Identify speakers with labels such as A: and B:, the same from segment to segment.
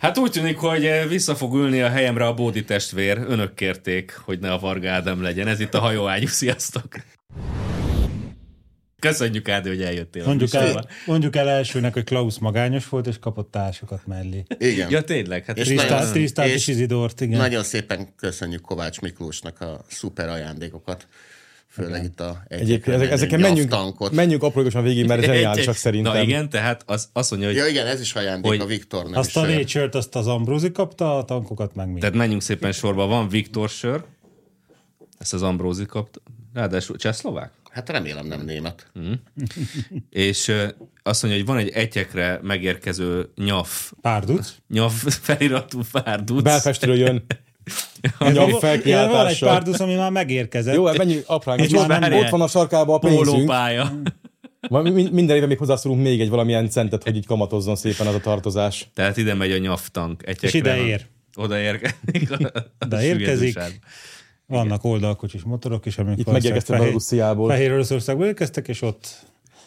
A: Hát úgy tűnik, hogy vissza fog ülni a helyemre a bódi testvér. Önök kérték, hogy ne a Varga Ádám legyen. Ez itt a hajóágyú. Sziasztok! Köszönjük, Ádi, hogy eljöttél.
B: Mondjuk el, mondjuk el elsőnek, hogy Klaus magányos volt, és kapott társakat mellé.
C: Igen.
A: Ja, tényleg. Hát
C: És
A: és
C: nagyon-
B: Tisztát, tisztát és,
C: és
B: Izidort, igen.
C: Nagyon szépen köszönjük Kovács Miklósnak a szuper ajándékokat, főleg itt a
D: Egyébként ezek, ezeken menjünk,
C: menjünk,
D: menjünk aprólagosan végig, mert zseniálisak
C: Egy-egy.
D: szerintem.
A: Na igen, tehát az, azt mondja, hogy
C: Ja igen, ez is ajándék
A: Hogy-
C: a Viktornak.
B: Azt
C: is,
B: a
C: ö,
B: négy sört, azt az Ambrózi kapta, a tankokat meg mi.
A: Tehát menjünk szépen sorba. Van Viktor sör, ezt az Ambrózi kapta, ráadásul csehszlovák.
C: Hát remélem nem német.
B: Mm.
A: És ö, azt mondja, hogy van egy egyekre megérkező nyaf,
B: Párduc.
A: nyaf feliratú párduc.
D: Belfestről jön. Nyomj
B: Van egy
D: felkiáltással.
B: párduc, ami már megérkezett.
D: Jó, hát menjünk
A: Egy
D: aprólagosan. Már nem-
A: várjál.
D: Ott van a sarkában a pénzünk.
A: Pólópálya.
D: Van- mi- mi- Minden évben még hozzászólunk még egy valamilyen centet, hogy így kamatozzon szépen az a tartozás.
A: Tehát ide megy a nyaftank. Egyekre
B: És ide
A: van.
B: ér.
A: Oda érkezik. A, a
B: De érkezik.
A: süllyedősárba.
B: Vannak oldalkocsis motorok is, amik
D: Itt
B: valószínűleg
D: megérkeztek
B: Fehér-
D: Belorussziából.
B: Fehér Oroszországból érkeztek, és ott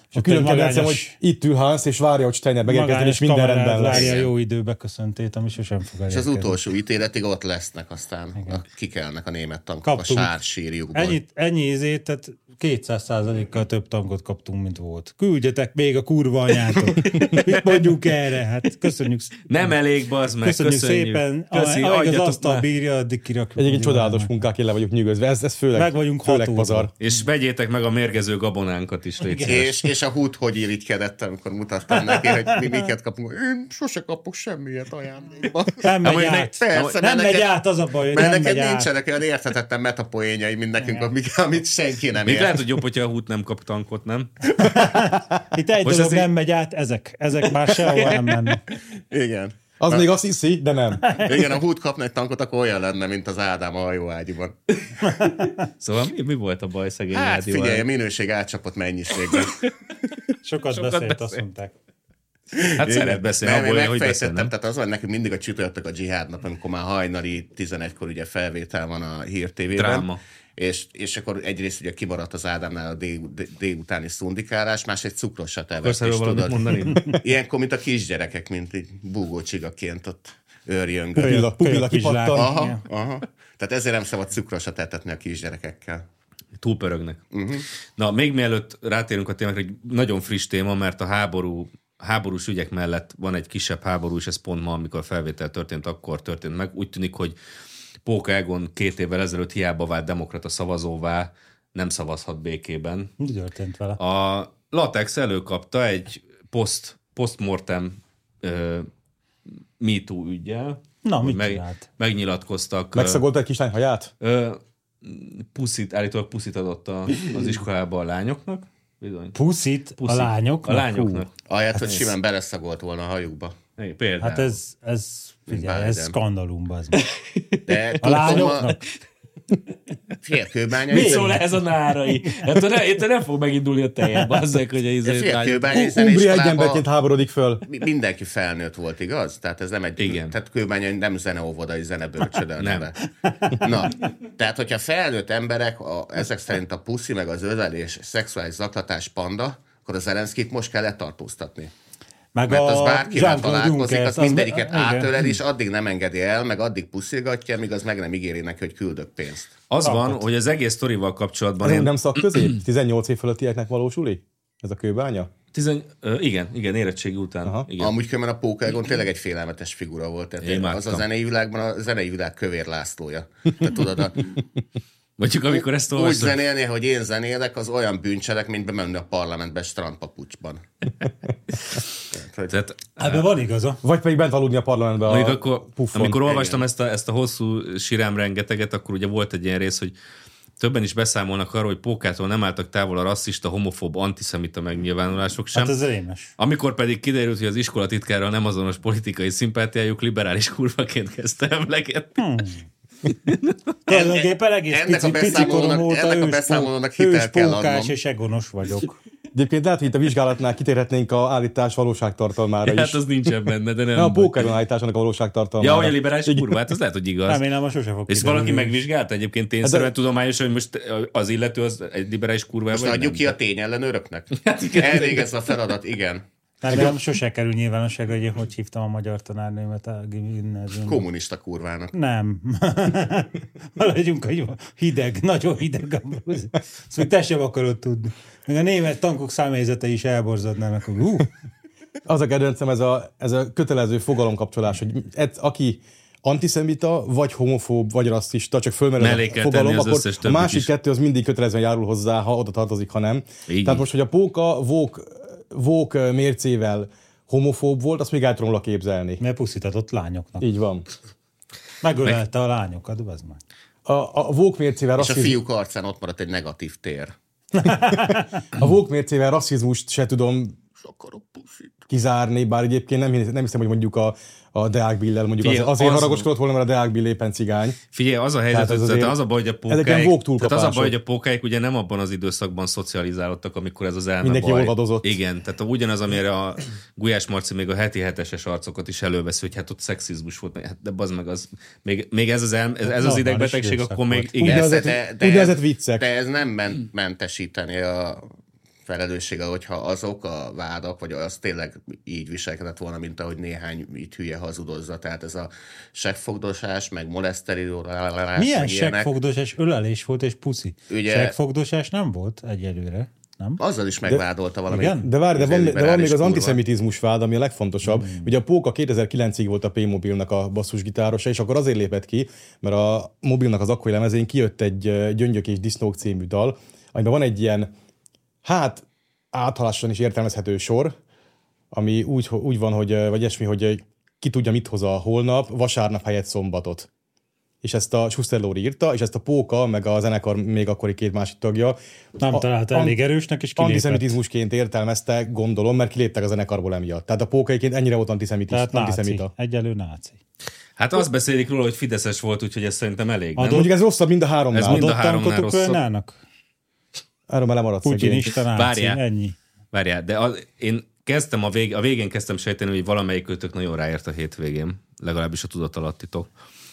D: És a külön kedvencem, hogy
B: magányos-
D: itt ül Hans, és várja, hogy Steiner megérkezzen,
B: magányos
D: és minden
B: kamerát
D: rendben lesz.
B: Várja jó időbe köszöntét, ami sosem fog
C: És
B: elérkezni.
C: az utolsó ítéletig ott lesznek, aztán a, kikelnek a német tankok
B: Kaptunk.
C: a sársírjukból.
B: Ennyit, ennyi izét, tehát 200 százalékkal több tankot kaptunk, mint volt. Küldjetek még a kurva anyátok. Mit mondjuk erre? Hát köszönjük,
A: Nem elég, bazd meg.
B: köszönjük,
A: Köszönjük,
B: szépen. Köszi,
A: Köszi,
B: amíg az
A: adjatok
B: asztal
A: már.
B: bírja, addig kirakjuk.
D: Egyébként csodálatos munkák, én le vagyok nyűgözve. Ez, ez főleg,
B: Meg vagyunk
D: főleg
B: hatódva.
D: pazar.
A: És vegyétek meg a mérgező gabonánkat is, légy szíves.
C: és, és a hút hogy irigykedett, amikor mutattam neki, hogy mi miket kapunk. Én sose kapok semmilyet ajándékba.
A: Nem,
B: Nem megy
A: hogy ne-
B: át.
C: Persze,
B: Nem
C: mert
B: megy
C: neked-
B: át, az a baj, hogy
C: Mert
B: nem
C: neked
B: megy át.
C: nincsenek olyan érthetetlen metapoénjai, mint nekünk, amik, amit senki nem
A: Még lehet,
C: ért.
A: hogy jobb, hogyha a hút nem kap tankot, nem?
B: Itt egy
A: Most ez
B: dolog
A: így-
B: nem megy át, ezek. Ezek már sehova nem mennek.
C: Igen.
D: Az még azt hiszi, de nem.
C: Igen, a hút kapna egy tankot, akkor olyan lenne, mint az Ádám a hajóágyiban.
A: Szóval mi, mi volt a baj szegény
C: Hát
A: Ádival?
C: figyelj, a minőség átcsapott mennyiségben.
B: Sokat,
A: Sokat
B: beszélt, azt
A: beszélt.
B: mondták.
A: Hát szeret beszélni
C: nem,
A: abból,
C: én
A: hogy beszél,
C: megfejtettem,
A: nem?
C: tehát az van nekünk mindig a csütörtök a dzsihádnap, amikor már hajnali 11-kor ugye felvétel van a Hír TV-ben.
A: Dráma.
C: És, és akkor egyrészt ugye kimaradt az Ádámnál a dél- dé- délutáni szundikálás, másrészt cukrosat
A: Akarsz
C: elvett is,
A: erről valamit
C: tudod.
A: mondani?
C: Ilyenkor, mint a kisgyerekek, mint így búgócsigaként ott
D: Pupilla-
C: őrjöngött.
D: Pupilla
B: kölyök kizslány.
D: kipattan.
C: Aha, aha. Tehát ezért nem szabad cukrosat etetni a kisgyerekekkel.
A: Túlpörögnek. Na, még mielőtt rátérünk a témákra, egy nagyon friss téma, mert a háború háborús ügyek mellett van egy kisebb háború, és ez pont ma, amikor a felvétel történt, akkor történt meg. Úgy tűnik, hogy Póka Egon két évvel ezelőtt hiába vált demokrata szavazóvá, nem szavazhat békében,
B: Mi történt vele?
A: A Latex előkapta egy post, postmortem ö, MeToo ügyel.
B: Na,
A: hogy
B: mit csinált?
A: Megnyilatkoztak. Megszagol...
D: Megszagolta egy kislány haját?
A: Ö, puszit, állítólag puszit adott a, az iskolában a lányoknak. Bizony.
B: Puszit, a
A: Puszit.
B: lányok.
A: A lányoknak.
C: Ahelyett, hogy simán beleszagolt volna a hajukba.
A: Igen, Például.
B: Hát ez, ez, figyelj, ez
C: Biden.
B: skandalum, az.
C: De
B: A lányoknak?
C: Félkőbánya.
A: Mit szól ez a nárai? Hát te, ne, te nem fog megindulni a tejet, bazzek, hogy a
C: De
A: izé-
C: félkőbánya, hiszen
D: Umbria egy
C: iskolában-
D: emberként háborodik föl.
C: Mi- mindenki felnőtt volt, igaz? Tehát ez nem egy...
A: Igen.
C: Tehát kőbánya nem zeneóvodai zenebölcsöde a
A: Nem.
C: neve. Na, tehát hogyha felnőtt emberek, a, ezek szerint a puszi, meg az ölelés, szexuális zaklatás panda, akkor a Zelenszkit most kell letartóztatni.
B: Meg
C: Mert az
B: a
C: bárkivel
B: Jean-Claude
C: találkozik,
B: Junckert,
C: az mindegyiket
B: igen.
C: átölel, és addig nem engedi el, meg addig puszilgatja, míg az meg nem ígéri neki, hogy küldök pénzt.
A: Az van, hogy az egész sztorival kapcsolatban
D: Ez
A: én
D: nem szakközé? 18 év fölöttieknek valósuli? Ez a kőbánya?
A: tizen, ö, igen, igen, érettségi után.
D: Aha.
A: Igen.
C: Igen. Amúgy különben a Pókergon tényleg egy félelmetes figura volt. Tehát
A: Én
C: az a
A: imádtam.
C: zenei világban a zenei világ kövér Lászlója. Tehát tudod, a,
A: Mondjuk amikor ezt
C: úgy
A: olvastam,
C: zenélni, hogy én zenélek, az olyan bűncselek, mint bemenni a parlamentbe strandpapucsban.
A: tehát
B: Ebben Hát van igaza.
D: Vagy pedig bent aludni a parlamentben
A: Mondjuk
D: a
A: akkor,
D: puffon.
A: amikor olvastam ezt a, ezt a hosszú sírám rengeteget, akkor ugye volt egy ilyen rész, hogy többen is beszámolnak arról, hogy Pókától nem álltak távol a rasszista, homofób, antiszemita megnyilvánulások sem.
B: Hát ez rémes.
A: Amikor pedig kiderült, hogy az iskola titkárral nem azonos politikai szimpátiájuk liberális kurvaként kezdte emlegetni. Hmm.
B: Tulajdonképpen egész
C: ennek a
B: pici, pici korom
C: beszámolónak-
B: óta
C: ennek a
B: ős,
C: beszámolónak
B: ős
C: hitelt kell adnom.
B: és egonos vagyok.
D: Egyébként lehet, hogy itt a vizsgálatnál kitérhetnénk a állítás valóságtartalmára
A: Hát
D: is.
A: az nincsen benne, de nem.
D: Nem, a
A: baj.
D: pókeron állításának a
A: Ja,
D: valóságtartalmára.
A: hogy a liberális kurva, hát az lehet, hogy igaz.
B: Remélem, ma sose fog
A: És
B: kiderülni.
A: valaki megvizsgálta egyébként
D: Hát
A: tényszerűen tudományos, hogy most az illető az egy liberális kurva,
C: Most
A: vagy Hát
C: adjuk
A: nem.
C: ki a tényellenőröknek? Elvégez a feladat, igen.
B: Meg nem sose kerül nyilvánosságra, hogy én hogy hívtam a magyar tanárnőmet a gimnáziumban.
C: Kommunista kurvának.
B: Nem. Maradjunk, hogy hideg, nagyon hideg a buzi. Ezt még te sem akarod tudni. Még a német tankok számélyzete is elborzadnának. hogy Hú,
D: Az a kedvencem, ez a, ez a kötelező fogalomkapcsolás, hogy ez, aki antiszemita, vagy homofób, vagy rasszista, csak fölmerül
A: Mellé
D: a
A: kell
D: fogalom,
A: tenni az
D: akkor
A: összes
D: a
A: többit
D: másik
A: is.
D: kettő az mindig kötelezően járul hozzá, ha oda tartozik, ha nem.
A: Így.
D: Tehát most, hogy a póka vók, vók mércével homofób volt, azt még át tudom róla képzelni.
B: mert pusztítatott lányoknak.
D: Így van.
B: Megölelte a lányokat, az meg.
D: A, a vók mércével
C: És a
D: rasszizmus,
C: fiúk arcán ott maradt egy negatív tér.
D: a vók mércével rasszizmust se tudom
C: És akarok puszit.
D: kizárni, bár egyébként nem, hisz- nem hiszem, hogy mondjuk a, a Deák Billel mondjuk az,
A: Figyelj,
D: azért
A: az-
D: haragoskodott volna, mert a Deák Bill éppen cigány.
A: Figyelj, az a helyzet,
D: Tehát ez
A: tehát az, tehát az
D: azért-
A: a baj, hogy a
D: ezek ilyen
A: pókáik,
D: vók
A: tehát az a baj,
D: túlkapások.
A: hogy a pókáik ugye nem abban az időszakban szocializálódtak, amikor ez az elme
D: Mindenki
A: baj.
D: olvadozott.
A: Igen, tehát a, ugyanaz, amire a Gulyás Marci még a heti heteses arcokat is elővesz, hogy hát ott szexizmus volt, meg- hát de az meg az, még, még ez az, elme, ez, ez az
B: Normális
A: idegbetegség,
B: időszak
A: akkor még,
B: volt.
A: igen,
D: Úgynevezett- úgynevezett viccek.
C: De ez nem ment, mentesíteni a felelőssége, hogyha azok a vádak, vagy az tényleg így viselkedett volna, mint ahogy néhány itt hülye hazudozza. Tehát ez a seggfogdosás, meg moleszterilálás,
B: Milyen
C: Hát meg ilyenek,
B: seggfogdosás ölelés volt és puszi?
C: Ugye-
B: Seggfogdosás nem volt egyelőre, nem?
C: Azzal is megvádolta valami.
B: Igen?
D: De várj, de van, de van
C: liberális
D: még az
C: kurva.
D: antiszemitizmus vád, ami a legfontosabb. Mm. Ugye a Póka 2009-ig volt a P-Mobilnak a basszusgitárosa, és akkor azért lépett ki, mert a mobilnak az akkori lemezén kijött egy ö, Gyöngyök és Disznók című dal, amiben van egy ilyen, hát áthalásan is értelmezhető sor, ami úgy, úgy van, hogy, ö, vagy esmi, hogy ö, ki tudja, mit hoz a holnap, vasárnap helyett szombatot és ezt a Schuster Lóri írta, és ezt a Póka, meg a zenekar még akkori két másik tagja
B: Nem
D: a-
B: találta elég erősnek, és kilépett.
D: antiszemitizmusként értelmezte, gondolom, mert kiléptek a zenekarból emiatt. Tehát a pókaiként ennyire volt antiszemitiz,
B: Tehát náci,
D: antiszemita.
B: egyelő náci.
A: hát azt beszélik róla, hogy Fideszes volt, úgyhogy ez szerintem elég,
B: Adott-
A: nem?
D: Mondjuk ez rosszabb, mind a
A: Ez
D: háromnál.
A: mind-
D: Mind...
A: a
B: Adott
A: háromnál
B: tankotok
A: rosszabb.
B: ölnának?
D: Erről már lemaradt szegény.
B: Putinista náci,
A: Várjál.
B: ennyi.
C: Hát-
A: Várjál, de az, én kezdtem a, vég, a végén kezdtem sejteni, hogy valamelyik kötök nagyon ráért a hétvégén, legalábbis a tudatalattitok.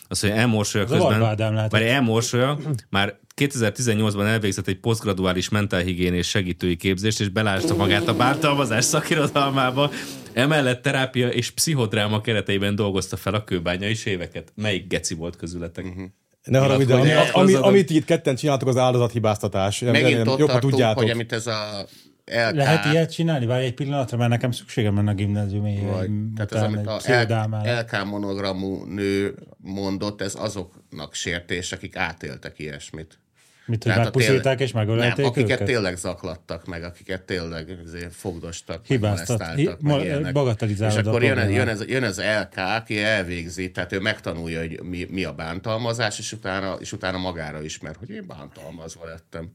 A: Azt, hogy elmorsolja
B: Ez a Varga
A: közben,
B: Ádám
A: már
B: lehetett.
A: elmorsolja, már 2018-ban elvégzett egy posztgraduális mentálhigiénés segítői képzést, és belásta magát a bántalmazás szakirodalmába, emellett terápia és pszichodráma kereteiben dolgozta fel a kőbányai éveket. Melyik geci volt közületek? Uh-huh.
D: Ne haragudj, de ami,
A: Nyilatkozz,
D: ami,
A: hogy-
D: amit itt ketten csináltok, az áldozathibáztatás. Nem- nem-
C: Megint
D: nem,
C: ott
D: Jobb, ha
C: tartunk,
D: tudjátok.
C: hogy amit ez a LK,
B: Lehet ilyet csinálni? Várj egy pillanatra, mert nekem szükségem lenne a gimnáziumi
C: vagy, tehát ez,
B: után egy
C: amit
B: pszichodámára.
C: a LK, LK monogramú nő mondott, ez azoknak sértés, akik átéltek ilyesmit.
B: Mit, hogy
C: Tehát a
B: megpuszították
C: tényleg-
B: és megölelték
C: Nem, akiket
B: őket?
C: tényleg zaklattak meg, akiket tényleg azért fogdostak,
B: Hibáztat- hi- ma- bagatelizálod
C: És
B: a
C: akkor jön, ez- jön,
B: problémát.
C: ez, jön ez LK, aki elvégzi, tehát ő megtanulja, hogy mi, mi a bántalmazás, és utána, és utána magára ismer, hogy én bántalmazva lettem.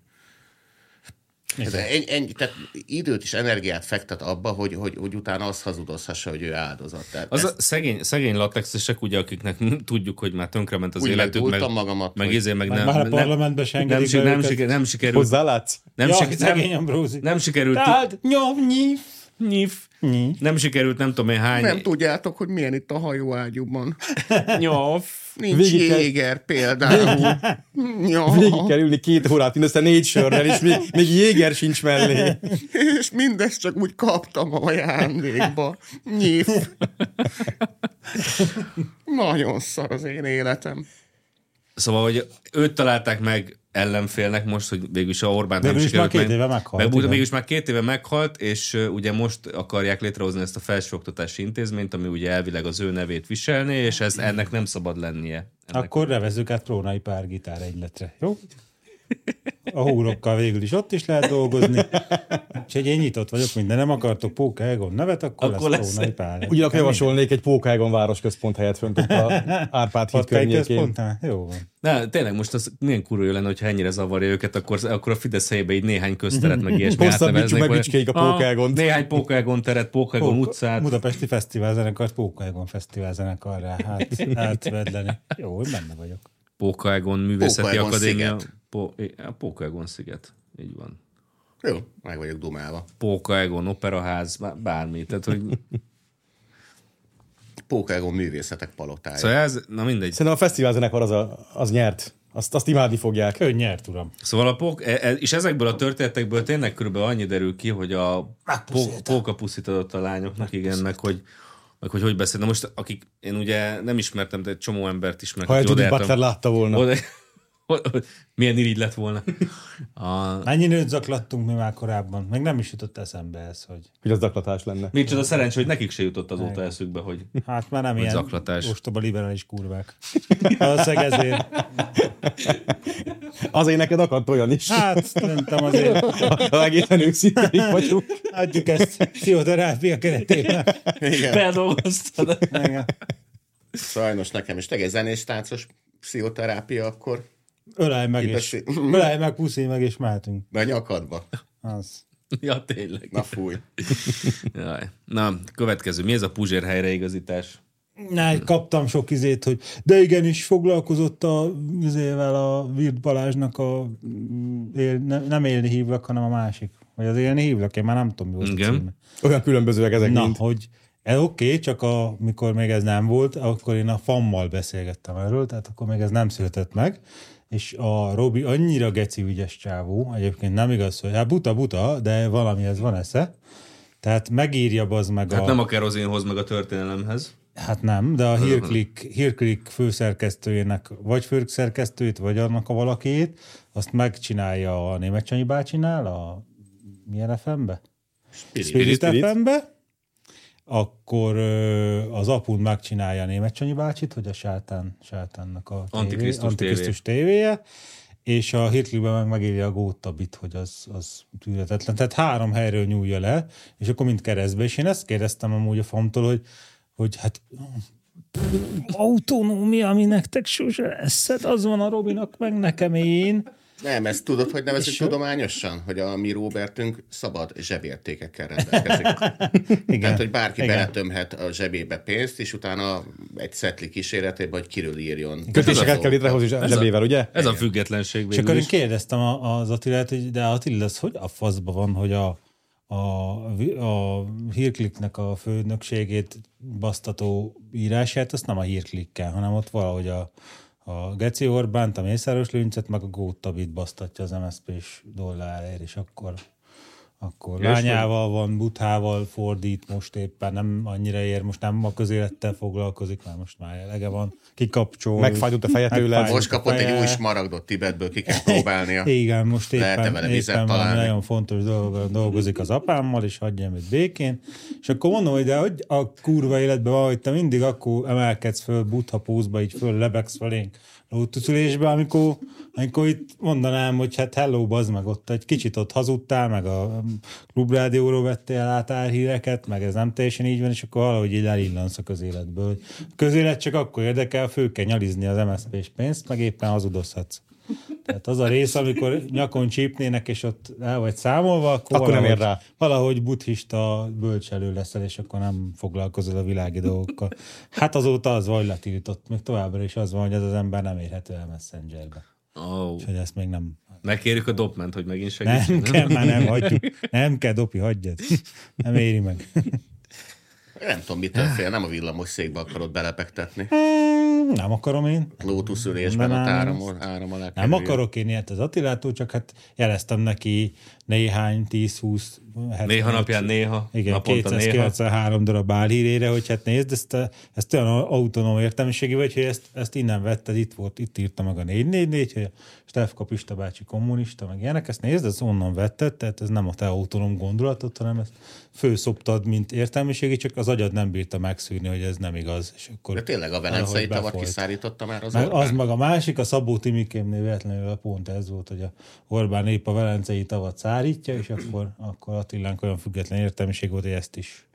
C: Ez ennyi, ennyi, tehát időt és energiát fektet abba, hogy, hogy, hogy utána azt hazudozhassa, hogy ő áldozat. Tehát
A: Az
C: ez-
A: a szegény, szegény latexesek, ugye, akiknek tudjuk, hogy már tönkrement az
C: Úgy
A: életük, meg,
C: megdúltam magamat,
A: meg,
C: hogy-
A: izé, meg
B: Meg
A: nem,
B: már a
A: nem-
B: parlamentbe se
A: nem,
B: engedik
A: si-
B: be
A: nem,
B: őket.
A: siker, nem sikerült
D: Hozzálátsz?
A: Nem,
B: Ja,
A: sik-
B: szegény
A: nem,
B: Ambrózi.
A: nem sikerült,
B: Tehát nyomnyi.
A: nyif,
B: Nyif.
A: nem sikerült, nem tudom én hány.
C: Nem tudjátok, hogy milyen itt a hajóágyúban.
A: Nyof.
C: Nincs
D: Végig kell-
C: jéger például. Ja,
D: Végig kell ülni két órát, mindössze négy sörrel, és még, még jéger sincs mellé.
C: és mindezt csak úgy kaptam ajándékba. Nyif. Nagyon szar az én életem.
A: Szóval, hogy őt találták meg ellenfélnek most, hogy végülis a Orbán nem
B: Végül is
A: sikerült.
B: már két éve meghalt,
A: Meg,
B: igen.
A: végülis már két éve meghalt, és ö, ugye most akarják létrehozni ezt a felsőoktatási intézményt, ami ugye elvileg az ő nevét viselné, és ez, ennek nem szabad lennie. Ennek.
B: Akkor nevezzük át Prónai pár gitár egyletre, jó? A húrokkal végül is ott is lehet dolgozni. Úgyhogy én nyitott vagyok, minden nem akartok Póka Egon nevet, akkor,
A: Akkor
B: akkor
A: lesz.
B: lesz, Prónai pár.
D: Ugyanakkor javasolnék egy Pókágon városközpont helyett fönt ott a Árpád híd környékén.
B: Pontán? Jó van.
A: Na, tényleg most az milyen kurva jó lenne, hogyha ennyire zavarja őket, akkor, akkor a Fidesz helyébe így néhány közteret meg ilyesmi
D: Mhm. Hosszabbítsuk
A: átneveznek,
D: meg
A: vagy-
D: ücskéig a
A: Ah,
D: Pókágont.
A: Néhány Pókágon teret, Pókágon
B: Póka-
A: utcát.
B: Budapesti Fesztivál zenekart, Póka Egon Fesztivál zenekarra hát, átvedleni. Jó, én benne vagyok.
A: Pókaegon Művészeti
C: Pókaegon
A: Akadémia.
C: sziget.
A: Po, a Pókaegon sziget. Így van.
C: Jó, meg vagyok dumálva.
A: Pókaegon Operaház, bá- bármi. Tehát, hogy...
C: Pókágon művészetek palotája.
A: Szóval ez, na mindegy.
D: Szerintem a fesztivál zenekar az, a, az nyert. Azt, azt imádni fogják.
B: Ő nyert, uram.
A: Szóval a pók, e- e- és ezekből a történetekből tényleg körülbelül annyi derül ki, hogy a pó- póka puszit adott a lányoknak, igen, meg hogy, meg hogy hogy beszél. Na most, akik én ugye nem ismertem, de egy csomó embert ismerek.
D: Ha
A: aki
D: egy Judith
A: odajártam-
D: Butler látta volna.
A: Oda, milyen irigy lett volna. A,
B: Annyi nőt zaklattunk mi már korábban, meg nem is jutott eszembe ez, hogy
D: Hogy az zaklatás lenne.
A: micsoda szerencsé, hogy nekik se jutott azóta eszükbe, hogy
B: hát már nem ilyen
A: zaklatás.
B: ostoba liberális kurvák. Valószínűleg ezért.
D: Azért neked akadt olyan is.
B: Hát, szerintem azért
D: Ha egészen őszintén vagyunk.
B: adjuk ezt pszichoterápia keretében.
C: Igen.
A: feldolgoztad.
B: Igen.
C: Sajnos nekem is. Tegye zenéstáncos pszichoterápia akkor.
B: Ölelj meg, és,
C: Kibeszél.
B: ölelj meg, puszilj meg, és mehetünk.
C: Na nyakadba.
B: Az.
A: ja, tényleg.
C: Na fúj.
A: Jaj. Na, következő. Mi ez a Puzsér helyreigazítás?
B: Na, kaptam sok izét, hogy de igenis foglalkozott a izével a Virt Balázsnak a mm, él, ne, nem élni hívlak, hanem a másik. Vagy az élni hívlak, én már nem tudom, mi volt
A: Igen.
B: a címe.
D: Olyan különbözőek ezek
B: Na,
D: mind.
B: hogy e, oké, okay, csak a, mikor még ez nem volt, akkor én a fammal beszélgettem erről, tehát akkor még ez nem született meg, és a Robi annyira geci ügyes csávó, egyébként nem igaz, hogy hát buta-buta, de valamihez van esze, tehát megírja bazd meg
A: Hát
B: a...
A: nem a kerozinhoz, meg a történelemhez.
B: Hát nem, de a Hírklik, Hírklik főszerkesztőjének, vagy főszerkesztőjét, vagy annak a valakiét, azt megcsinálja a Németh Csanyi bácsinál, a milyen FM-be? Spirit,
D: Spirit.
B: FM-be. Akkor ö, az apun megcsinálja a Németh Csanyi bácsit, hogy a sátán, sátánnak a tévé-
A: Antikrisztus
B: antikrisztus tévéje, és a Hitlerben meg megírja a gótabit, hogy az, az tűretetlen. Tehát három helyről nyúlja le, és akkor mind keresztbe. És én ezt kérdeztem amúgy a famtól, hogy, hogy hát autonómia, ami nektek sose eszed, az van a Robinak, meg nekem én.
C: Nem, ezt tudod, hogy nevezik tudományosan, hogy a mi Robertünk szabad zsebértékekkel rendelkezik.
B: Igen.
C: Tehát, hogy bárki
B: Igen.
C: Igen. beletömhet a zsebébe pénzt, és utána egy szetli kísérletében, hogy kiről írjon.
D: Kötéseket kell létrehozni zse- zsebével, ugye?
A: Ez a függetlenség
B: És akkor
A: végül
B: én
A: is.
B: kérdeztem a- az Attilát, hogy de Attila, ez hogy a faszba van, hogy a, a, vi- a hírkliknek a főnökségét basztató írását, azt nem a hírklikkel, hanem ott valahogy a, a Geci Orbánt, a Mészáros Lőncet, meg a Gótabit basztatja az MSZP-s dollárért, és akkor akkor lányával van, buthával fordít most éppen, nem annyira ér, most nem a közélettel foglalkozik, mert most már elege van, kikapcsol.
D: Megfájdult a feje tőled.
B: Megfájdult
C: Most
B: a
C: kapott egy
B: feje.
C: új smaragdot Tibetből, ki kell próbálnia.
B: Igen, most
C: Lehetne
B: éppen,
C: vele vizet
B: éppen valami
C: találni.
B: nagyon fontos dolgon dolgozik az apámmal, és hagyjam őt békén. És akkor mondom, hogy de hogy a kurva életben van, hogy te mindig akkor emelkedsz föl butha pózba, így föl lebegsz fölénk lótuszülésbe, amikor, amikor itt mondanám, hogy hát hello, bazd meg ott, egy kicsit ott hazudtál, meg a klubrádióról vettél át árhíreket, meg ez nem teljesen így van, és akkor valahogy így elillansz a közéletből. hogy A közélet csak akkor érdekel, fő kell nyalizni az MSZP-s pénzt, meg éppen hazudozhatsz. Tehát az a rész, amikor nyakon csípnének, és ott el vagy számolva, akkor,
D: Akkor nem
B: valahogy,
D: ér rá.
B: valahogy buddhista bölcselő leszel, és akkor nem foglalkozol a világi dolgokkal. Hát azóta az vagy letiltott, még továbbra is az van, hogy ez az ember nem érhető el messengerbe.
A: Ó,
B: Úgyhogy ezt még nem...
A: megkérjük a dopment, hogy megint segítsen.
B: Nem kell, már nem hagyjuk. Nem kell, Dopi, hagyjad. Nem éri meg.
C: Nem tudom, mitől fél, nem a villamos székbe akarod belepegtetni.
B: Nem akarom én.
C: Lótusz ülésben
B: Nem,
C: a
B: nem,
C: áram, áram alá
B: Nem
C: kerüljön.
B: akarok én ilyet az Attilától, csak hát jeleztem neki néhány, hát 10-20...
A: Néha napján, néha, Igen,
B: Igen,
A: naponta, néha.
B: 293 darab álhírére, hogy hát nézd, ezt, a- ezt olyan autonóm értelmiségi vagy, hogy ezt, ezt innen vetted, itt volt, itt írta meg a 444, hogy a Stefka Pista bácsi kommunista, meg ilyenek, ezt nézd, ezt onnan vetted, tehát ez nem a te autonóm gondolatod, hanem ezt főszoptad, mint értelmiségi, csak az agyad nem bírta megszűrni, hogy ez nem igaz. És akkor
C: De tényleg a
B: valahogy
C: velencei tavat
B: befolyt.
C: kiszállította már az
B: Meg
C: Orbán.
B: az meg a másik, a Szabó Timikémnél véletlenül pont ez volt, hogy a Orbán épp a velencei tavat szárítja, és akkor, akkor Attilánk olyan független értelmiség volt, hogy ezt is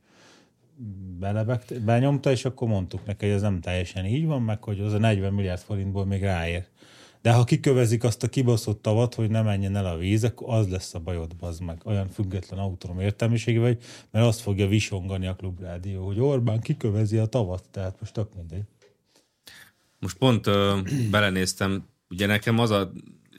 B: belebegt, benyomta, és akkor mondtuk neki, hogy ez nem teljesen így van, meg hogy az a 40 milliárd forintból még ráér. De ha kikövezik azt a kibaszott tavat, hogy ne menjen el a víz, akkor az lesz a bajod, bazd meg. Olyan független autonóm értelmiség vagy, mert azt fogja visongani a klubrádió, hogy Orbán kikövezi a tavat, tehát most tök mindegy.
A: Most pont ö, belenéztem, ugye nekem az a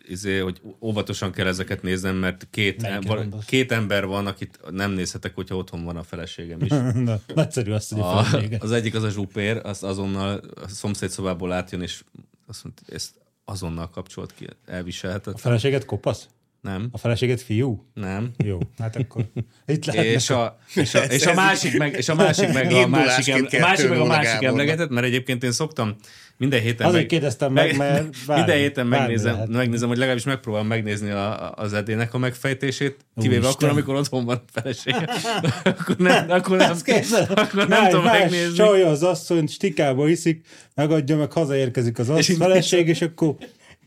A: izé, hogy óvatosan kell ezeket néznem, mert két,
B: Melyikre
A: em, val-
B: gondolsz?
A: két ember van, akit nem nézhetek, hogyha otthon van a feleségem is.
B: Na, nagyszerű azt, hogy a
A: A,
B: felesége.
A: az egyik az a zsupér, azt azonnal a szomszéd szobából átjön, és azt mondta, ezt azonnal kapcsolt ki,
B: A
A: elviselhetett.
B: feleséget kopasz?
A: Nem,
B: A feleséget fiú?
A: nem.
B: Jó, hát akkor itt lehetne.
A: És a, és, a, és, a, másik meg, és a másik meg a másik,
C: Indulásként
A: emle, másik, meg a
C: 2-0
A: másik
C: Gábornak.
A: emlegetett, mert egyébként én szoktam minden héten
B: Azért kérdeztem meg, mert bármi-
A: minden héten
B: bármi
A: megnézem,
B: lehet.
A: megnézem, hogy legalábbis megpróbálom megnézni a, a- az edének a megfejtését, kivéve
B: Úristen.
A: akkor, amikor otthon van a felesége. akkor nem, akkor nem,
B: Azt képzeld?
A: akkor nem tudom
B: más
A: megnézni.
B: Csalja az asszonyt, stikába iszik, megadja, meg hazaérkezik az assz
A: így
B: feleség, és akkor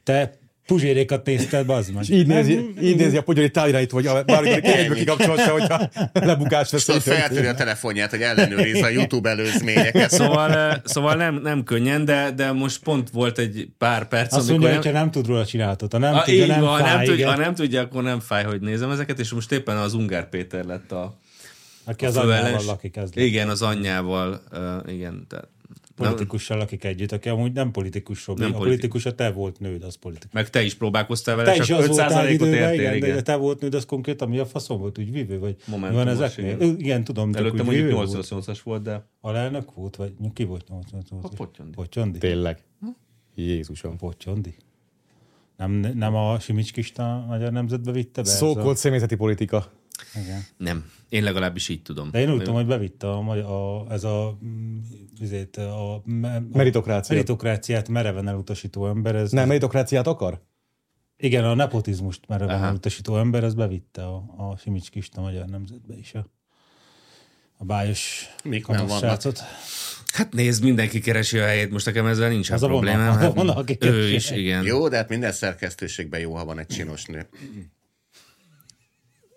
B: te puzsérékat nézted, bazd meg.
D: És így nézi, így nézi a pogyori tájrait, vagy a- bármikor kényekből kikapcsolta, hogyha lebukás lesz.
C: Tudod, Szóval feltűri a telefonját, hogy ellenőrizze a YouTube előzményeket.
A: Szóval, eh, szóval nem, nem könnyen, de, de most pont volt egy pár perc,
B: Azt mondja,
A: Szóval amikor
B: hogyha nem tud róla csinálhatod. Ha nem
A: A,
B: tudja,
A: így
B: nem
A: van, ha
B: fáj,
A: nem, tudja, ha
B: igen.
A: nem tudja, akkor nem fáj, hogy nézem ezeket, és most éppen az Ungár Péter lett a,
B: Aki az
A: főelens.
B: anyjával lakik, ez lett.
A: Igen, az anyjával, uh, igen. Tehát, nem,
B: Politikussal lakik együtt, aki amúgy nem politikus, Robi.
A: Nem
B: a
A: politi-
B: politikus a te volt nőd, az politikus.
A: meg te is próbálkoztál vele,
B: Te is
A: csak
B: az
A: 5
B: voltál
A: ot
B: időben,
A: értél,
B: igen,
A: igen.
B: de te volt nőd, az konkrétan mi a faszom volt, úgy vívő, vagy mi van
A: Momentumos,
B: ezeknél?
A: igen.
B: Igen, igen tudom, csak
A: Előtte
B: úgy
A: mondjuk
B: vívő volt.
A: 88-as volt, de
B: Alelnök volt, vagy ki volt 88
A: A Pottyondi.
B: Pottyondi.
D: Tényleg.
B: Hm?
D: Jézusom.
B: Pottyondi. Nem, nem a Simicskista a magyar nemzetbe vitte be? ez
D: Szókolt személyzeti politika.
B: A... Igen.
A: nem. Én legalábbis így tudom.
B: De én úgy tudom, hogy bevitte a, magyar- a, ez a, mm, izét, a, me- a
D: Meritokrácia.
B: meritokráciát mereven elutasító ember. Ez,
D: Nem, meritokráciát akar?
B: Igen, a nepotizmust mereven Aha. elutasító ember, ez bevitte a, a Simicskista a magyar nemzetbe is a, a bájos
C: Mik nem
B: kamasz
C: vannak.
B: srácot.
A: Hát nézd, mindenki keresi a helyét, most nekem ezzel nincs hát
B: Az a vonal,
A: problémám.
B: az a
A: hát
B: vonal, aki
A: ő
B: keresi
A: is,
B: a helyét.
A: igen.
C: Jó, de hát minden szerkesztőségben jó, ha van egy csinos nő.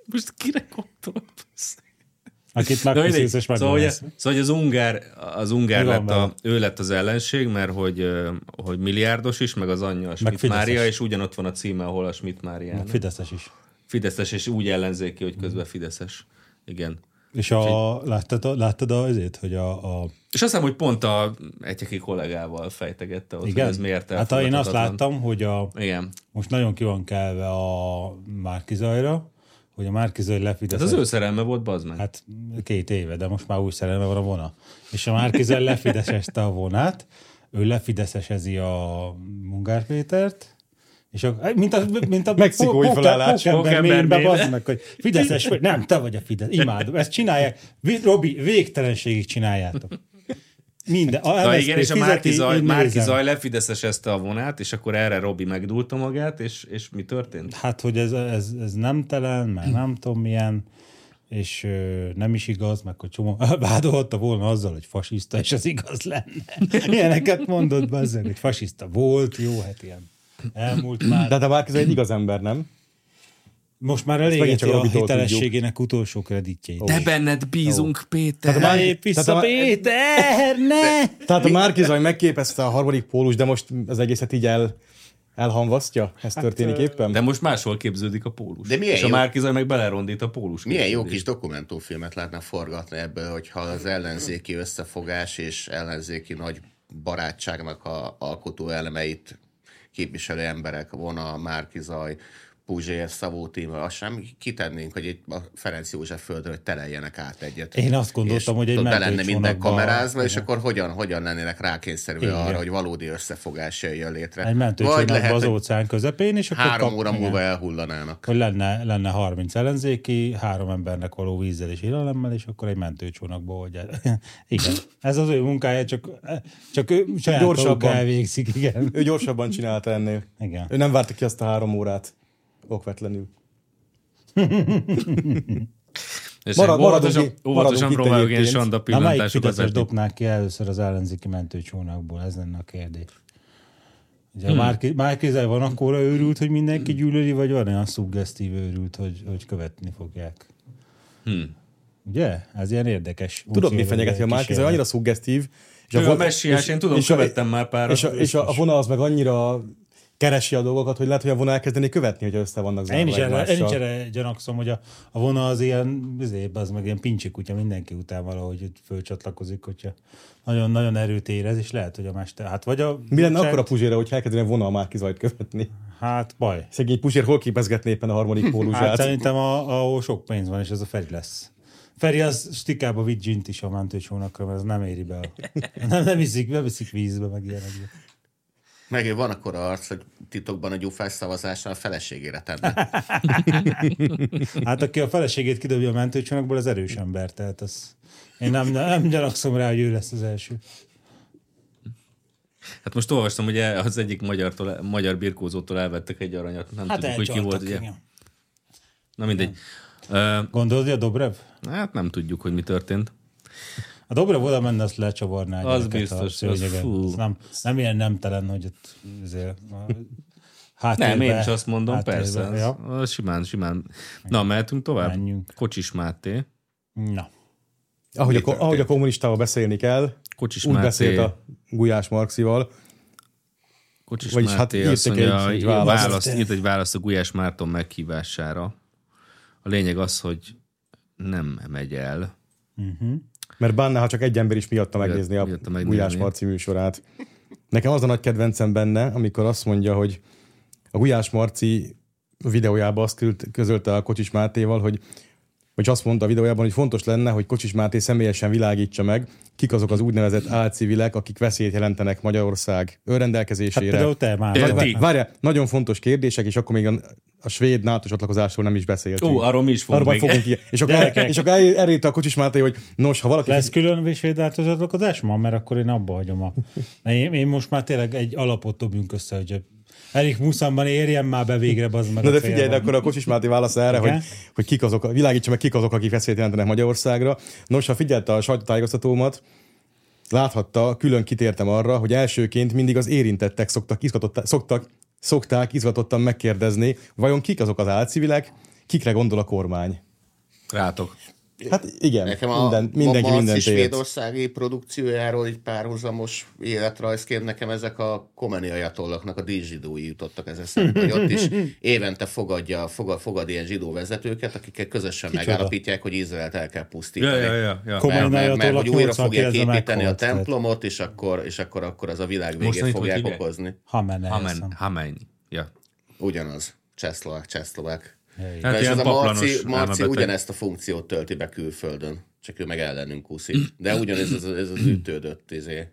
A: Most kire gondolsz?
B: Akit már
A: Na, mindegy.
B: köszönsz, és
A: szóval, hogy,
B: megölsz.
A: szóval, hogy az ungár, az ungár
B: Mi van
A: lett
B: vele?
A: a, ő lett az ellenség, mert hogy, ö, hogy milliárdos is, meg az anyja a Schmidt
B: Fideszes.
A: Mária, és ugyanott van a címe, ahol a Schmidt Mária.
B: Fideszes is.
A: Fideszes, és úgy ellenzéki, hogy közben
B: Mhm.
A: Fideszes. Igen.
B: És a, láttad, a- láttad a, azért, hogy a, a
A: És azt hiszem, hogy pont a egyeki kollégával fejtegette ott,
B: igen?
A: hogy ez miért
B: hát ha én azt
A: elfogadhatatlan.
B: láttam, hogy a,
A: Igen.
B: most nagyon ki van kelve a Márkizajra, hogy a Márkizaj
A: Ez
B: lefideszes.
A: Hát az ő szerelme volt, bazd meg.
B: Hát két éve, de most már új szerelme van a vona. És a Márkizaj lefideszeste a vonát, ő lefideszesezi a Mungár Pétert, és a, mint a, mint a
D: Mexikói
B: póke-
D: felállás.
B: pókember
A: Pókember
B: mélybe
A: mélyen.
B: bazd meg, hogy Fideszes vagy, nem, te vagy a Fidesz, imádom. Ezt csinálják, Vi- Robi, végtelenségig csináljátok. Minden. A
A: Na
B: MSZP
A: igen, és a
B: fizeti,
A: Márki Zaj,
B: én
A: Márki
B: nézem.
A: Zaj lefideszes ezt a vonát, és akkor erre Robi megdúlta magát, és, és mi történt?
B: Hát, hogy ez, ez, ez nem telen, meg nem tudom milyen, és ö, nem is igaz, meg hogy csomó vádolhatta volna azzal, hogy fasiszta, és az igaz lenne. Ilyeneket mondott be ezzel, hogy fasiszta volt, jó, hát ilyen elmúlt már.
D: De hát a Márkizaj egy igaz ember, nem?
B: Most már
D: megint csak
B: elégeti a
D: Robitól
B: hitelességének utolsó kreditjeit.
A: Te benned bízunk, Péter!
B: Ne lépj vissza,
D: Tehát a-
B: Péter, ne!
D: Tehát a Márkizaj megképezte a harmadik pólus, de most az egészet így el, elhamvasztja? Ez
B: Hát,
D: történik éppen?
A: De most máshol képződik a pólus.
C: De milyen
A: és a
C: jó-
A: Márkizaj meg belerondít a pólus.
C: Milyen jó
A: képződésbe.
C: kis dokumentumfilmet lehetne forgatni ebből, hogyha az ellenzéki összefogás és ellenzéki nagy barátságnak a alkotó elemeit képviselő emberek, Vona, Márkizaj, Puzsér, Szabó Tímor, azt sem kitennénk, hogy itt a Ferenc József földre, hogy teleljenek át egyet.
B: Én azt gondoltam,
C: és
B: hogy egy
C: tudod, be
B: mentőcsónakba-
C: lenne minden kamerázva, és akkor hogyan, hogyan lennének rákényszerülve
B: Igen.
C: arra, hogy valódi összefogás jöjjön létre.
B: Egy
C: Vagy
B: mentőcsónakba
C: lehet,
B: az
C: hogy
B: óceán közepén, és akkor
C: három
B: kap-
C: óra
B: igen.
C: múlva elhullanának.
B: hogy lenne, lenne 30 ellenzéki, három embernek való vízzel és élelemmel, és akkor egy mentőcsónakba oldják. igen, ez az ő munkája, csak, csak ő saját
D: Gyorsabban.
B: maga elvégzik, igen.
D: Ő gyorsabban csinálta ennél.
B: Igen.
D: Ő nem várta ki azt a három órát okvetlenül.
A: És óvatosan,
D: Marad- maradunk itt-
A: óvatosan
D: maradunk itt
A: próbáljuk én
D: egyébként.
A: Sanda
B: Na melyik
A: pillantásokat
B: fideszes
A: vetni.
B: dobnák ki először az ellenzéki mentőcsónakból? Ez lenne a kérdés. Ugye hmm. már kézzel van akkora őrült, hogy mindenki gyűlöli, vagy van olyan szuggesztív őrült, hogy, hogy követni fogják? Hmm. Ugye? Ez ilyen érdekes.
D: Tudod, mi
B: útjövő
D: fenyegeti a Márkizaj?
B: kísérlet.
D: Annyira szuggesztív. És
A: Ő a
D: von-
A: messiás, én tudom, követtem már párat.
D: És a, és a, a vonal az meg annyira keresi a dolgokat, hogy lehet, hogy a vonal elkezdeni követni, hogy össze vannak zárva
B: Én is, erre, én is
D: egymással.
B: erre gyanakszom, hogy a, a vona az ilyen, izé, az meg ilyen pincsi kutya mindenki után valahogy fölcsatlakozik, hogyha nagyon-nagyon erőt érez, és lehet, hogy a mester, hát vagy a...
D: Mi lenne akkor a Puzsérre, hogy elkezdene a vonal Márkizajt követni?
B: Hát baj.
D: Szegény Puzsér hol képezgetné éppen a harmadik
B: Hát
D: pólusát?
B: szerintem, a, ahol sok pénz van, és ez a Feri lesz. Feri az stikába vitt dzsint is a mentőcsónakra, mert ez nem éri be. A... Nem, nem iszik, nem iszik vízbe, meg ilyenekbe.
C: Meg van akkor arc, hogy titokban a gyufás szavazással a feleségére tenne.
B: Hát aki a feleségét kidobja a mentőcsónakból, az erős ember, tehát az... Én nem, nem gyanakszom rá, hogy ő lesz az első.
A: Hát most olvastam, hogy az egyik magyartól, magyar birkózótól elvettek egy aranyat. Nem
B: Hát
A: tudjuk, hogy ki volt.
B: elcsaltak,
A: Ugye?
B: igen.
A: Na mindegy. Ö,
B: Gondolod, hogy a Dobrev?
A: hát nem tudjuk, hogy mi történt.
B: A Dobrev oda menne, azt lecsavarná. a
A: Az
B: gyereket
A: biztos,
B: a
A: az
B: szőnyegen.
A: fú.
B: Ez nem, nem ilyen nemtelen, hogy ott azért, a
A: Nem,
B: háttérbe-
A: én is azt mondom,
D: hát
B: háttérbe,
A: persze. az-
B: Ja.
A: az Simán, simán. Na, mehetünk tovább?
B: Menjünk.
A: Kocsis Máté.
B: Na.
D: Ahogy
C: Mi
D: a,
C: történt?
D: ahogy a kommunistával beszélni kell,
A: Kocsis
D: úgy beszélt
A: Máté.
D: a Gulyás Marxival,
A: Kocsis
D: Vagyis hát
A: Máté azt
D: írtak egy-
A: mondja,
D: egy
A: egy
D: választ.
A: választ, írt egy választ a Gulyás Márton meghívására. A lényeg az, hogy nem megy el.
D: mert bánná, ha csak egy ember is miatta megnézni a
A: miatta megnézni.
D: Gulyás Marci műsorát. Nekem az a nagy kedvencem benne, amikor azt mondja, hogy a Gulyás Marci videójában azt küld- közölte a Kocsis Mátéval, hogy vagy azt mondta a videójában, hogy fontos lenne, hogy Kocsis Máté személyesen világítsa meg, kik azok az úgynevezett álcivilek, akik veszélyt jelentenek Magyarország
B: Hát
D: önrendelkezésére.
B: például te már.
A: Például ti.
D: Várj, várjál, nagyon fontos kérdések, és akkor még a, a svéd NATO csatlakozásról nem is beszéltünk.
A: Ó, arról mi is fogunk
D: Arról
A: még.
D: majd fogunk ki. És akkor, el,
B: Gyerekek.
D: és akkor el, elírta a Kocsis Máté, hogy nos, ha valaki...
B: Lesz külön vésvédáltozatlakozás ma, mert akkor én abba hagyom a... Na, Én, én most már tényleg egy alapot dobjunk össze, hogy Erik Muszamban érjen már be végre, bazd meg
D: Na
B: a
D: de
B: cél
D: figyelj, de
B: van.
D: akkor a Kocsis Máté válasz erre,
B: Igen.
D: hogy, hogy kik azok, a- világítsa meg, kik azok, akik veszélyt jelentenek Magyarországra. Nos, ha figyelte a sajtótájékoztatómat, láthatta, külön kitértem arra, hogy elsőként mindig az érintettek szoktak, izgatott, szoktak, szokták izgatottan megkérdezni, vajon kik azok az álcivilek, kikre gondol a kormány.
A: Rátok.
D: Hát igen,
C: Nekem a
D: minden, mindenki
C: a
D: mindent ért.
C: svédországi produkciójáról így párhuzamos életrajzként nekem ezek a komeni ajatollaknak a díjzsidói jutottak ez eszembe, hogy ott is évente fogadja, fogad, fogad ilyen zsidó vezetőket, akikkel közösen
B: Kicsoda.
C: megállapítják, hogy Izraelt el kell
A: Ja,
C: pusztítani.
A: ja, ja. ja.
B: Komoly-
C: mert, mert, mert
B: Ajatollak
C: hogy újra
B: 80
C: fogják
B: kérdezve
C: építeni a
B: meghalt, tehát.
C: templomot, és akkor, és akkor, akkor az a világ
A: Most
C: végét
A: annyit, hogy
C: fogják
A: hívják?
C: okozni.
B: Hamen,
A: Amen.
B: Hamen.
A: Hamen. Ja.
C: ugyanaz. Csehszlovák, csehszlovák.
A: Hát
C: Hát és
A: ilyen
C: ez a
A: paplanos
C: Marci, Marci
A: elmebeteg.
C: ugyanezt a funkciót tölti be külföldön, csak ő meg ellenünk úszik. De ugyanez ez, ez az ütődött, izé,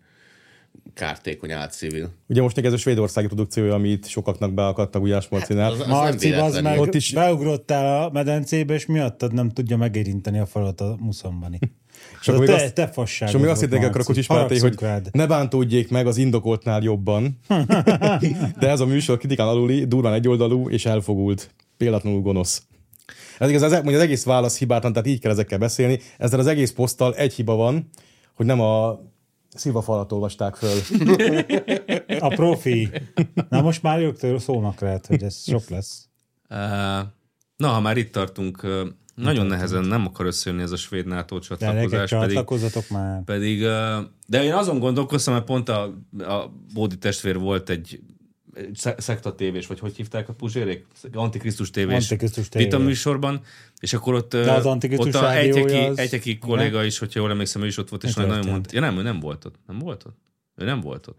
C: kártékony átszívül.
D: Ugye most még ez a svédországi produkciója, ami itt sokaknak beakadt a Gulyás
A: hát
D: Marcinál.
C: Az, az
B: Marci,
C: nem
B: az meg
C: véletlenül.
D: Ott is-
B: beugrottál a medencébe, és miattad nem tudja megérinteni a falat a muszambani. És
D: akkor
B: akkor
D: még
B: te,
D: azt-
B: te fasság.
D: És még azt hitték akkor a Kocsis Máté, hogy ne bántódjék meg az indokoltnál jobban. De ez a műsor kritikán aluli, durván egyoldalú és elfogult. Példátlanul gonosz. Ez igaz, ez, mondja, az egész válasz hibátlan, tehát így kell ezekkel beszélni. Ezzel az egész poszttal egy hiba van, hogy nem a szilvafalat olvasták föl.
B: A profi. Na most már rögtön szólnak lehet, hogy ez sok lesz.
A: Uh, Na, ha már itt tartunk, uh, nagyon nehezen nem akar összejönni ez a svéd NATO
B: Gyerekek,
A: csatlakozás, pedig
B: csatlakozatok már.
A: Pedig, ö, de én azon gondolkoztam, mert pont a, a Bódi testvér volt egy egy sze- szekta tévés, vagy hogy hívták a puzsérék? Antikrisztus tévés,
B: Antikrisztus tévés.
A: vita műsorban, és akkor ott, ö,
B: De az Antikrisztus
A: ott a
B: rádiója
A: egyeki,
B: az-
A: egyeki kolléga is, hogyha jól emlékszem, ő is ott volt, és nagyon mondta. Ja nem, ő nem volt ott. Nem volt ott? Ő nem volt ott.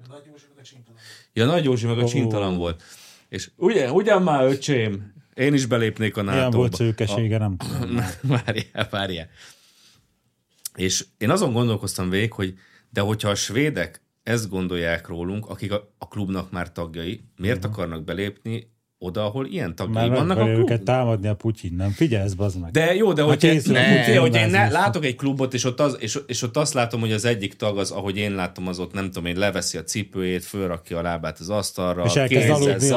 A: Ja, Nagy Józsi meg a csintalan volt. És ugyan, ugyan már öcsém, én is belépnék a nato
B: Ilyen volt szőkesége, nem tudom.
A: várjál, várjál. És én azon gondolkoztam végig, hogy de hogyha a svédek ezt gondolják rólunk, akik a, a klubnak már tagjai, miért uh-huh. akarnak belépni oda, ahol ilyen tagjai
B: Mhm. Már meg
A: vannak a
B: akarja őket
A: klubnak?
B: támadni a Putyin, nem? Figyelsz, bazd meg.
A: De jó, de hogy,
B: készül a
A: ne,
B: Putyin
A: de, hogy én ne,
B: invázmus.
A: látok egy klubot, és ott, az, és, és ott azt látom, hogy az egyik tag az, ahogy én látom, az ott nem tudom én, leveszi a cipőjét, fölrakja a lábát az asztalra,
B: és elkezd
A: kézzel
B: aludni, a,
A: zabál,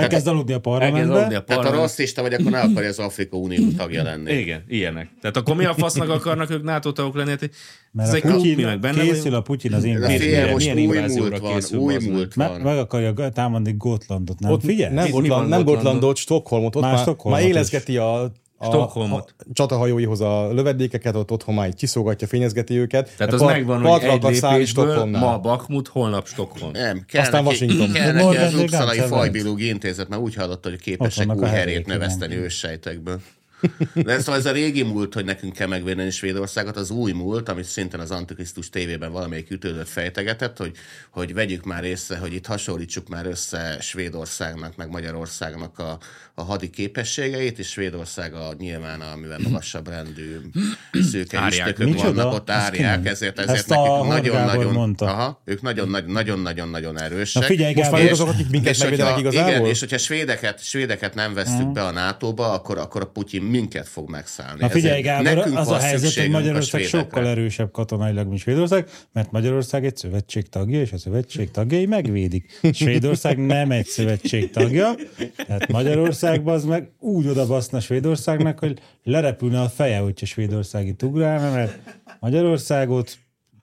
B: elkezd aludni a
A: elkezd aludni a
B: parlamentbe.
C: Tehát ha
A: parlamentbe.
C: rasszista vagy, akkor ne akarja az Afrika Unió tagja lenni.
A: Igen, ilyenek. Tehát akkor mi a fasznak akarnak ők NATO tagok lenni? Hát
B: Mert
A: ez egy
B: a
A: klub, mi meg
B: Putyin,
A: benne vagyunk?
B: készül a Putyin az
C: Ez a
A: milyen-
C: fél
B: invázióra.
C: most
A: milyen
C: új
A: invázióra
C: múlt van,
A: készül,
C: új
A: bazd meg.
C: múlt
B: Me-
C: van.
B: meg akarja támadni Gotlandot, nem?
D: Ott
B: Figyelj?
D: nem,
A: mi van
D: Gotland, nem
A: Gotlandon?
D: Gotlandot, Stockholmot, ott
B: Már
D: már, már,
B: Stockholmot is.
D: élezgeti a, a,
A: Stockholmot.
D: a csatahajóihoz a lövedékeket, ott otthon már így kiszogatja, fényezgeti őket.
A: Tehát
D: Mert
A: az
D: part-
A: megvan, hogy
D: partra
A: egy
D: akar szállni
A: lépésből
D: Stockholmnál.
A: ma Bakmut, holnap Stockholm.
C: Nem, kell
D: Aztán
C: neki,
D: Washington.
C: Kell
B: Modern
C: neki az
B: Day
C: Uppsalai
B: Gunter Event.
C: Fajbilúgi Intézet, mert úgy hallotta, hogy
B: Ott
C: képesek
B: vannak a
C: új herét
B: herék, igen.
C: növeszteni őssejtekből. De szóval ez a régi múlt, hogy nekünk kell megvédeni Svédországot, az új múlt, amit szintén az Antikrisztus tévében valamelyik ütődött fejtegetett, hogy, hogy vegyük már észre, hogy itt hasonlítsuk már össze Svédországnak, meg Magyarországnak a, a hadi képességeit, és Svédország a, nyilván, a, mivel magasabb rendű szőke
A: Árják.
C: üstökök
B: Micsoda?
C: vannak, ott
B: Ezt
C: árják,
B: kimegy.
C: ezért, ezért
B: Ezt a
C: nekik
B: Horváth Gábor
C: nagyon-nagyon
B: mondta.
C: aha, ők nagyon-nagyon-nagyon erősek.
B: Na figyelj,
D: Most
B: Gábor,
D: már ők
B: és-
D: azok, akik minket
C: és hogyha,
D: megvédenek igazából?
C: Igen, és hogyha svédeket, svédeket nem vesztük be a NATO-ba, akkor, akkor a Putyin minket fog megszállni.
B: Mhm. Na figyelj,
C: Ezért
B: Gábor,
C: nekünk
B: az a
C: van
B: helyzet, hogy
C: szükségünk a
B: Magyarország
C: svédekre.
B: sokkal erősebb katonailag, mint Svédország, mert Magyarország egy szövetség tagja, és a szövetség tagjai megvédik. Svédország nem egy szövetség tagja, tehát Magyarországban az meg úgy odabaszna Svédországnak, hogy lerepülne a feje, hogyha Svédország itt ugrálna, mert Magyarországot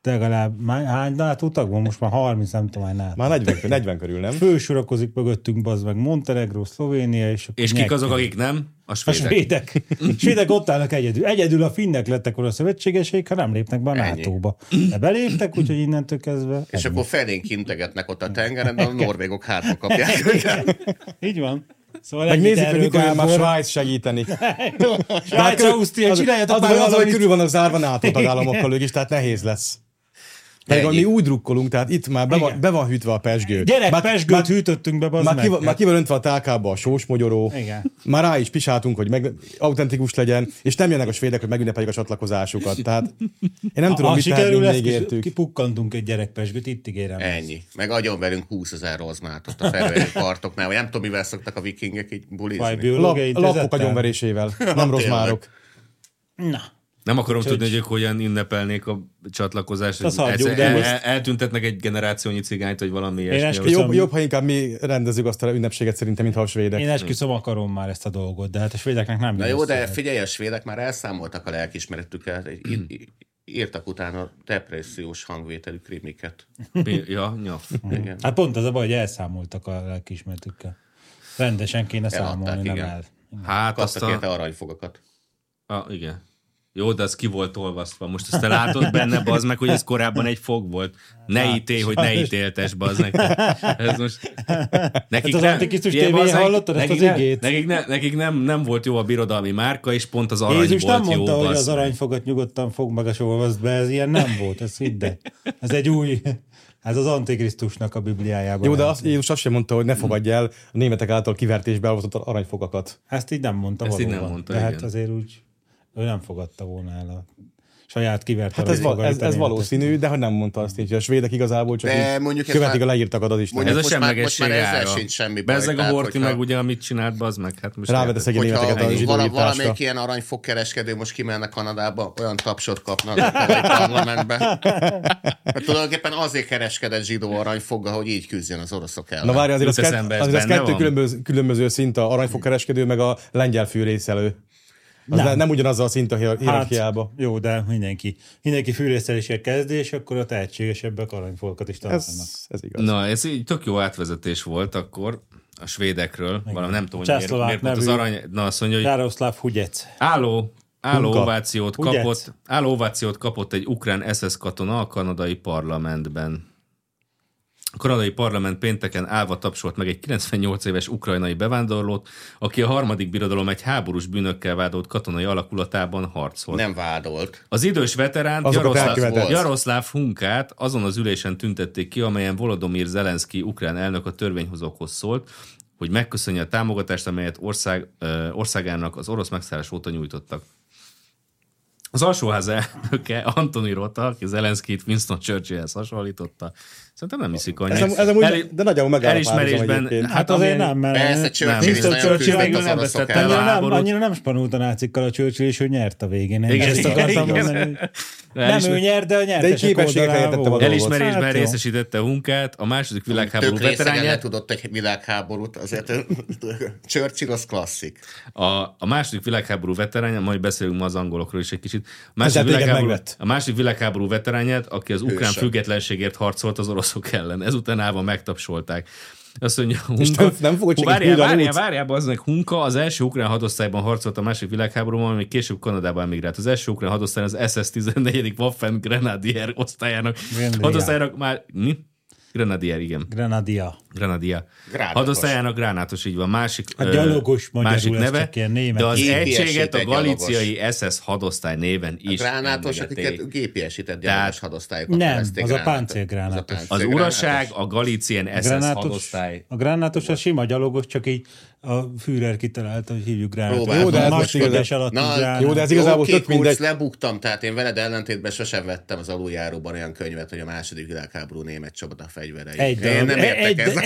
B: legalább má- hány NATO tag van? Most már 30, nem tudom, hány NATO.
D: Már 40, körül- 40 körül, nem?
B: Fősorakozik mögöttünk, bazd meg Montenegro, Szlovénia, és akkor
A: És kik
B: nyertünk.
A: azok, akik nem? A
B: A
A: svédek.
B: svédek. svédek ott állnak egyedül. Egyedül a finnek lettek volna a szövetségeseik, ha nem lépnek be a
C: Ennyi.
B: NATO-ba. De beléptek, úgyhogy innentől kezdve.
C: És
B: ennyi.
C: akkor felénk integetnek ott a tengeren, de a norvégok hátba kapják őket.
B: Így van. Szóval
D: Meg
B: ennyit
D: nézzük, hogy
B: erről,
D: mikor jön már
B: Gábor.
D: Svájc segíteni.
B: Svájc, Ausztria,
D: az,
B: csináljatok
D: az,
B: már
D: az, az, hogy
B: valamit.
D: körül vannak zárva NATO tagállamokkal ők is, tehát nehéz lesz. Pedig
C: Ennyi.
D: mi úgy drukkolunk, tehát itt már be
B: Igen.
D: van, be van hűtve a pesgő.
B: Gyerek,
D: már,
B: pesgőt hűtöttünk be, bazd
D: már, ki,
B: meg.
D: van- már ki van öntve a tálkába a sós mogyoró.
B: Igen.
D: Már rá is pisáltunk, hogy meg, autentikus legyen, és nem jönnek a svédek, hogy megünnepeljük a csatlakozásukat. Tehát én nem tudom,
B: ha
D: mit tehetünk,
B: sikerül, ezt
D: még
B: kis-
D: értük.
B: kipukkantunk egy gyerekpesgőt, itt ígérem.
C: Ennyi. Meg agyon velünk 20 ezer rozmátot a felvevő partoknál, vagy nem tudom, mivel szoktak a vikingek így bulizni.
B: Fajbiológiai
D: Lap,
B: intézettel.
D: lapok agyonverésével, nem rozmárok.
B: Na,
A: Nem akarom tudni, hogy ők hogyan ünnepelnék a csatlakozást.
B: Azt
A: hogy
B: hagyjuk,
A: egyszer-
B: de
A: el,
B: most-
A: el, eltüntetnek egy generációnyi cigányt, vagy valami
B: eskü-
A: ilyesmi.
D: Jobb,
B: Viszont-
D: jobb, ha inkább mi rendezzük azt a ünnepséget szerintem, mintha a svédek.
B: én esküszöm, akarom már ezt a dolgot, de hát a svédeknek nem
C: Na
B: jön
C: jó, de
B: össze.
C: figyelj, a svédek már elszámoltak a lelkismeretükkel, í-
B: Hmm.
C: í- írtak utána depressziós hangvételű krimiket.
A: Mi- Ja, ja.
C: Igen.
B: Hát pont az a baj, hogy elszámoltak a lelkiismeretükkel. Rendesen kéne
C: Eladták,
B: számolni, nem
C: igen.
B: el.
A: Hát azt
C: Kaptak érte
A: a...
C: aranyfogakat.
A: a... igen. Jó, de az ki volt olvasztva. Most ezt te látod benne, bazd meg, hogy ez korábban egy fog volt.
B: Hát,
A: Ne ítélj, hogy ne ítéltes, bazd meg. Ez most... Nekik
B: Hát az
A: nem-
B: Antikrisztus
A: Ilyen,
B: TV-jén
A: bazd meg,
B: hallottad ezt
A: nekik
B: az
A: nem-
B: igét?
A: Nekik, ne, nekik nem, nem volt jó a birodalmi márka, és pont az arany
B: Jézus
A: volt
B: nem mondta,
A: jó,
B: hogy
A: bazd
B: az
A: meg.
B: aranyfogat nyugodtan fog meg a sóvaszt be, ez ilyen nem volt, ez hidd el. Ez egy új, ez az Antikrisztusnak a Bibliájában.
D: Jó, de
B: van.
D: azt, Jézus azt sem mondta, hogy ne fogadj el a németek által kivert és beavatott aranyfogakat.
B: Ezt így nem mondta
A: Ezt így
B: valóban.
A: nem mondta,
B: de hát
A: igen.
B: azért úgy, ő nem fogadta volna el a saját kivert
D: Hát ez, val-
B: aranyfogat,
D: ez, ez
B: amit-
D: valószínű, de hogy nem mondta azt így, hogy a svédek igazából csak
C: De
D: így
C: mondjuk ez
D: követik
C: már-
D: a leírtakat, az is
A: Ez
D: nem.
A: a
C: Most már- most
A: semlegesség
C: már ezzel
A: ára.
C: sincs semmi baj,
A: Bezzeg a
C: tehát,
A: Horthy
C: hogyha-
A: meg ugye, amit csinált, bazd meg. Hát most
D: Rávesz egy németeket a
C: Hogyha
D: zsidó
C: vala,
D: írtásra.
C: valamelyik ilyen aranyfogkereskedő most kimenne Kanadába, olyan tapsot kapnak a kanadai parlamentbe. Hát tulajdonképpen azért kereskedett zsidó aranyfogga, hogy így küzdjön az oroszok ellen.
D: Na várj, azért az,
A: Jut
D: kett,
A: eszembe, ez
D: azért az
A: benne
D: kettő
A: van?
D: különböző, különböző szint, a aranyfogkereskedő meg a lengyel fűrészelő. Az nem. nem ugyanaz a szint a hier-
B: Hát,
D: hierarchiába.
B: jó, de mindenki, mindenki fűrészeléssel kezd, és akkor a tehetségesebbek aranyfolkat is
D: Ez,
B: találnak.
D: ez igaz.
A: Na, ez így tök jó átvezetés volt akkor a svédekről. Valami nem tudom, hogy miért,
B: Császlovák
A: miért pont az
B: nevű-
A: arany... Na, azt mondja, hogy
B: Jaroszláv Hugyec.
A: álló, álló
D: Hunka.
A: ovációt
B: Ugye?
A: kapott, álló ovációt kapott egy ukrán SS katona a kanadai parlamentben. A kanadai parlament pénteken állva tapsolt meg egy 98 éves ukrajnai bevándorlót, aki a harmadik birodalom egy háborús bűnökkel vádolt katonai alakulatában harcolt.
C: Nem vádolt.
A: Az idős veterán
D: Azokat
A: Jaroszláv,
D: elkövetett.
A: Jaroszláv Hunkát azon az ülésen tüntették ki, amelyen Volodymyr Zelenszky ukrán elnök a törvényhozókhoz szólt, hogy megköszönje a támogatást, amelyet ország, ö, országának az orosz megszállás óta nyújtottak. Az alsóház elnöke Antoni Rota, aki Zelenszkit Winston Churchillhez hasonlította, szerintem nem hiszik annyit.
D: Ez am- ez amúgy- de nagyjából megáll a párhuzam
A: Elismerésben,
D: egyébként.
B: Hát azért
A: amilyen-
B: nem, mert...
C: Persze, Churchill is
A: Winston
C: nagyon
A: Churchill
C: küzdött
A: végül
C: az
A: nem
C: oroszok
A: vesztette el.
B: Annyira
C: ellen.
B: nem,
A: háborút.
B: annyira nem spanult a nácikkal a Churchill is, hogy nyert a végén. Én
A: Igen,
B: igen, ezt
A: igen,
B: akartam
A: igen.
B: mondani, hogy nem ő nyert, de a nyertesek
D: képességekre
B: oldalán
D: értettem a
B: volt.
D: dolgot.
A: Elismerésben
B: Hát jó.
A: részesítette Hunkát, a második világháború
C: Tök részegen le
A: veteránját,
C: tudott egy világháborút, azért Churchill az klasszik.
A: A, a második világháború veteránja, majd beszélünk ma az angolokról is egy kicsit. A második,
D: Tehát téged
A: világháború,
D: megvett.
A: a második világháború veteránját, aki az ukrán
C: Hőse.
A: függetlenségért harcolt az oroszok ellen. Ezután állva megtapsolták. Azt mondja,
D: nem-
A: Hunka,
D: nem fogod csak egy
A: várjál,
D: hulla
A: várjál,
D: út?
A: várjál, az meg Hunka az első ukrán hadosztályban harcolt a második világháborúban, ami később Kanadába emigrált. Az első ukrán hadosztály az SS-14. Waffen Grenadier osztályának.
B: Grenadier.
A: Hadosztálynak már... Mi? Grenadier, igen.
B: Grenadier.
A: Grenadia.
C: Gránatos.
A: Hadosztályának gránátos, így van. Másik,
B: A
A: ö,
B: gyalogos magyarul,
A: másik
B: ez
A: neve,
B: csak ilyen német.
A: de az
C: Gépiesített
A: egységet a
C: gyalogos.
A: galiciai SS hadosztály néven is
C: Gránátos,
A: emlegették.
C: akiket gépiesített gyalogos hadosztályokat
B: Nem,
C: nevezték
B: az a
C: gránátos.
B: páncélgránátos.
C: Az a
A: Az
C: páncélgránátos.
A: uraság, a galicien SS
B: Gránátos,
A: hadosztály.
B: a gránátos a sima gyalogos, csak így a Führer kitalálta, hogy hívjuk gránátos.
D: Hát
C: Próbál-
B: Jó, de ez most
D: igazán-
B: alatt is gránát.
D: jó, de ez igazából
C: Jó,
D: tök
C: két kurz,
D: mindegy.
C: lebuktam, tehát én veled ellentétben sosem vettem az aluljáróban olyan könyvet, hogy a második világháború német csapata fegyverei.
B: Egy
C: én
B: darab, E-
C: nem értek
B: egy,
C: ezzel
B: egyetlen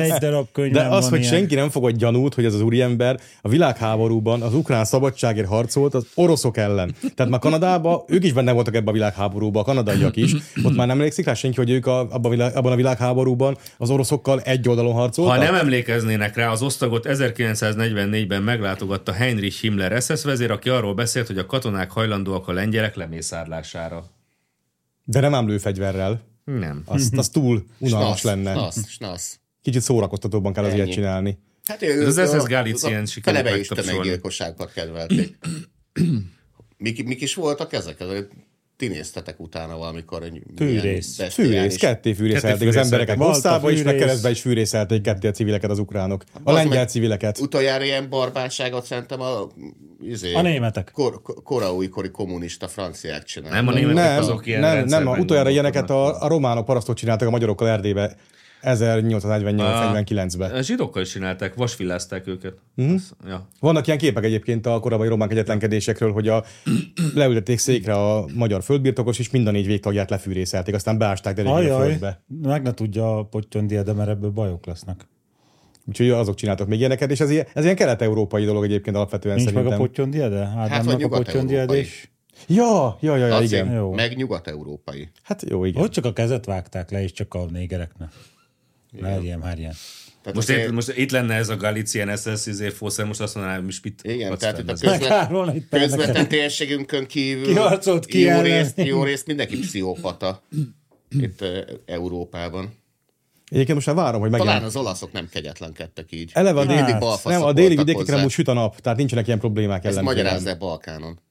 B: egy darab könyvem
D: De az,
B: van
D: hogy
B: ilyen.
D: senki nem fogad gyanút, hogy ez az úriember a világháborúban az ukrán szabadságért harcolt az oroszok ellen. Tehát már Kanadában, ők is benne voltak ebben a világháborúban, a kanadaiak is. Ott már nem emlékszik rá senki, hogy ők a, abban, a világ, abban a világháborúban az oroszokkal egy oldalon harcoltak.
A: Ha nem emlékeznének rá, az osztagot 1944-ben meglátogatta Heinrich Himmler SS vezér, aki arról beszélt, hogy a katonák hajlandóak a lengyelek lemészárlására.
D: De nem ám lőfegyverrel.
A: Nem.
D: Azt, az túl unalmas lenne.
C: Snasz, snasz.
D: Kicsit szórakoztatóban kell az
C: Ennyi.
D: ilyet csinálni.
C: Hát ő,
A: Ez az SS
C: a-
A: Galician
C: a
A: sikerült
C: Plebe is
A: megtapsolni.
C: tömeggyilkosságban kedvelték. Mik, mik is voltak ezek? Ezek Ti néztetek utána valamikor, hogy milyen
B: Fűrész.
C: bestiális-
D: Fűrész, ketté
A: Ketté
D: fűrészelték az embereket.
B: Balta
D: Hosszába is, meg
B: fűrész.
D: keresztbe is fűrészelték ketté a civileket az ukránok. A
C: Bazd meg,
D: lengyel civileket.
C: Utoljára ilyen barbárságot szerintem a, izé,
B: A németek.
C: Kor, kor- koraújkori kommunista franciák csinálnak.
A: Nem a németek
D: Nem,
A: azok ilyen
D: nem, nem,
A: rendszerben
D: utoljára ilyeneket
A: gondolkodnak.
D: a, a románok parasztok csináltak a magyarokkal Erdélybe 1848-49-ben.
C: Ah.
A: A zsidókkal is csinálták, vasvillázták őket.
B: Mhm.
A: Mm. Ja.
D: Vannak ilyen képek egyébként a korábbi román egyetlenkedésekről, hogy a, leültették székre a magyar földbirtokos, és mind a négy végtagját lefűrészelték, aztán beásták derékig a
B: Ajaj,
D: földbe.
B: meg ne tudja a pottyondi, de mert ebből bajok lesznek.
D: Úgyhogy azok csináltak még ilyeneket, és ez ilyen, ez ilyen kelet-európai dolog egyébként alapvetően
B: Nincs meg
D: szerintem.
B: a pottyondi, de? Hát,
C: Hát
B: hát
C: vagy
B: nem a pottyondi,
C: nyugat-európai.
B: és...
D: ja, ja, ja, ja,
C: Laci,
D: igen.
B: Jó.
C: Meg nyugat-európai.
D: Hát jó, igen.
B: Hogy csak a kezet vágták le, és csak a négereknek. Merjem, már ilyen. Hát
C: Tehát
A: Most,
C: azért-
A: itt, most itt lenne ez a Galician SS izé fószer, most azt mondanám, hogy most mit
C: Igen,
A: adsz
C: tehát
A: fel
C: itt a
A: ezzel?
B: Megárulna itt
C: közvet, közvetlen térségünkön kívül
B: Ki harcolt ki
C: jó,
B: ellen?
C: részt, jó részt mindenki pszichopata itt eh, Európában.
D: Egyébként most már várom, hogy megjelent.
C: Talán az olaszok nem kegyetlenkedtek így.
D: Eleve a
C: Mindig
D: déli,
C: balfaszok
D: nem, a
C: voltak
D: déli vidékekre
C: hozzá.
D: most süt a nap, tehát nincsenek ilyen problémák
C: Ezt
D: ellen.
C: magyarázz el Balkánon.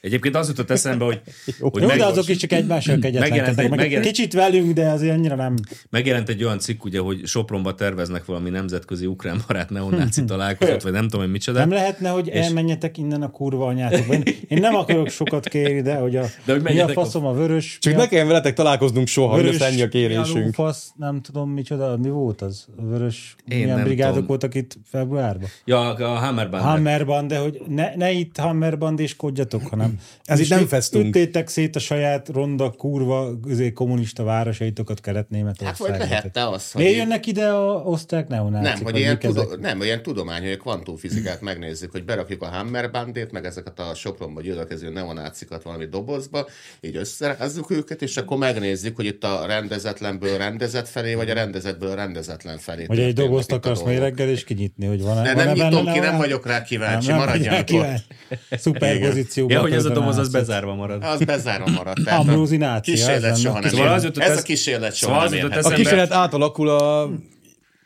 A: Egyébként az jutott eszembe, hogy, hogy
B: Jó,
A: meg-
B: de azok is csak egymással kegyetlenkednek.
A: Megjelent egy-
B: Meg
A: megjelent-
B: Kicsit velünk, de azért annyira nem.
A: Megjelent egy olyan cikk, ugye, hogy Sopronba terveznek valami nemzetközi ukrán barát neonáci találkozót, vagy nem tudom, hogy micsoda.
B: Nem lehetne, hogy elmenjetek innen a kurva anyátokba. Én, én nem akarok sokat kérni, de hogy a,
A: De hogy
B: mi a
A: menjetek a-
B: faszom a vörös...
D: Csak
B: mi
D: ne
B: a-
D: kelljen veletek találkoznunk soha, hogy lesz ennyi a
B: mi a
D: kérésünk.
B: lófasz, nem tudom micsoda, mi volt az? A vörös,
A: Én
B: milyen
A: nem
B: brigádok
A: tudom.
B: voltak itt februárban?
A: Ja, a Hammerband.
B: Hammerband, de hogy ne, ne itt Hammerband és kodjatok, hanem
D: Ez itt nem
B: üt-
D: fesztünk.
B: Ütétek szét a saját ronda, kurva, izé, kommunista városaitokat
C: Hát
B: kelet-németországot.
C: vagy lehetne az, hogy...
B: Miért jönnek ide a osztrák neonácik?
C: Nem, hogy
B: vagy
C: ilyen,
B: mik ezek?
C: tudo- nem, ilyen tudomány, hogy a kvantumfizikát megnézzük, hogy berakjuk a Hammerbandét, meg ezeket a Sopronba gyülekező neonácikat valami dobozba, így összerázzuk őket, és akkor megnézzük, hogy itt a rendezetlenből rendezett felé, vagy a rendezetből rendezetlen felé.
B: Vagy egy
C: történnek
B: dobozt
C: itt a
B: akarsz
C: dolgok.
B: még reggel is kinyitni, hogy van-e
C: De
B: van-e
C: nem nyitom
B: benne
C: ki, nem
B: neonác?
C: vagyok rá kíváncsi,
B: Nem, nem
C: maradjanak
B: vagyok
C: ott.
B: kíváncsi. Szuper
C: Igen.
B: pozícióban.
A: Ja, hogy ez a
B: tudod
A: doboz, az
B: nácit.
A: bezárva marad.
C: Az bezárva maradt. tehát a
B: Ambrózinácia,
C: Kísérlet
B: ez
C: soha
B: lenne.
C: nem
A: Szóval
C: ér-
A: az jutott
C: Ez a
A: esz-
C: kísérlet
A: szóval
C: soha
A: az
C: nem
A: jutott
C: érhet.
D: A
A: eszembe-
D: kísérlet átalakul a...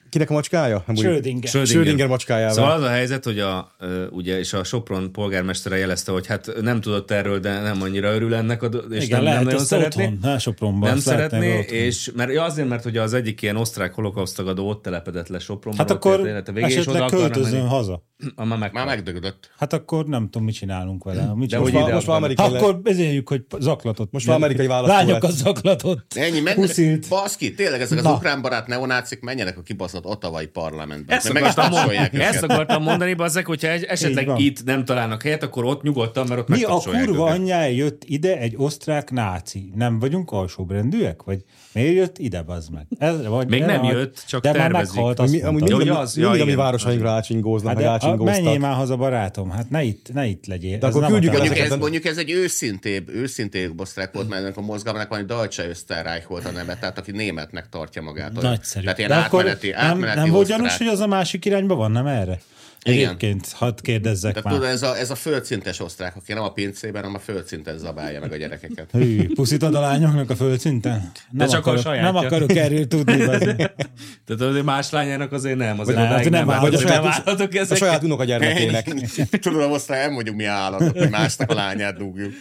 D: Kinek a macskája? Nem úgy-
B: Schrödinger.
D: Schrödinger macskájával.
A: Szóval az a helyzet, hogy a, ö, ugye, és a Sopron polgármestere jelezte, hogy hát nem tudott erről, de nem annyira örül ennek, a, do- és
B: Igen,
A: nem, nem
B: lehet
A: nagyon
B: ezt
A: szeretné.
B: otthon, ne Sopronban.
A: nem
B: azt lehetne
A: szeretné,
B: otthon.
A: és mert ja, azért, mert ugye az egyik ilyen osztrák holokautagadó ott telepedett le Sopronban,
B: Hát
A: ott élte
B: akkor
A: élete végéig, és oda
B: esetleg
A: akarnak
B: költözön
A: menni.
B: haza.
A: A, már meg,
C: Már megdögödött.
B: Hát akkor nem tudom, mit csinálunk vele. Mit
A: De
B: csinálunk?
A: hogy
D: Most,
A: ide
D: már- most már
A: abban.
D: amerikai le...
B: Akkor beszéljük, hogy zaklatott.
D: Most már amerikai választó
B: Lányokat
D: lett.
B: zaklatott.
C: Ennyi, menj,
B: Puszilt.
C: baszki, tényleg ezek az
B: Na.
C: ukrán barát neonácik menjenek a kibaszott ottavai parlamentbe.
A: Ezt
C: Meg is
A: akartam,
C: tapsolják
A: mondani, ezt
C: őket.
A: akartam mondani, bazzek, hogyha egy-
B: Így
A: esetleg
B: van.
A: itt nem találnak helyet, akkor ott nyugodtan, mert ott
B: Mi a
A: megtapsolják
B: kurva
A: őket.
B: anyjája jött ide egy osztrák náci? Nem vagyunk alsóbrendűek? Vagy miért jött ide, bazd meg? Ez, vagy,
A: Még nem
B: vagy-
A: jött, csak
B: De már
A: tervezik.
B: meghalt, azt
D: Ami,
B: mondta.
D: amúgy
A: Ja,
D: mindig,
A: hogy
D: ja,
A: az,
D: az,
A: ja,
D: mindig a mi
A: igen.
D: városainkra ácsingóznak,
B: Hát
D: meg
B: de a, menjél
D: ácsingóztak.
B: már haza, barátom, hát ne itt, ne itt legyél.
D: De akkor
B: nem
D: küldjük el
B: akar-
C: Mondjuk ez,
D: Ezeket-
C: mondjuk ez egy őszintébb, őszintébb osztrák volt, mert ennek a mozgalmának valami Deutsche Österreich volt a neve, tehát aki németnek tartja magát. Olyan-
B: Nagyszerű.
C: Tehát ilyen
B: De akkor
C: átmeneti,
B: nem,
C: átmeneti
B: nem volt
C: osztrák.
B: gyanús, hogy az a másik irányba van, nem erre?
C: Igen.
B: Egyébként, hadd kérdezzek
C: Tehát
B: már.
C: tudod, ez a, ez a földszintes osztrák, aki nem a pincében, hanem a földszinten zabálja meg a gyerekeket.
B: Hű, puszítod a lányoknak a földszinten? Nem
A: csak a
B: akarok,
A: sajátja.
B: Nem akarok erről tudni. bazd.
A: Tehát azért más lányának azért nem, azért
B: Nem,
A: odáig
B: azért nem
A: vállaltok-
D: Vagy a
B: Hogy
A: nem
D: saját,
A: vállaltok
D: a
A: ezeket.
D: saját unoka gyermekének.
C: Tudod, a osztrák, elmondjuk mi állatok, hogy másnak a lányát dugjuk.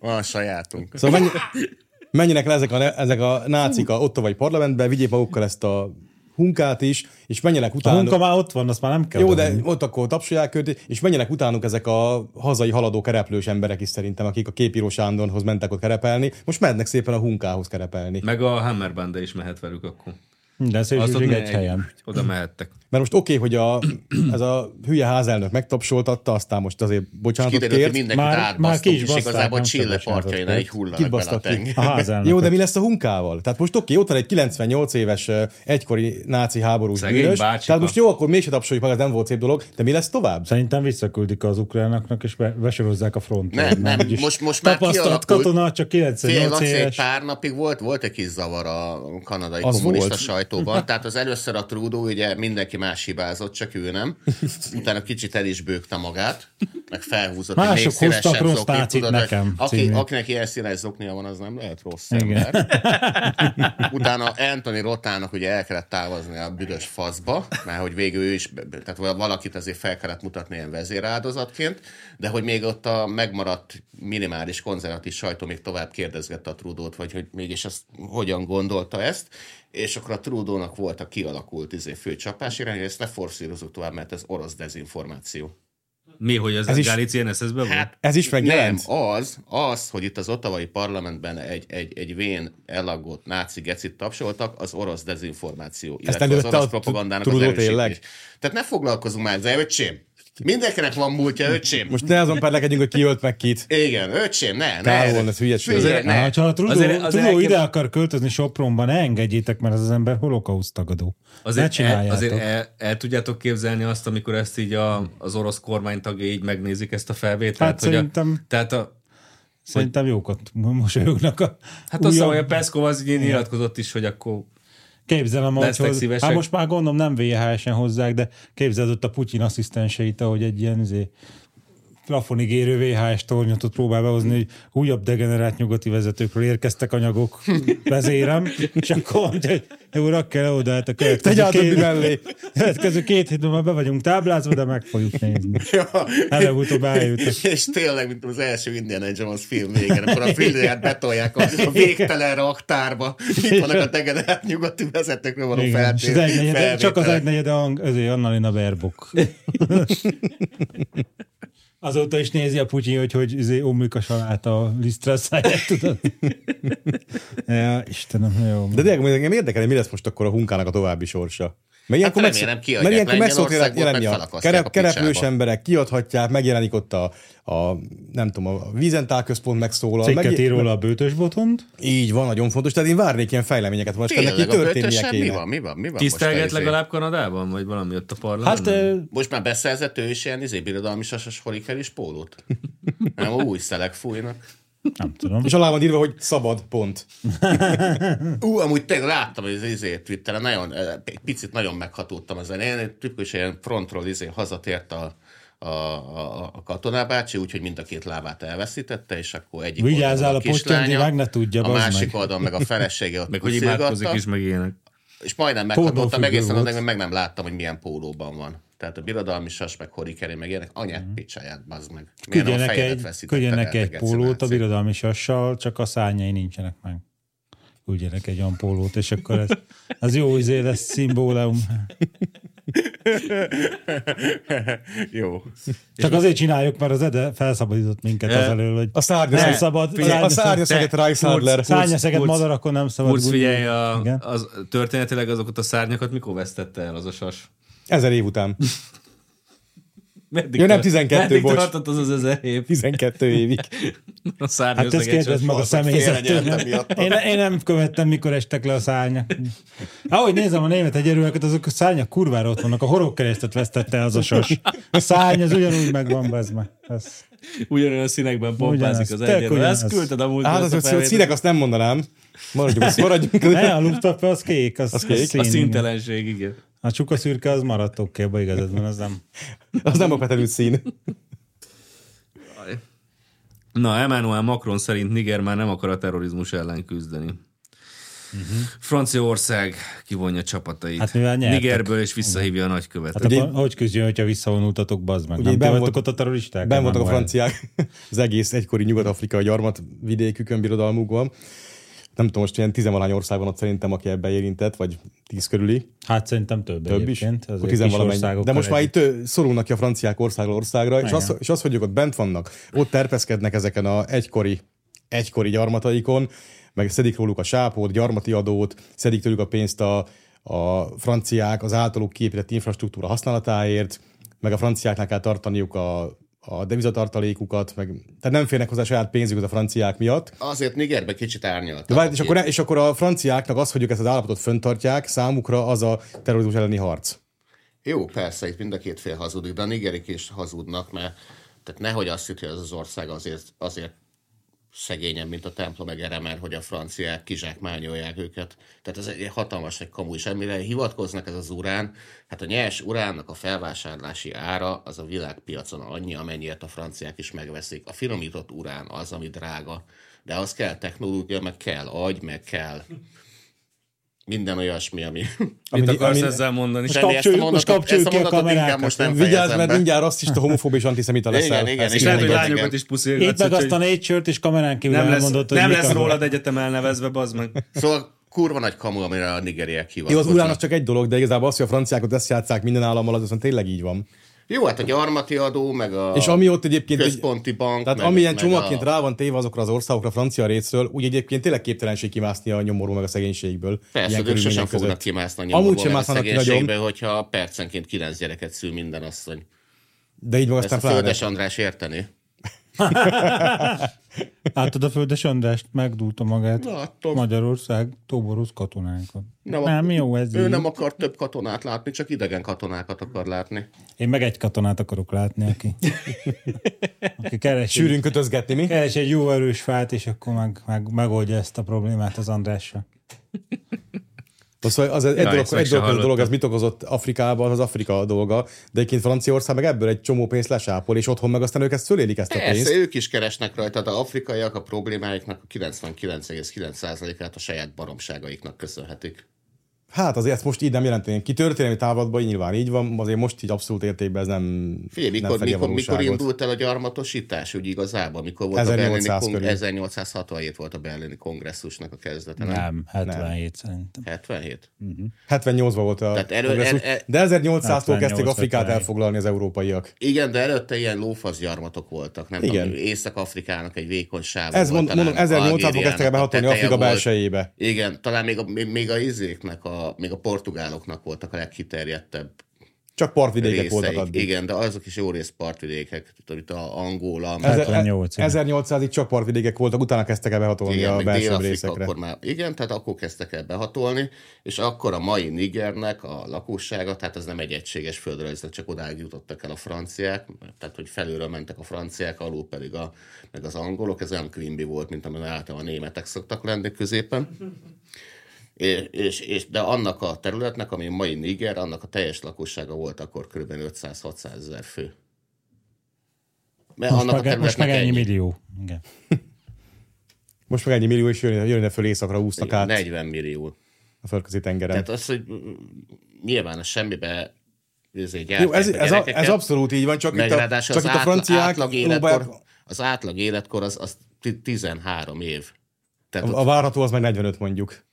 C: Van a sajátunk.
D: Szóval menj, menjenek le ezek a, ezek a nácik a ottavai parlamentbe, vigyék magukkal ezt a hunkát is, és menjenek
B: A
D: utána.
B: munka már ott van, azt már nem kell.
D: Jó, de
B: dobni.
D: ott akkor tapsolják őt, és menjenek utánuk ezek a hazai haladó kereplős emberek is szerintem, akik a képíró Sándorhoz mentek ott kerepelni, most mennek szépen a hunkához kerepelni.
A: Meg a Hammer Band is mehet velük akkor.
B: Minden szélsőség egy helyen.
A: Oda mehettek.
D: Mert most oké, okay, hogy a, ez a hülye házelnök megtapsoltatta, aztán most azért bocsánatot
C: Kiderült, hogy
D: kért.
C: mindenkit
B: Már-
C: átbasztunk,
B: már ki is
C: és
B: baszták,
C: igazából
B: nem
C: Chile
B: szabad
C: partjainál
B: sejtetni.
C: így
D: Kit
C: hullanak bele a
D: basztak ki?
C: tenger.
B: A házelnököt.
D: Jó, de mi lesz a hunkával? Tehát most oké, okay, ott van egy 98 éves ö, egykori náci háborús
A: Szegény
D: bűnös.
A: bácsika.
D: Tehát most jó, akkor mégse tapsoljuk meg, ez nem volt szép dolog, de mi lesz tovább?
B: Szerintem visszaküldik az ukránoknak, és be, besorozzák a frontra.
C: Nem, nem, most- most már
B: Tapasztalt
C: kialakult.
B: katona, csak
C: Fél
B: 98
C: Laci, egy
B: éves.
C: pár napig volt, volt egy kis zavar a kanadai
D: Az
C: az kommunista
D: volt.
C: volt. sajtóban. Tehát az először a Trudeau, ugye mindenki más hibázott, csak ő nem. Utána kicsit el is bőgte magát, meg felhúzott egy
B: Mások
C: még szélesebb
B: hoztak rossz
C: zoknit,
B: tácit
C: tudod,
B: nekem
C: Aki,
B: címét.
C: akinek ilyen színes zoknia van, az nem lehet rossz
B: Igen.
C: ember. Utána Anthony Rotának ugye el kellett távozni a büdös faszba, mert hogy végül ő is, tehát valakit azért fel kellett mutatni ilyen vezéráldozatként, de hogy még ott a megmaradt minimális konzervatív sajtó még tovább kérdezgette a Trudót, vagy hogy mégis ezt hogyan gondolta ezt, és akkor a Trudónak volt a kialakult izé, főcsapás irány, hogy ezt ne forszírozzuk tovább, mert ez orosz dezinformáció.
A: Mi, hogy az
D: Ez
A: ez
D: is-
A: Gálici NSS-ben volt?
C: Hát,
D: Ez is
C: nem,
D: megjelent?
C: az, az, hogy itt az ottavai parlamentben egy, egy, egy vén ellagott náci gecit tapsoltak, az orosz dezinformáció, illetve az
D: előtte
C: orosz
D: a
C: propagandának az
D: Trudeau
C: erősítés.
D: tényleg?
C: Tehát ne foglalkozunk már ezzel, öcsém. Mindenkinek van múltja, öcsém. Most
D: Most ne azon perlekedjünk, hogy ki ölt meg kit.
C: igen, öcsém, ne, ne.
D: Távol van, ez hülyeség.
C: Figyelj,
B: Na,
C: ne.
B: hát, ha a Trudeau,
A: Azért- azért
B: Trudeau ide
A: elkép-
B: akar költözni Sopronba, ne engedjétek, mert ez az ember holokauszt tagadó. ne
A: Azért, e- el,
B: csináljátok.
A: azért el, el tudjátok képzelni azt, amikor ezt így a, az orosz kormány tagjai így megnézik ezt a felvételt?
B: Hát
A: a,
B: szerintem-
A: tehát a,
B: Szerintem jókat mosolyognak a
A: hát azt hiszem, hogy a
B: újabb-
A: Peszkov az így nyilatkozott is, hogy akkor
B: Képzelem,
A: Lesznek
B: hogy
A: szívesek?
B: hát most már gondolom nem VHS-en hozzák, de képzeld ott a Putyin asszisztenseit, ahogy egy ilyen izé, plafonig érő VHS tornyot ott próbál behozni, hogy újabb degenerált nyugati vezetőkről érkeztek anyagok, vezérem, és akkor mondja, hogy jó, rak kell oda, hát a
D: Tegy
B: következő
D: át a
B: két,
D: mellé.
B: következő két hétben már be vagyunk táblázva, de meg fogjuk nézni. Előbb-utóbb eljutok.
C: És tényleg, mint az első Indiana Jones film végén, amikor a filmját betolják a, a végtelen raktárba. Itt vannak a degenerált nyugati vezetőkről való
B: Igen, és az egynegyed-
C: feltét.
B: Csak az egynegyede ang- azért Annalina Berbok. Azóta is nézi a Putyin, hogy, hogy izé, omlik a salát a lisztraszáját, tudod? ja, Istenem, jó.
D: De tényleg engem érdekel, hogy mi lesz most akkor a hunkának a további sorsa. Mert ilyenkor,
C: Hát remélem kiadják
D: mert ilyenkor megszokták
C: Lengyelországot,
D: jelenni
C: meg
D: a
C: felakasztják
D: kerep,
C: a
D: kereplős
C: picsába.
D: emberek, kiadhatják, megjelenik ott a, a nem tudom, a vízentál központ megszólal.
B: Cikket
D: meg-
B: ír róla a bőtös botont.
D: Így van, nagyon fontos. Tehát én várnék ilyen fejleményeket, most ennek
C: Tényleg,
D: így
C: a
D: történnie
C: bötösen mi
D: kéne.
C: van, mi van, mi van? most
A: tisztelget
C: a izé?
A: legalább Kanadában, vagy valami ott a
B: Hát
A: parlamentben?
B: ö,
C: Most már beszerzett ő is ilyen izé, birodalmi sasas horikerés pólót. Nem, új szelek fújnak.
B: nem tudom.
D: És alá van írva, hogy szabad, pont.
C: Ú, amúgy tényleg láttam, hogy az izé Twitteren nagyon, eh, egy picit nagyon meghatódtam ezen. Én tipikus ilyen frontról izé hazatért a, a, a, a katonabácsi, úgyhogy mind a két lábát elveszítette, és akkor egyik
B: Vigyázzál
C: oldalon
B: a
C: kislánya,
B: potyondi, meg ne tudja,
C: a
B: bazd
C: másik
B: meg.
C: oldalon meg a felesége ott
A: meg hogy
C: puszilgatta.
A: imádkozik is, meg ilyenek.
C: és majdnem
B: Pornófüggő
C: meghatottam, egészen
B: volt.
C: addig, meg meg nem láttam, hogy milyen pólóban van. Tehát a birodalmi sas, meg horikeri, meg ilyenek, anyát, mm. picsáját, bazd meg. Milyen
B: Mhm.
C: a
B: Küldjenek
C: fejedet
B: egy,
C: veszítettek
B: küldjenek
C: el,
B: egy
C: te
B: pólót a
C: geci
B: birodalmi sassal, csak a szárnyai nincsenek meg. Küldjenek egy olyan pólót, és akkor ez, az jó izé lesz szimbólum.
C: náci. Jó.
B: Csak azért csináljuk, mert az Ede felszabadított minket
A: E,
B: azelől, hogy
D: A szárnya,
B: nem
D: szeg-
B: szabad,
D: a szárnya szeget Reichsadler.
B: szárnya szeget
A: Kurz-
B: madarakon nem szabad.
A: Kurz,
B: gurulni.
A: figyelj, a,
B: Igen.
A: az, történetileg azokat a szárnyakat mikor vesztette el az a sas?
D: Ezer év után.
A: Meddig
D: Ja, nem,
A: tart-
D: 12,
A: meddig
D: bocs.
A: tartott az az ezer év?
D: 12 évig.
A: A szárnya
B: Hát ezt kérdezd meg a személyzettől.
C: félrenyeltem miatt.
B: Én, én nem követtem, mikor estek le a szárnyak. Ahogy nézem a német egyerőeket, azok a szárnyak kurvára ott vannak. A horogkeresztet vesztette az a sos. A szárny az ugyanúgy megvan, bazd meg. Ez.
A: Ugyanolyan színekben
B: Ugyanaz,
A: pompázik az
B: tök
A: egyenlő.
B: ugyanaz.
A: Ezt küldted a múlt
D: Hát
A: ezt
D: az,
A: a
D: hogy a
A: felvételt.
D: színek azt nem mondanám. Maradjunk, maradjunk.
B: Ne, a luftape az kék, az, az,
D: kék, a
B: szín,
A: A
B: igen.
A: színtelenség, igen.
B: A csuka szürke az maradt okéba, igazad van, az nem.
D: Az nem a petelű szín.
A: Na, Emmanuel Macron szerint Niger már nem akar a terrorizmus ellen küzdeni. Uh-huh. Franciaország kivonja csapatait
B: Mhm. Hát mivel nyertek.
A: Nigerből, és visszahívja a nagykövetet.
B: Hát
A: Hát
D: Ugye-
B: Ugye, akkor, hogy küzdjön, hogyha visszavonultatok, bazd meg?
D: Ugye
B: Nem
D: ben
B: ti vagytok
D: volt-
B: ott a terroristák? Nem
D: Ben voltak a
B: volt.
D: franciák az egész egykori nyugat-afrikai gyarmatvidékükön, birodalmukban. Nem tudom, most ilyen tizenvalány ország van ott szerintem, aki ebbe érintett, vagy 10 körüli.
B: Hát szerintem több,
D: Több is.
B: egyébként.
D: Akkor
B: azért kis
D: tizenvalamennyi. De
B: országokkal
D: most már
B: együtt.
D: itt ö, szorulnak ki a franciák országról országra, és
B: Igen.
D: az, és az, hogy ők ott bent vannak, ott terpeszkednek ezeken a egykori, egykori gyarmataikon, meg szedik róluk a sápot, gyarmati adót, szedik tőlük a pénzt a, a franciák az általuk kiépített infrastruktúra használatáért, meg a franciáknak kell tartaniuk a a devizatartalékukat, meg, tehát nem férnek hozzá saját pénzükhöz a franciák miatt.
C: Azért Nigerbe kicsit árnyaltam.
D: De várj, és, akkor, és akkor a franciáknak az, hogy ők ezt az állapotot föntartják, számukra az a terrorizmus elleni harc.
C: Jó, persze, itt mind a két fél hazudik, de a nigerik is hazudnak, mert tehát nehogy azt hitt, hogy ez az ország azért, azért szegényebb, mint a templom egere, mert hogy a franciák kizsákmányolják őket. Tehát ez egy hatalmas egy kamu, és amire hivatkoznak ez az urán, hát a nyers uránnak a felvásárlási ára az a világpiacon annyi, amennyiért a franciák is megveszik. A finomított urán az, ami drága, de az kell technológia, meg kell agy, meg kell minden olyasmi, ami...
A: Mit
D: Ami-
A: akarsz
D: ami-
A: ezzel mondani?
C: Semmi,
B: kapcsoljuk-
C: ezt a
B: most
C: mondatot-
B: kapcsoljuk
C: ezt a
B: ki a
C: mondatot inkább
B: kamerákat.
C: most nem
D: Vigyázz,
C: fejezem
D: mert
C: be.
D: mindjárt rasszista, homofób és antiszemita leszel.
C: Igen, igen,
D: Ezt
A: És
C: igen,
A: lehet,
D: mindenki-
A: hogy
C: igen.
A: lányokat is
B: Itt
A: puszilgatsz,
B: meg
A: úgyhogy
B: azt a négy sört és kamerán kívül
A: nem lesz,
B: elmondott, hogy
A: nem
B: mik
A: lesz
B: azok.
A: rólad egyetem elnevezve, bazd meg.
C: Szóval kurva nagy kamu, amire a nigeriek
D: Jó, az
C: hivatkoznak.
D: urán az csak egy dolog, de igazából az, hogy a franciákat ezt játszák minden állammal, az viszont tényleg így van.
C: Jó, hát a gyarmati adó, meg a
D: És ami ott egyébként... egy-
C: központi bank.
D: Tehát
C: meg,
D: amilyen
C: meg
D: csomagként
C: a...
D: rá van téve azokra az országokra francia részről, úgy egyébként tényleg képtelenség kimászni a nyomorú meg a szegénységből.
C: Persze,
D: ilyen
C: ők sosem
D: körülmények
C: fognak
D: között.
C: kimászni a
D: Amúgy sem
C: nyomorból, a
D: másznak ki
C: szegénységbe,
D: nagyon,
C: hogyha percenként kilenc gyereket szül minden asszony.
D: de így meg
C: Ezt
D: aztán Mhm.
C: a
D: pláne.
C: Földes András érteni.
B: Látod a földes Andrást, megdúlta magát.
C: Láttam.
B: Magyarország tóborúz katonánkat. Nem,
C: Nem, a-
B: nem jó ez
C: Ő
B: így.
C: nem akar több katonát látni, csak idegen katonákat akar látni.
B: Én meg egy katonát akarok látni, aki, aki keres, egy,
D: Sűrűn kötözgetni, mi?
B: keres egy jó erős fát, és akkor meg, meg, megoldja ezt a problémát az Andrással.
D: Szóval az egy,
A: Ja,
D: dolog,
A: ezt meg
D: egy
A: sem
D: dolog, az a dolog,
A: hallottam.
D: az mit okozott Afrikában, az az Afrika dolga, de egyébként Franciaország meg ebből egy csomó pénzt lesápol, és otthon meg aztán ők ezt fölélik ezt a pénzt.
C: Persze, ők is keresnek rajta, de afrikaiak a problémáiknak a 99,9%-át a saját baromságaiknak köszönhetik.
D: Hát azért ezt most így nem jelenteném ki. Történelmi távlatban így nyilván így van, azért most így abszolút értékben ez nem,
C: Figyelj,
D: nem
C: mikor,
D: fedi a
C: mikor, mikor
D: valóságot.
C: indult el a gyarmatosítás, úgy igazából, mikor volt
D: 1800
C: a berlini
D: körül.
C: kong... 1867 volt a berlini kongresszusnak a kezdete, nem?
B: Nem, 77 szerintem.
C: 77?
D: 78-ban volt a
C: Tehát e-
D: Tehát
C: elő- el- el-
D: de 1800-tól
B: 78
D: kezdték Afrikát
B: -ig.
D: elfoglalni az európaiak.
C: Igen, de előtte ilyen lófasz gyarmatok voltak, nem
D: Igen.
C: tudom, Észak-Afrikának egy vékony sáv.
D: Ez
C: volt,
D: mond, mondom,
C: talán
D: 1800-ban
C: Algériának
D: kezdtek el behatolni
C: a teteje
D: Afrika
C: volt.
D: belsejébe.
C: Igen, talán még a, még még a izéknek, a, még a portugáloknak voltak a legkiterjedtebb
D: Csak partvidékek voltak
C: részeik.
D: addig.
C: Igen, de azok is jó rész partvidékek, tudom, itt a Angola, meg-
B: 78, igen.
D: 1800-ig e- csak partvidékek voltak, utána kezdtek el behatolni
C: Igen,
D: a
C: meg
D: belső
C: Dél-Afrika
D: részekre.
C: Akkor már, igen, tehát akkor kezdtek el behatolni, és akkor a mai Nigernek a lakossága, tehát ez nem egy egységes földrajz, csak odáig jutottak el a franciák, tehát hogy felülről mentek a franciák, alul pedig a, meg az angolok, ez olyan Quimby volt, mint amilyen általában a németek szoktak lenni középen. É- És, és, de annak a területnek, ami mai Niger, annak a teljes lakossága volt akkor kb. 500-600 ezer fő. Mert
B: Most meg, most meg ennyi
C: ennyi.
B: millió. Igen.
D: Most meg ennyi millió is jön, jön föl északra, úsznak át
C: 40 millió.
D: a földközi tengeren.
C: Tehát az, hogy mm, nyilván a semmibe ezért gyártják
D: Jó, ez,
C: a
D: ez, a,
C: gyerekeket,
D: ez abszolút így van, csak
C: meg
D: itt a,
C: ráadásul
D: csak
C: az
D: itt a
C: átla-
D: franciák
C: átlag
D: próbálják,
C: életkor, az átlag életkor az, az ti- 13 év. Tehát
D: a,
C: Hát ott,
D: a várható az meg 45 mondjuk.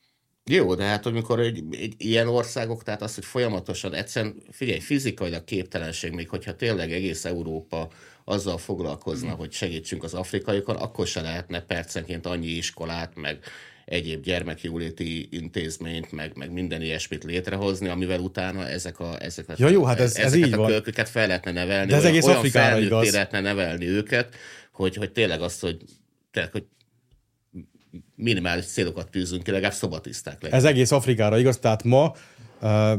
C: jó, de hát amikor egy, egy, ilyen országok, tehát az, hogy folyamatosan egyszerűen, figyelj, fizikailag képtelenség, még hogyha tényleg egész Európa azzal foglalkozna,
D: Mm.
C: hogy segítsünk az afrikaiakon, akkor se lehetne percenként annyi iskolát, meg egyéb gyermekjóléti intézményt, meg, meg minden ilyesmit létrehozni, amivel utána ezek a, ezeket,
D: Ja, jó, hát ez- ez
C: ezeket
D: így
C: a
D: van.
C: kölköket fel lehetne nevelni,
D: De ez
C: olyan,
D: egész
C: olyan
D: Afrikára
C: felnőtté
D: igaz.
C: lehetne nevelni őket, hogy, hogy tényleg azt, hogy, tényleg, hogy minimális célokat tűzünk ki, legalább szobatiszták legyenek.
D: Ez egész Afrikára igaz, tehát ma uh,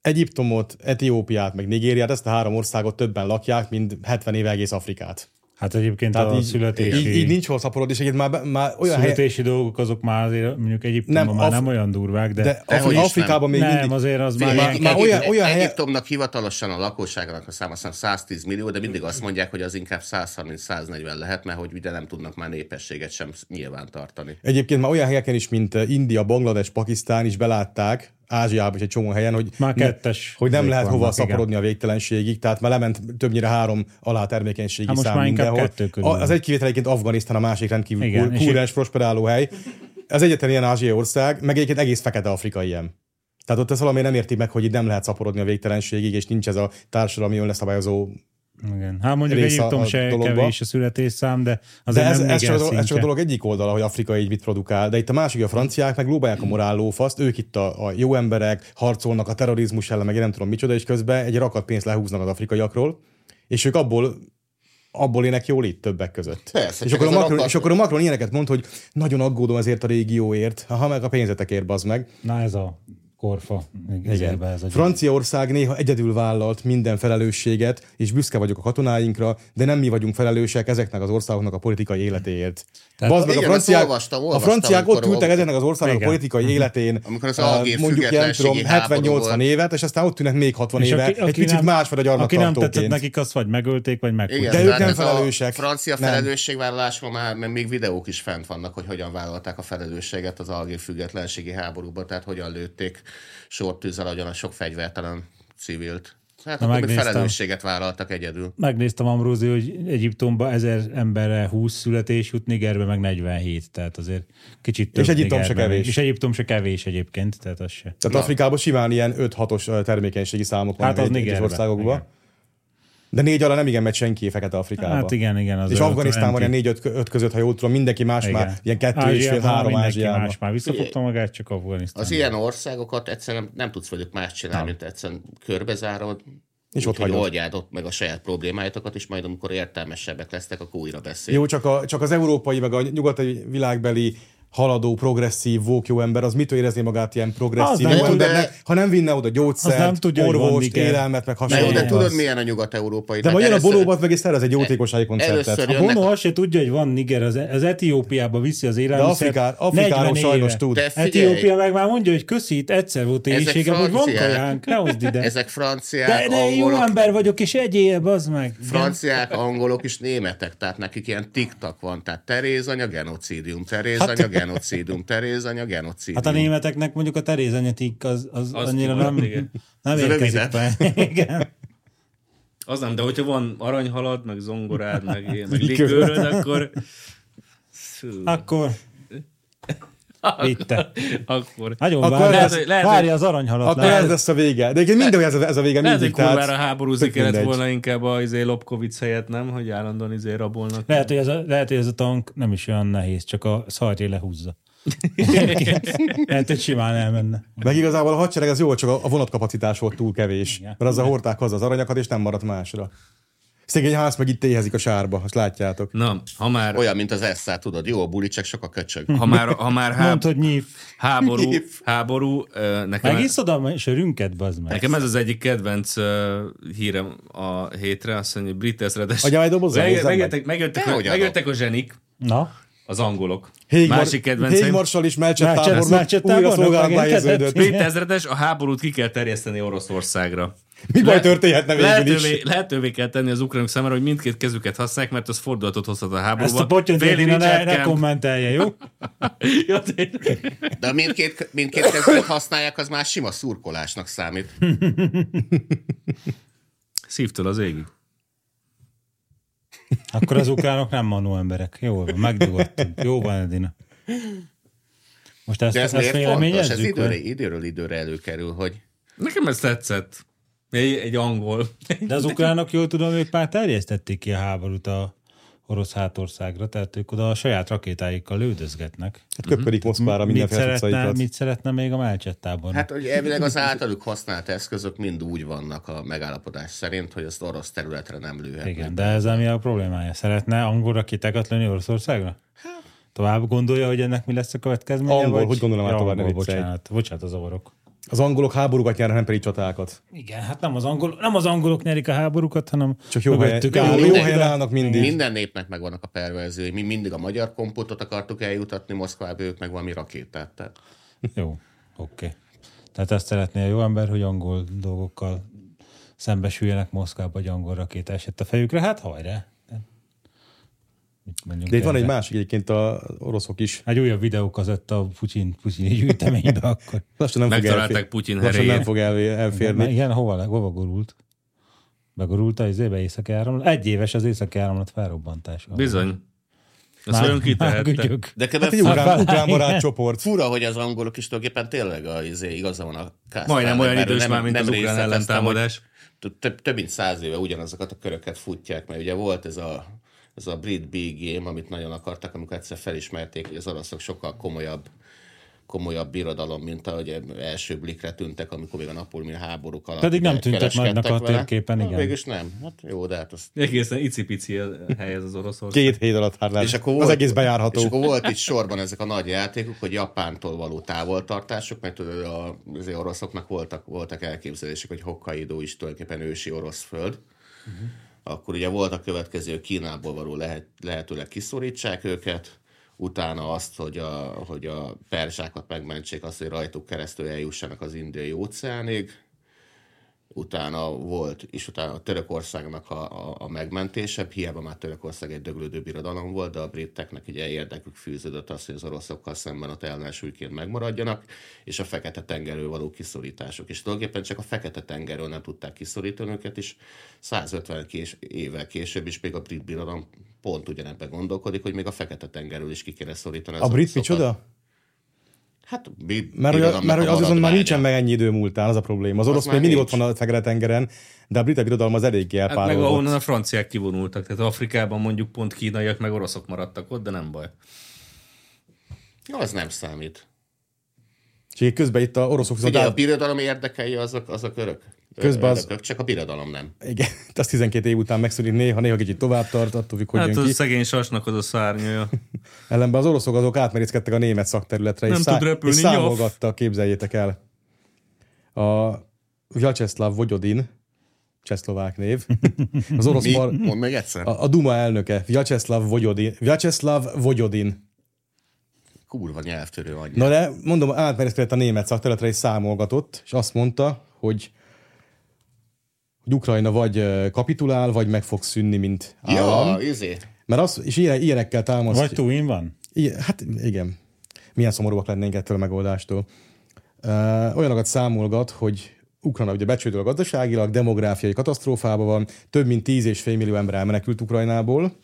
D: Egyiptomot, Etiópiát, meg Nigériát, ezt a három országot többen lakják, mint 70 éve egész Afrikát.
B: Hát egyébként
D: Tehát
B: a
D: így,
B: születési...
D: így, így nincs hol szaporodás, egyébként már, be- már olyan helyen,
B: születési dolgok azok már azért mondjuk Egyiptomban
D: Nem,
B: nem, már
D: Af-
B: nem olyan durvák, de,
D: de
B: de
C: Dehogy
D: Afri-
C: is
D: Afrikában még
B: nem,
D: mindig...
B: azért az már,
C: Figyelj,
B: már
D: Már-
C: Egy-
D: már
C: egy-
D: olyan-
C: egy-
D: olyan helye-
C: Egyiptomnak hivatalosan a lakosságának a száma szám 110 millió, de mindig azt mondják, hogy az inkább 130-140 lehet, mert hogy ugye nem tudnak már népességet sem nyilván tartani.
D: Egyébként már olyan helyeken is, mint eh, India, Bangladesh, Pakisztán is belátták, Ázsiában is egy csomó helyen, hogy,
B: Már
D: ne-
B: kettes
D: hogy nem
B: vég
D: lehet hova
B: vannak,
D: szaporodni a végtelenségig, tehát már lement többnyire három alá termékenységi
B: Hát most
D: szám
B: már inkább
D: mindenhol.
B: kettő körül
D: A,
B: van.
D: az egy kivétel egyébként Afganisztán, a másik rendkívül
B: Igen,
D: Igen,
B: és
D: kúrens, prosperáló hely. Az egyetlen ilyen ázsiai ország, meg egyébként egész fekete Afrika ilyen. Tehát ott ezt valami nem érti meg, hogy itt nem lehet szaporodni a végtelenségig, és nincs ez a társadalmi önleszabályozó
B: Igen. Hát mondjuk
D: része
B: Egyiptom
D: a
B: se
D: dologba.
B: kevés a születésszám, de
D: de
B: azért
D: ez,
B: nem
D: ez,
B: igen
D: csak, a- ez csak a
B: szintje.
D: dolog egyik oldala, hogy Afrika így mit produkál, de itt a másik, a franciák meg lóbálják a morállófaszt, ők itt a, a jó emberek, harcolnak a terrorizmus ellen, meg én nem tudom micsoda, és közben egy rakat pénzt lehúznak az afrikaiakról, és ők abból abból ének jól itt többek között.
C: Persze,
D: és,
C: csak
D: akkor
C: ez
D: a
C: a
D: Macron,
C: rakat-
D: és akkor a Macron ilyeneket mond, hogy nagyon aggódom ezért a régióért, ha meg a pénzetekért, bazd meg.
B: Na ez a korfa.
D: Igen.
B: Igazából Ez a
D: Franciaország néha egyedül vállalt minden felelősséget, és büszke vagyok a katonáinkra, de nem mi vagyunk felelősek ezeknek az országoknak a politikai életéért. Tehát, Bazd meg,
C: Igen,
D: a franciák,
C: ezt olvastam, olvastam,
D: a franciák ott
C: amikor-
D: ültek ezeknek az országok
B: Igen. Mhm.
D: politikai életén,
C: Amikor az
D: eh,
C: algér
D: mondjuk ilyen
C: függetlenségi
D: tudom,
C: háború
D: 70-80
C: volt.
D: évet, és aztán ott tűnnek még 60 éve, egy kicsit másfajta
B: Aki nem tetszett
D: gyarmattartóként.
B: nekik, azt vagy megölték, vagy
C: Igen,
D: De
B: megkutták.
D: ők
C: tehát
D: nem
C: ez a
D: felelősek.
C: Francia
D: Nem.
C: felelősségvállalásban már mert még videók is fent vannak, hogy hogyan vállalták a felelősséget az algér függetlenségi háborúban, tehát hogyan lőtték sortűzzel agyon a sok fegyvertelen civilt. Hát
B: Na,
C: akkor még
B: megnéztem.
C: felelősséget vállaltak egyedül.
B: Megnéztem Amrózi, hogy Egyiptomba ezer emberre 20 születés jut, Nigerbe meg 47, tehát azért kicsit több
D: Egyiptom se
B: Nigerben.
D: kevés.
B: És Egyiptom se kevés egyébként, tehát az se.
D: Tehát Afrikában simán ilyen 5-6-os termékenységi
B: Hát
D: számok vannak
B: az
D: egyes
B: Nigerben.
D: országokban.
B: Igen.
D: De négy alá nem igen megy senki Fekete Afrikába.
B: Hát igen, igen. Az
D: és
B: az
D: Afganisztánban
B: anti-
D: ilyen 4-5 között, ha jól tudom, mindenki más igen. már, ilyen kettő és fél,
B: Ázsiában
D: három
B: mindenki
D: Ázsiában.
B: más már visszafogta magát, csak Afganisztán.
C: Az ilyen országokat egyszerűen nem, nem tudsz velük más csinálni, mint egyszerűen körbezárod,
D: És ott
C: úgyhogy
D: hagyod.
C: oldjád ott meg a saját problémáitokat, és majd amikor értelmesebbek lesznek, akkor újra beszél.
D: Jó, csak, a, csak az európai, meg a nyugati világbeli haladó, progresszív, vók jó ember, az mitől érezné magát ilyen
B: Az
D: progresszív
B: nem
D: jó
B: tudja.
D: embernek, ha nem vinne oda
B: Az nem
D: gyógyszert,
B: tudja, hogy van
D: orvost,
B: Niger.
D: élelmet, meg
C: Na jó,
D: hasonló.
C: de
B: Sajnálom
C: tudod,
B: azt.
C: milyen a nyugat-európai?
D: De
C: Tehát
D: majd jön a
C: először-
D: bolóbat, meg és szervez egy jótékonysági koncertet.
C: Először
B: A Bono azt se tudja, hogy van Niger, az, e- az Etiópiába viszi az élelmiszert.
D: Afrikár- Afrikáról
B: 40
D: sajnos
B: éve.
D: tud.
C: De figyelj,
B: Etiópia meg már mondja, hogy köszi, itt egyszer volt éjségem, hogy van
C: franciák.
B: kajánk, ne hozd ide.
C: Ezek franciák,
B: de, de én jó
C: angolok,
B: ember vagyok, és egyél, bazd meg.
C: franciák, angolok és németek, tehát nekik ilyen tiktak van, tehát Terézanya, genocidium, Terézanya,
B: Hát-
C: genocidium, Terézanya, genocidium.
B: Hát a németeknek mondjuk a terézenyetik az, az,
A: Az
B: az annyira
A: kimaradt,
B: nem,
A: igen.
B: nem
C: Ez
B: érkezik
C: rövidebb.
B: be. Igen.
A: Az nem, de hogyha van aranyhalad, meg zongorád, meg, ilyen, meg likőröd, akkor... Szű,
B: Akkor vitte.
A: akkor...
B: Nagyon
D: Akkor
B: várja,
D: ez-
B: az-
A: lehet, hogy-
B: várja az aranyhalat.
D: Akkor
B: lehet.
D: ez lesz a vége. De egyébként mindenhol ez a, ez a vége
A: Lehet,
D: Hát mindig.
A: hogy
D: Tehát
A: kurvára háborúzni
D: tök
A: kellett
D: mindegy.
A: volna inkább a izé, Lopkovic helyett, nem? Hogy állandóan izé rabolnak.
B: Lehet, hogy ez a, lehet, hogy ez a tank nem is olyan nehéz, csak a szarjé lehúzza. lehet, hogy simán elmenne.
D: Meg igazából a hadsereg az jó, csak a a vonatkapacitás volt túl kevés.
B: Igen.
D: Mert azzal hordták haza az aranyakat, és nem maradt másra. Szegény ház meg itt éhezik a sárba, azt látjátok.
A: Na, ha már,
C: Olyan, mint az eszá, tudod, jó a buli, csak sok a köcsög.
A: ha már, ha már
B: Mondd,
A: háb,
B: hogy nyív.
A: háború, háború, ö, nekem,
B: Megiszod a sörünket, bazd meg.
A: nekem ez az egyik kedvenc ö, hírem a hétre, azt mondja, hogy brit ezredes.
D: Adjál egy dobozzal,
A: Meg-
D: hozzám meg.
A: megjöttek, megjöttek,
C: Dehogy adok.
A: megjöttek a zsenik,
B: Na,
A: az angolok.
D: Hégmar-
A: Másik kedvenceim.
D: Hégmarsal is Melcset
B: Melcset-
D: tábornok
B: Melcset
D: újra
B: tábornok
D: szolgálatba
B: megjelentett?
D: helyeződött.
A: Brit ezredes, a háborút ki kell terjeszteni Oroszországra.
D: Mi baj
A: Le-
D: történhetne végül is?
A: lehetővé, lehetővé kell tenni az ukránok számára, hogy mindkét kezüket használják, mert az fordulatot hozhat a háborúba.
B: ezt a potyont
A: Fél
B: Edina ne,
A: Richard
B: ne
A: Kemp-
B: kommentelje, jó?
A: Ja, tényleg.
C: De mindkét, mindkét kezdet használják, az már sima szurkolásnak számít.
A: Szívtől az égig.
B: Akkor az ukránok nem manó emberek. Jó van, megdugodtunk. Jó van, Edina. Most ezt,
C: De ez
B: ezt
C: miért fontos? Ez
B: véleményezzük?
C: időre,
B: vagy?
C: időről időre előkerül, hogy
A: Nekem ez tetszett. Egy, egy angol.
B: De az ukránok, jól tudom, ők már terjesztették ki a háborút a orosz hátországra, tehát ők oda a saját rakétáikkal lődözgetnek.
D: Hát köpködik Moszkvára
B: Mit
D: mindenféle
B: szeretne,
D: cuccaikat.
B: mit szeretne még a Melcset tábornok?
C: Hát ugye elvileg az általuk használt eszközök mind úgy vannak a megállapodás szerint, hogy azt orosz területre nem lőhetnek.
B: Igen, de ezzel mi a problémája? Szeretne angol rakétákat lőni Oroszországra?
C: Hát-
B: Tovább gondolja, hogy ennek mi lesz a következménye?
D: Angol,
B: vagy?
D: hogy gondolom már
B: Ja,
D: tovább,
B: angol,
D: ne viccelj.
B: bocsánat, bocsánat, az zavarok.
D: Az angolok háborúkat nyernek, nem pedig csatákat.
B: Igen, hát nem az, angol, nem az angolok nyerik a háborúkat, hanem
D: Csak jó, helyen,
B: mögöttük
D: jó,
B: álló-
D: jó
C: de-
D: helyen állnak mindig.
C: Minden népnek megvannak a perverzői. Mi mindig a magyar komputot akartuk eljutatni Moszkvába, ők meg valami rakétát. Tehát.
B: Jó, oké. Okay. Tehát ezt szeretné a jó ember, hogy angol dolgokkal szembesüljenek Moszkvába, vagy angol rakéta esett a fejükre, hát hajrá. Mit mondjunk
D: De itt van egy
B: erre?
D: másik egyébként, a oroszok is.
B: Egy újabb videókazett a Putyin, Putyin gyűjteménybe akkor.
D: Lassan nem fog
A: Megtalálták
D: elfé-
A: Putyin
D: Lassan
A: heréjét.
D: nem fog elvé-
B: Már
D: elférni.
B: igen, hova, le- hova gurult? Begurult az ébe északi áramlat. Egy éves az északi áramlat felrobbantása.
A: Bizony. Azt vajon ki tehette?
B: Mágudjuk.
C: De
D: Hát egy
C: kb.
D: ukrán, ukrán barát csoport.
C: fura, hogy az angolok is tulajdonképpen tényleg a, izé, igaza van a Kásztán.
A: Majdnem olyan idős már, mint az ukrán ellentámadás.
C: Több, több mint száz éve ugyanazokat a köröket futják, mert ugye volt ez a, ez a brit big game, amit nagyon akartak, amikor egyszer felismerték, hogy az oroszok sokkal komolyabb komolyabb birodalom, mint ahogy első blikre tűntek, amikor még a napolmi háborúk alatt.
B: Pedig nem
C: ide
B: tűntek nagynak a
C: kereskedtek vele.
B: térképen,
C: Na,
B: igen.
C: Mégis nem. Hát jó, de hát azt
A: Egészen icipici a hely ez az oroszország.
D: Két hét alatt hát
C: És
D: lehet.
C: akkor
D: Az
C: volt,
D: egész bejárható.
C: És akkor volt itt sorban ezek a nagy játékok, hogy Japántól való távoltartások, mert tudod, a, azért oroszoknak voltak, voltak elképzelések, hogy Hokkaido is tulajdonképpen ősi orosz föld. Uh-huh.
D: Mhm.
C: Akkor ugye volt a következő, hogy Kínából való lehet, lehetőleg kiszorítsák őket, utána azt, hogy a, hogy a perzsákat megmentsék, azt, hogy rajtuk keresztül eljussanak az indiai óceánig, utána volt, és utána a Törökországnak a, a, a megmentése, hiába már Törökország egy döglődő birodalom volt, de a briteknek ugye érdekük fűződött az, hogy az oroszokkal szemben ott ellensúlyként megmaradjanak, és a fekete tengerről való kiszorítások. És tulajdonképpen csak a fekete tengerről nem tudták kiszorítani őket, és 150 kés, évvel később is még a brit birodalom pont ugyanebben gondolkodik, hogy még a fekete tengerről is ki kéne szorítani. az
D: A brit
C: oroszokat.
D: micsoda?
C: Hát, a brit
D: Mert, hogy,
C: birodalomnak
D: mert hogy
C: a
D: az viszont már
C: maradványa.
D: nincsen meg ennyi idő múltán, az a probléma. Az orosz
C: már
D: még mindig ott
C: nincs.
D: van a fekete tengeren, de a brit birodalom az eléggé
A: Hát meg
D: elpárolgott.
A: ahonnan a franciák kivonultak. Tehát Afrikában mondjuk pont kínaiak meg oroszok maradtak ott, de nem baj.
C: Jó, az nem számít.
D: És így közben itt a oroszok viszont
C: Ugye a
D: át...
C: birodalom érdekei azok, azok örök.
D: Közben az-
C: az... Örökök, csak a birodalom nem.
D: Igen, az 12 év után megszűnik néha, néha kicsit tovább tart, attól függ, hogy
A: Hát
D: jön
A: az
D: ki.
A: szegény sasnak az a szárnyaja.
D: Ellenben az oroszok azok átmerészkedtek a német szakterületre,
A: Nem
D: és,
A: tud repülni,
D: és számolgattak, képzeljétek el. A Vyacheslav Vogyodin, csehszlovák név, az orosz
C: Mi?
D: mar...
C: Mondd meg egyszer.
D: a,
C: A...
D: a Duma elnöke, Vyacheslav Vogyodin. Vyacheslav Vogyodin.
C: Kurva nyelvtörő anyja.
D: Na de mondom, átmerészkedett a német szakterületre, és számolgatott, és azt mondta, hogy hogy Ukrajna vagy ö, kapitulál, vagy meg fog szűnni, mint állam.
C: Ja, izé.
D: Mert az, és ilyen, ilyenekkel támaszt.
B: Vagy túin van?
D: Igen, hát igen. Milyen szomorúak lennénk ettől a megoldástól. Uh, olyanokat számolgat, hogy Ukrajna ugye becsődöl gazdaságilag, demográfiai katasztrófában van, több mint 10,5 millió ember elmenekült Ukrajnából,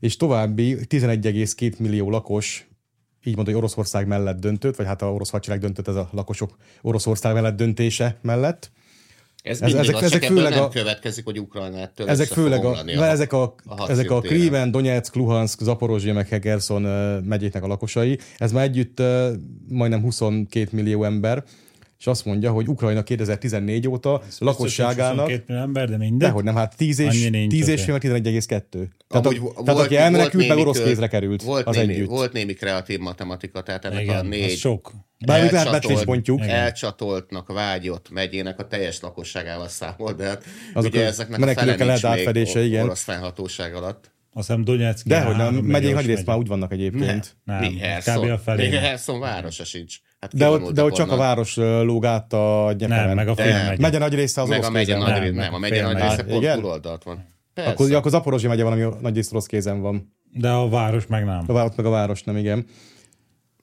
D: és további 11,2 millió lakos, így mondta, hogy Oroszország mellett döntött, vagy hát a orosz hadsereg döntött ez a lakosok Oroszország mellett döntése mellett.
C: Ez,
D: Ez-
C: mindig
D: ezek-
C: az,
D: ezek
C: csak ebből
D: főleg
C: nem
D: a-
C: következik, hogy Ukrajnát től
D: Ezek
C: össze
D: főleg
C: fog
D: a,
C: omlani
D: a, ezek a,
C: a
D: ezek a
C: hadszín téren.
D: Krímen, Donetsk, Luhansk, Zaporozsia, meg Hegerson ö, megyéknek a lakosai. Ez már együtt ö, majdnem 22 millió ember, és azt mondja, hogy Ukrajna 2014 óta lakosságának,
B: Két ember, de mindegy.
D: dehogy nem, hát 10 és,
B: Annyi nincs
D: 10 és
B: azért.
D: fél, vagy 11,2. Tehát,
C: Amúgy
D: a,
C: vo-
D: tehát aki elmenekült, meg
C: némi
D: orosz
C: kö-
D: kézre került
C: Volt,
D: az
C: némi,
D: együtt.
C: volt némi kreatív matematika, tehát ennek a
B: Igen, az
C: négy
B: Hát sok.
D: Bármit lehet
C: elcsatolt-
D: becsléspontjuk.
C: elcsatoltnak vágyott megyének a teljes lakosságával számolt, de hát
D: Azok
C: ugye
D: a
C: ezeknek a
D: menekülőkkel
C: fele nincs
D: lehet
C: még
D: átfedése,
C: o-
D: igen.
C: orosz fennhatóság alatt.
B: Azt hiszem Donetsk.
D: Dehogy nem,
B: három
D: megyék
B: milliós
D: nagy részt
B: megy.
D: már úgy vannak egyébként.
B: Nem,
C: Mi
B: kb. a
C: Herszon?
B: felé.
C: Még Herszon városa sincs. Hát
D: De ott,
C: kivonultak
D: de ott csak a
C: onnan.
D: város ö, lóg át a Gyepeven.
B: Nem, meg a fél
C: Nem.
B: megye.
D: megye nagy része az
C: meg
D: orosz
C: a megye
D: kézen
C: nagy
D: van.
C: része,
B: meg
C: nem, a
B: a
C: megye nagy
B: fél
C: része
D: megye.
C: pont
D: Igen?
C: túloldalt van. Persze.
D: Akkor, akkor Zaporozsia megye van, ami nagy részt orosz kézen van.
B: De a város meg nem.
D: A város meg a város, nem igen.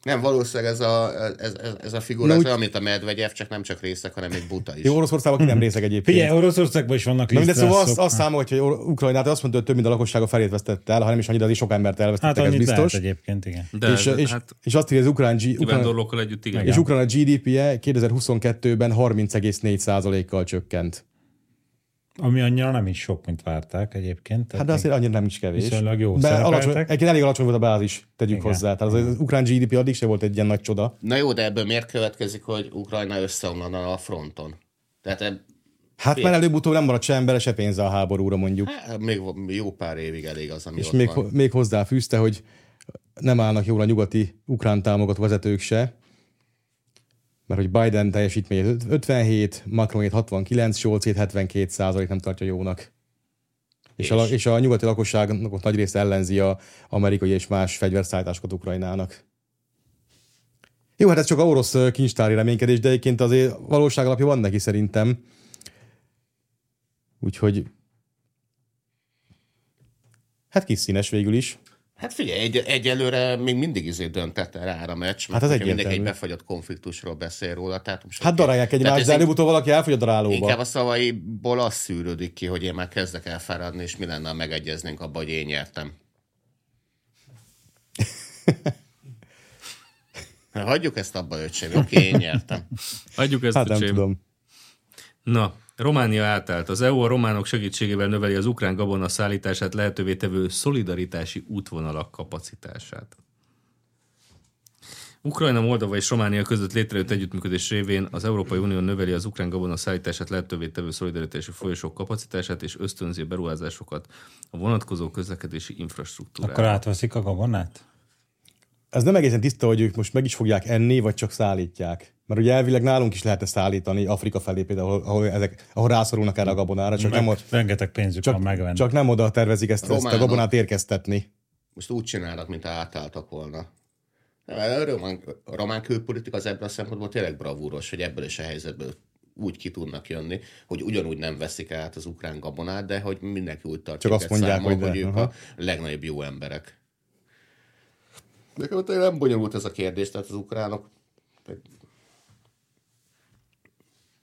C: Nem, valószínűleg ez a, ez, ez, ez a figura,
D: Na
C: ez
D: úgy-
C: olyan, mint a medvegyev, csak nem csak részek, hanem egy buta is.
D: Jó, Oroszországban ki nem részeg egyébként.
B: Figyelj, Oroszországban is vannak
D: szóval Na mindegy, szóval azt,
B: lisztrászok. Hát
D: azt számol, hogy Or- Ukrajnát azt mondta, hogy több mint a lakossága felét vesztette el, hanem is annyira, az is sok embert
B: Hát
D: elvesztettek, ez
B: amit lehet
D: biztos.
B: egyébként, igen.
A: De
D: és, és,
A: hát
D: és azt írja, az ukrán, G- ukrán,
A: kivándorlókkal együtt igen.
D: és ukrán a GDP-je 2022-ben 30,4%-kal csökkent.
B: Ami annyira nem is sok, mint várták egyébként.
D: Hát
B: Tehát
D: de azért annyira nem is kevés.
B: Viszonylag jó
D: Mert
B: szerepeltek.
D: alacsony, egyébként elég alacsony volt a bázis, tegyük
B: Igen.
D: hozzá. Tehát az, az ukrán GDP addig se volt egy ilyen nagy csoda.
C: Na jó, de ebből miért következik, hogy Ukrajna összeomlana a fronton? Tehát eb,
D: Hát már előbb-utóbb nem maradt se ember, se pénze a háborúra mondjuk.
C: hát, még jó pár évig elég az, ami
D: És
C: ott
D: még,
C: van.
D: ho- még hozzáfűzte, hogy nem állnak jól a nyugati ukrán támogató vezetők se, mert hogy Biden teljesítményét öt- 57, Macronét 69, Scholzét 72 százalék nem tartja jónak. És, a, la- és a nyugati lakosságnak ott nagy része ellenzi a amerikai és más fegyverszállításokat Ukrajnának. Jó, hát ez csak a orosz ö, kincstári reménykedés, de egyébként azért valóság alapja van neki szerintem. Úgyhogy hát kis színes végül is.
C: Hát figyelj, egy, egyelőre még mindig izé döntett rá a meccs,
D: Hát
C: mert
D: az
C: hogyha mindenki egy
D: egyértelmű.
C: befagyott konfliktusról beszél róla. Tehát most
D: Hát
C: oké.
D: darálják
C: Tehát
D: egymást,
C: ez
D: de
C: így-
D: előbb-utóbb valaki elfogy a
C: Inkább
D: darálóba.
C: a szavaiból az szűrődik ki, hogy én már kezdek elfáradni, és mi lenne, ha megegyeznénk abba, hogy én nyertem. Hagyjuk ezt abba, öcsém. Oké, én nyertem.
E: Adjuk ezt
D: Hát
E: a
D: nem tudom.
A: Na, Románia átállt. Az EU a románok segítségével növeli az ukrán gabona szállítását lehetővé tevő szolidaritási útvonalak kapacitását. Ukrajna, Moldova és Románia között létrejött együttműködés révén az Európai Unió növeli az ukrán gabona szállítását lehetővé tevő szolidaritási folyosók kapacitását és ösztönzi a beruházásokat a vonatkozó közlekedési infrastruktúrára.
B: Akkor átveszik a gabonát?
D: Ez nem egészen tiszta, hogy ők most meg is fogják enni, vagy csak szállítják. Mert ugye elvileg nálunk is lehetne szállítani, Afrika felé például, ahol, ahol, ezek, ahol rászorulnak erre a gabonára, csak, nem,
B: Meg,
D: ott-
B: rengeteg pénzük csak, van megvenni.
D: csak nem oda tervezik ezt, ezt a
C: Románok.
D: gabonát érkeztetni.
C: Most úgy csinálnak, mint átálltak volna. Nem, A román, a román külpolitika az ebből a szempontból tényleg bravúros, hogy ebből is a helyzetből úgy ki tudnak jönni, hogy ugyanúgy nem veszik át az ukrán gabonát, de hogy mindenki úgy tartja
D: Csak azt
C: őket
D: mondják,
C: számon,
D: hogy de,
C: hogy ők
D: aha.
C: a legnagyobb jó emberek. Nekem tényleg nem bonyolult ez a kérdés, tehát az ukránok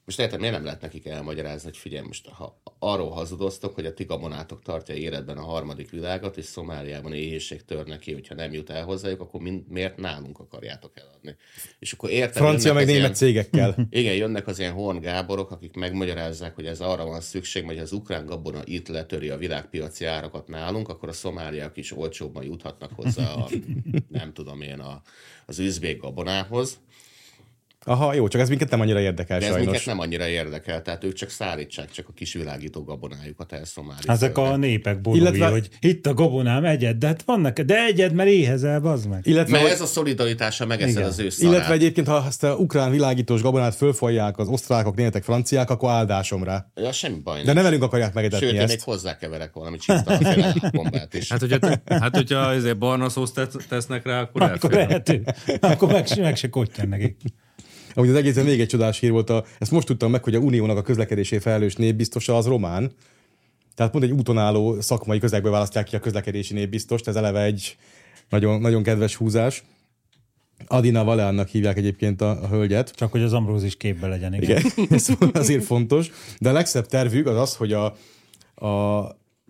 C: Most érted, miért nem lehet nekik elmagyarázni, hogy figyelj, most ha arról hazudoztok, hogy a ti gabonátok tartja életben a harmadik világot, és Szomáliában éhénység tör neki, hogyha nem jut el hozzájuk, akkor mind, miért nálunk akarjátok eladni? És akkor érted,
D: Francia
C: jönnek
D: meg
C: az ilyen-
D: német cégekkel.
C: igen, jönnek az ilyen Horn Gáborok, akik megmagyarázzák, hogy ez arra van szükség, mert ha az ukrán gabona itt letöri a világpiaci árakat nálunk, akkor a szomáliak is olcsóbban juthatnak hozzá a, nem tudom én, a, az üzbék gabonához.
D: Aha, jó, csak ez minket nem annyira érdekel
C: De ez
D: sajnos.
C: minket nem annyira érdekel, tehát ők csak szállítsák csak a kis világító gabonájukat hát el Szomáliába.
D: Hát
B: Ezek a népek borúi,
D: Illetve-
B: Illetve... hogy itt a gabonám egyed, de hát vannak, de egyed, mert éhezel, bazd meg.
D: Illetve,
C: Mert
D: hogy-
C: ez a szolidaritása megeszed
B: Igen.
C: az ő szarát.
D: hát illetve egyébként, ha ezt a ukrán világítós gabonát fölfolják az osztrákok, németek, franciák, akkor áldásom
C: Ja, semmi baj.
D: De
C: nincs.
D: nem velünk akarják
C: Sőt,
D: megedetni
C: én még
D: ezt.
C: hozzákeverek valami csíptalan bombát is.
A: Hát, hogyha, hát, hogyha ezért barna szószt tesz- tesznek rá, akkor,
B: Akkor
A: elfér.
B: lehető. Akkor meg, se- meg se kottyan nekik.
D: Amúgy az egészen még egy csodás hír volt, a, ezt most tudtam meg, hogy a Uniónak a közlekedésé felelős népbiztosa az román. Tehát pont egy úton álló szakmai közegbe választják ki a közlekedési népbiztost, ez eleve egy nagyon, nagyon kedves húzás. Adina Valánnak hívják egyébként a, a hölgyet.
B: Csak hogy az Ambróz is képbe legyen. Igen.
D: Igen, ez azért fontos. De a legszebb tervük az az, hogy a, a,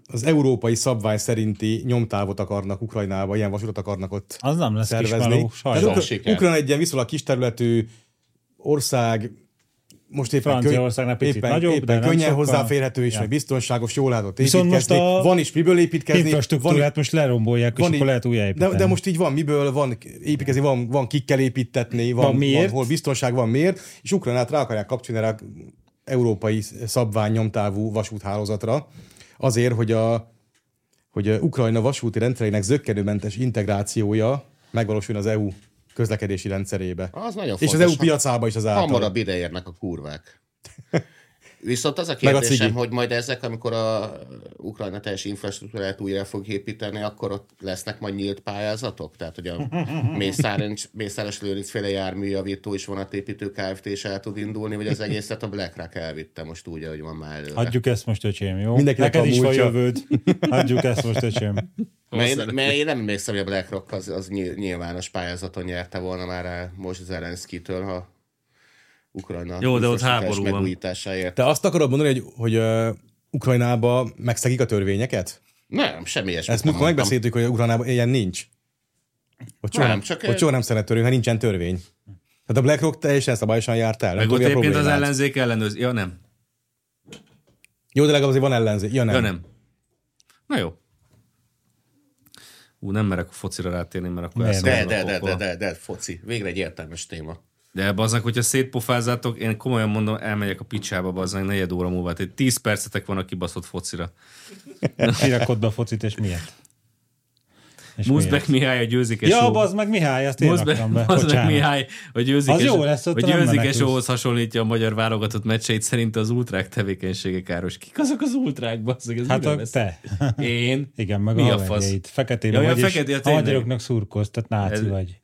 D: az európai szabvány szerinti nyomtávot akarnak Ukrajnába, ilyen vasutat akarnak ott
B: Az nem lesz
D: szervezni.
B: kismeló,
D: Tehát
B: sajnos.
C: Sok
D: Ukra-
C: siker.
D: Ukrán egy ilyen viszonylag kis területű ország, most éppen,
B: Franciaországnál picit
D: éppen,
B: nagyobb,
D: éppen
B: de nem
D: könnyen
B: sokkal.
D: hozzáférhető és
B: Ja.
D: meg biztonságos, jól látott
B: Viszont most
D: építkezni.
B: a
D: Van is miből építkezni. Van,
B: Infrastruktúrát most lerombolják, és
D: van
B: akkor lehet újjáépíteni.
D: de, de most így van miből, van építkezni, van, van kikkel építetni, van,
B: Van miért.
D: van hol biztonság, van miért, és Ukránát rá akarják kapcsolni erre a európai szabvány nyomtávú vasúthálózatra, azért, hogy a hogy a Ukrajna vasúti rendszerének zöggenőmentes integrációja megvalósuljon az EU közlekedési rendszerébe.
C: Az nagyon
D: és
C: fontos.
D: az EU
C: Ha-
D: piacába is az által.
C: Hamarabb ideérnek a kurvák. Viszont az a
D: Meg a
C: kérdésem,
D: cigi.
C: hogy majd ezek, amikor a Ukrajna teljes infrastruktúrát újra fog építeni, akkor ott lesznek majd nyílt pályázatok? Tehát, hogy a Mészáros, Mészáros Lőrinc féle járműjavító és vonatépítő Kft. is el tud indulni, vagy az egészet a BlackRock elvitte most úgy, ahogy van már előre.
B: Hagyjuk ezt most, öcsém, jó?
D: Mindenkinek
B: Neked
D: van
B: is van
D: múltja.
B: jövőd. Hagyjuk ezt most, öcsém.
C: Mert én, mert én nem emlékszem, hogy a BlackRock az, az nyil- nyilvános pályázaton nyerte volna már el most Zelenszkitől, ha Ukrajna
A: Jó, de ott
C: infrastruktúrás
A: háború van.
C: megújításáért.
D: Te azt akarod mondani, hogy, hogy ö, Ukrajnába megszegik a törvényeket?
C: Nem, semmi ilyesmit
D: Ezt
C: nem mondtam.
D: múltkor megbeszéltük, hogy Ukrajnában ilyen nincs. Hogy soha
C: Nem,
D: nem,
C: csak-
D: csak hogy soha nem szeret törvény, ha nincsen törvény. Tehát a BlackRock teljesen szabályosan járt el.
A: Meg
D: Meg
A: ott
D: a
A: egyébként az
D: problémát.
A: ellenzék ellenőrzi. Ja, nem.
D: Jó, de legalább azért van ellenzék. Ja, nem.
A: Ja, nem. Na jó. Ú, nem merek a focira rátérni, mert akkor
B: Nem.
A: elszabadulok
C: De, de, de,
A: akkor.
C: de, de, de, foci. Végre egy értelmes téma.
A: De bazdmeg, hogyha szétpofázátok, én komolyan mondom, elmegyek a picsába, bazdmeg, negyed óra múlva. Tehát 10 percetek van a kibaszott focira.
B: Kirakod be a focit, és miért? És
A: Muszbek Mihály a győzikes
B: Ja,
A: ó.
B: bazd meg Mihály, azt én
A: Muszbek,
B: raktam be.
A: Muszbek
B: Bocsánat.
A: Mihály a győzikes,
B: Az jó lesz, ott
A: a
B: nem
A: győzikes
B: menekülsz.
A: óhoz hasonlítja a magyar válogatott meccseit, szerint az ultrák tevékenysége káros. Kik azok az ultrák, bazdmeg? Ez
B: Hát
A: mire
B: a,
A: lesz?
B: te.
A: Én?
B: Igen, meg
A: Mi
B: a
A: a fasz?
B: haverjait. Feketében
A: Ja, ja,
B: vagy,
A: fekete, ja,
B: és a
A: tényleg.
B: magyaroknak szurkolsz, tehát náci
A: Ez-
B: vagy.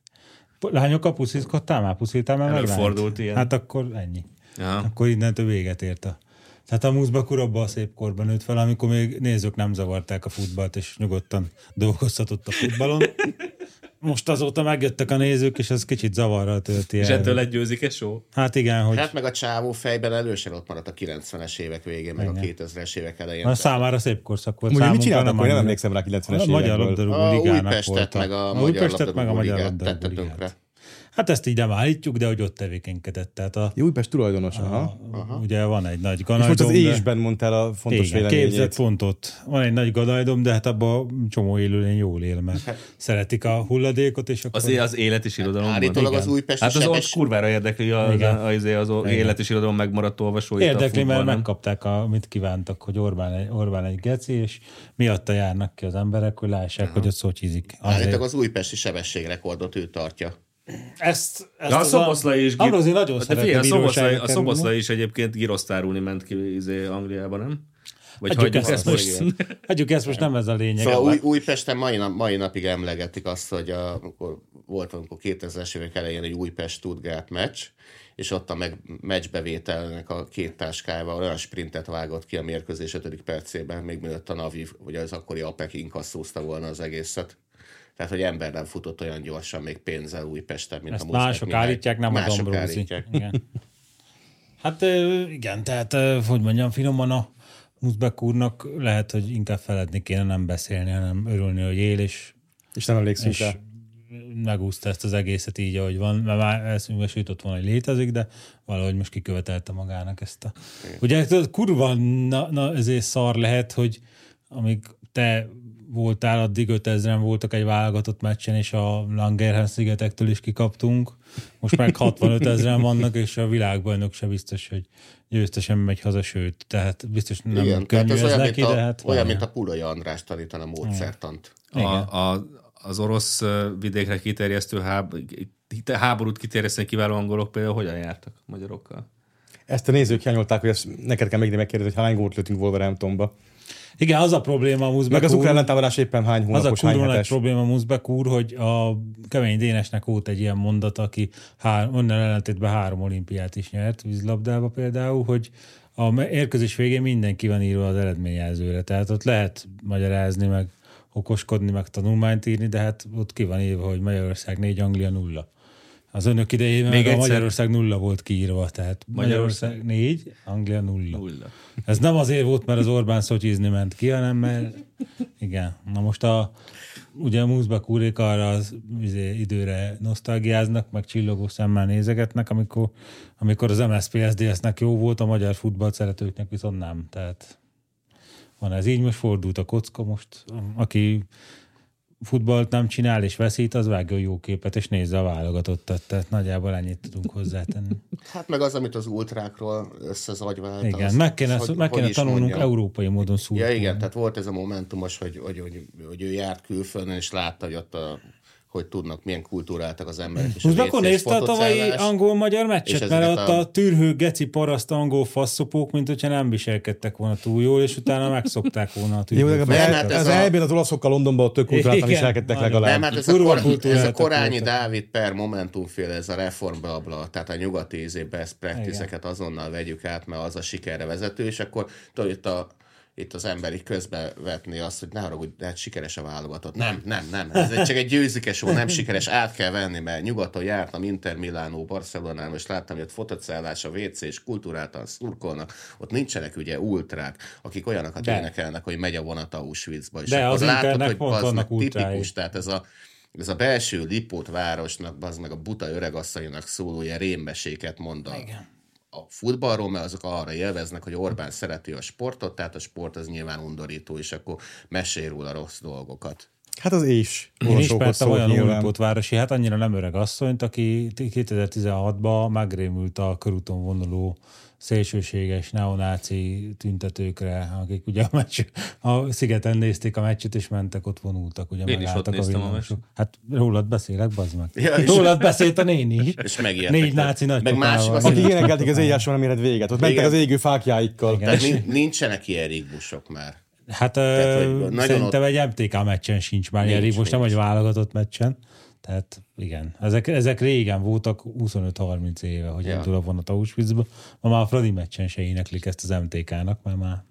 B: Lányokkal puszizkodtál már? Puszíltál már meg
A: Előfordult
B: lányt?
A: ilyen.
B: Hát akkor ennyi.
A: Ja.
B: Akkor innentől véget ért a... Tehát a Muszbakúr abban a szép korban nőtt fel, amikor még nézők nem zavarták a futballt, és nyugodtan dolgozhatott a futballon. most azóta megjöttek a nézők, és ez kicsit zavarral tölti
A: És
B: el.
A: ettől legyőzik-e só?
B: Hát igen, hogy
C: Hát meg a csávó fejben elősen ott maradt a 90-es évek végén, meg a 2000-es évek elején.
B: a számára szép korszak volt.
D: Mondjuk mit
B: számunkra
D: csináltak, hogy nem
B: annyira.
D: emlékszem rá 90-es
B: A magyar
D: évekből.
B: labdarúgó
C: A
B: ligának
C: Újpestet,
B: volt
C: meg a,
B: a
C: Magyar
B: Újpestet, meg a
C: Labdarúgó
B: magyar
C: Ligát tette
B: labdarúgó
C: tönkre.
B: ligát. Hát ezt így nem állítjuk, de hogy ott tevékenykedett. Tehát a,
D: Jó, Újpest tulajdonos, aha.
B: a, ugye van egy nagy
D: És most az
B: ganajdom, Ah, de-
D: ésben mondtál a fontos
B: igen, képzett
D: véleményét.
B: fontot. Van egy nagy ganajdom, de hát abban csomó élőlény jól él, mert
A: Hát.
B: szeretik a hulladékot, és akkor...
A: Az, az élet és irodalom
C: Állítólag
A: van,
C: az újpesti
A: Hát az ott
C: sebes-
A: kurvára érdekli az,
B: Igen.
A: az, az, az élet és irodalom megmaradt olvasóit. a
B: Érdekli, mert
A: futballban.
B: megkapták, amit kívántak, hogy Orbán egy, Orbán egy geci, és miatta járnak ki az emberek, hogy lássák, hogy ott szocsizik.
A: Hát,
B: Azért.
C: Állítólag Hát az újpesti sebességrekordot ő tartja.
B: Ezt, ezt
A: De a
B: az
A: szoboszlai is...
B: Ambrózi nagyon
A: de
B: szeretne
A: figyelj, a szoboszlai,
B: bíróságra
A: a
B: kerülni.
A: szoboszlai is egyébként girosztárulni ment ki izé, Angliába, nem? Vagy
B: Hagyjuk
A: hagyjuk
B: ezt,
A: ezt
B: most,
A: most.
B: hagyjuk ezt most, nem ez a lényeg. hát-
C: Szóval új, Újpesten mai, nap, mai napig emlegetik azt, hogy a, amikor volt amikor 2000-es évek elején egy Újpest-Stuttgart meccs, és ott a meg, meccsbevételnek a két táskájával olyan sprintet vágott ki a mérkőzés 5. percében, még mielőtt a Naviv, vagy az akkori APEC inkasszózta volna az egészet. Tehát, hogy ember nem futott olyan gyorsan még pénzzel Újpesten, mint
B: Ezt
C: a Muzsák
B: mások
C: Mihály.
B: állítják, nem az
C: mások
B: Ambrózi.
C: állítják.
B: Igen. Hát ö, igen, tehát ö, hogy mondjam, finoman a Muszbek úrnak lehet, hogy inkább feledni kéne nem beszélni, hanem örülni, hogy él, és
D: És nem emlékszünk
B: és
D: rá.
B: megúszta ezt az egészet így, ahogy van, mert már eszünkbe se jutott volna, hogy létezik, de valahogy most kikövetelte magának ezt a... Ugye tudod, kurva na, na, ezért szar lehet, hogy amíg te voltál, addig 5000-en voltak egy válogatott meccsen, és a Langerhans szigetektől is kikaptunk. Most meg 65 ezeren vannak, és a világbajnok se biztos, hogy győztesen megy haza, sőt, tehát biztos nem
C: Igen, tehát
B: könnyű ez,
C: ez olyan,
B: neki,
C: mint a,
B: de hát
C: olyan,
B: várjál.
C: mint a Pulai András tanítan a módszertant.
A: A, a, az orosz ö, vidékre kiterjesztő háb, kite- háborút kiterjeszteni kiváló angolok például hogyan jártak magyarokkal?
D: Ezt a nézők hiányolták, hogy ezt neked kell még megkérdezni, hogy hány gólt lőttünk Wolverhamptonba.
B: Igen, az a probléma a Muszbek
D: Meg az
B: úr-
D: ukrán ellentámadás éppen hány
B: Az a
D: hónapos, hány
B: kurva nagy
D: hetes.
B: probléma Muszbek úr, hogy a kemény Dénesnek volt egy ilyen mondat, aki három, onnan ellentétben három olimpiát is nyert, vízlabdába például, hogy a me- érkezés végén mindenki van írva az eredményjelzőre, tehát ott lehet magyarázni, meg okoskodni, meg tanulmányt írni, de hát ott ki van írva, hogy Magyarország 4, Anglia nulla. Az önök idejében
A: Még
B: Még a
A: egyszer?
B: Magyarország nulla volt kiírva, tehát Magyarország 4, Anglia nulla.
A: Nulla.
B: Ez nem azért volt, mert az Orbán szotyizni ment ki, hanem mert igen. Na most a, ugye a Múzbak úrék arra az izé, időre nosztalgiáznak, meg csillogó szemmel nézegetnek, amikor, amikor az MSZPSZDSZ-nek jó volt, a magyar futball szeretőknek viszont nem. Tehát van ez így, most fordult a kocka, most aki futballt nem csinál és veszít, az vágja a jó képet, és nézze a válogatottat. Tehát nagyjából ennyit tudunk hozzátenni.
C: Hát meg az, amit az ultrákról összezagyvált.
B: Igen,
C: Hát az-
B: meg kéne,
C: az hogy-
B: meg
C: hogy
B: kéne
C: is
B: tanulnunk
C: mondjam.
B: európai módon szurkolni.
C: Ja, igen, tehát volt ez a momentumos, hogy, hogy, hogy, hogy ő járt külföldön, és látta, hogy ott a, hogy tudnak, milyen kultúráltak az emberek. és a
B: Most akkor
C: WC-s
B: nézte a tavalyi
C: fotocellás.
B: angol-magyar
C: és
B: meccset,
C: ezeket
B: mert ott
C: a-
B: a tűrhő geci paraszt angol faszopók, mint hogyha nem viselkedtek volna túl jól, és utána megszokták volna a
D: Jó,
B: tűrhő.
D: legalább
C: Nem,
D: el-
C: hát ez
D: az
C: a-
D: elbén az olaszokkal Londonban ott tök kultúráltan
B: Igen,
D: viselkedtek
B: nagyon.
D: legalább.
C: Nem, hát ez
B: Kurva
C: a, kor, ez a
B: kultúráltak
C: korányi
B: voltak.
C: Dávid per momentumféle, ez a reformbabla, tehát a nyugati izé best practice-eket azonnal vegyük át, mert az a sikerre vezető, és akkor tudod, itt, a, itt az emberi közbe vetni azt, hogy ne haragudj, de hát sikeres a válogatott. Nem, nem, nem, ez egy- csak egy győzikes volt, nem sikeres, át kell venni, mert nyugaton jártam Inter Milánó, Barcelonában, és láttam, hogy ott fotocellás, a WC, és kultúráltan szurkolnak, ott nincsenek ugye ultrák, akik olyanokat
B: De.
C: énekelnek, hogy megy a vonat Auschwitzba, és
B: De
C: akkor
B: az Internek pont
C: bazd
B: vannak
C: meg,
B: ultrái.
C: tipikus is, tehát ez a, ez a belső Lipót városnak, az meg a buta öregasszonynak szóló ilyen rémbeséket mond a, a futballról, mert azok arra élveznek, hogy Orbán szereti a sportot, tehát a sport az nyilván undorító, és akkor mesél róla rossz dolgokat.
D: Hát az is.
B: Én ismertem olyan
D: nyilván.
B: Újpótvárosi, hát annyira nem öreg asszonyt, aki 2016-ban megrémült a körúton vonuló szélsőséges neonáci tüntetőkre, akik ugye a, meccs, a szigeten nézték a meccset, és mentek, ott vonultak, ugye
A: Én is ott
B: megálltak a
A: néztem a
B: villamosok. Hát rólad beszélek, bazd meg.
C: Ja, és-
B: rólad beszélt a néni is.
C: És megijedtek.
B: Négy náci nagy
C: Meg másik
B: totával.
C: az,
D: Akik énekelték az éjjel soha nem éred véget. Ott mentek
C: Igen.
D: az égő fákjáikkal.
C: Tehát nin- nincsenek ilyen rigmusok már.
B: Hát
C: Tehát, hogy
B: ö,
C: nagyon
B: szerintem egy MTK meccsen sincs már
C: Nincs,
B: Jeri, most nem
C: nincs.
B: egy válogatott meccsen. Tehát igen, ezek, ezek régen voltak 25-30 éve, hogy
C: Ja.
B: ja. a vonat Auschwitzba. Ma már a Fradi meccsen se éneklik ezt az MTK-nak, mert már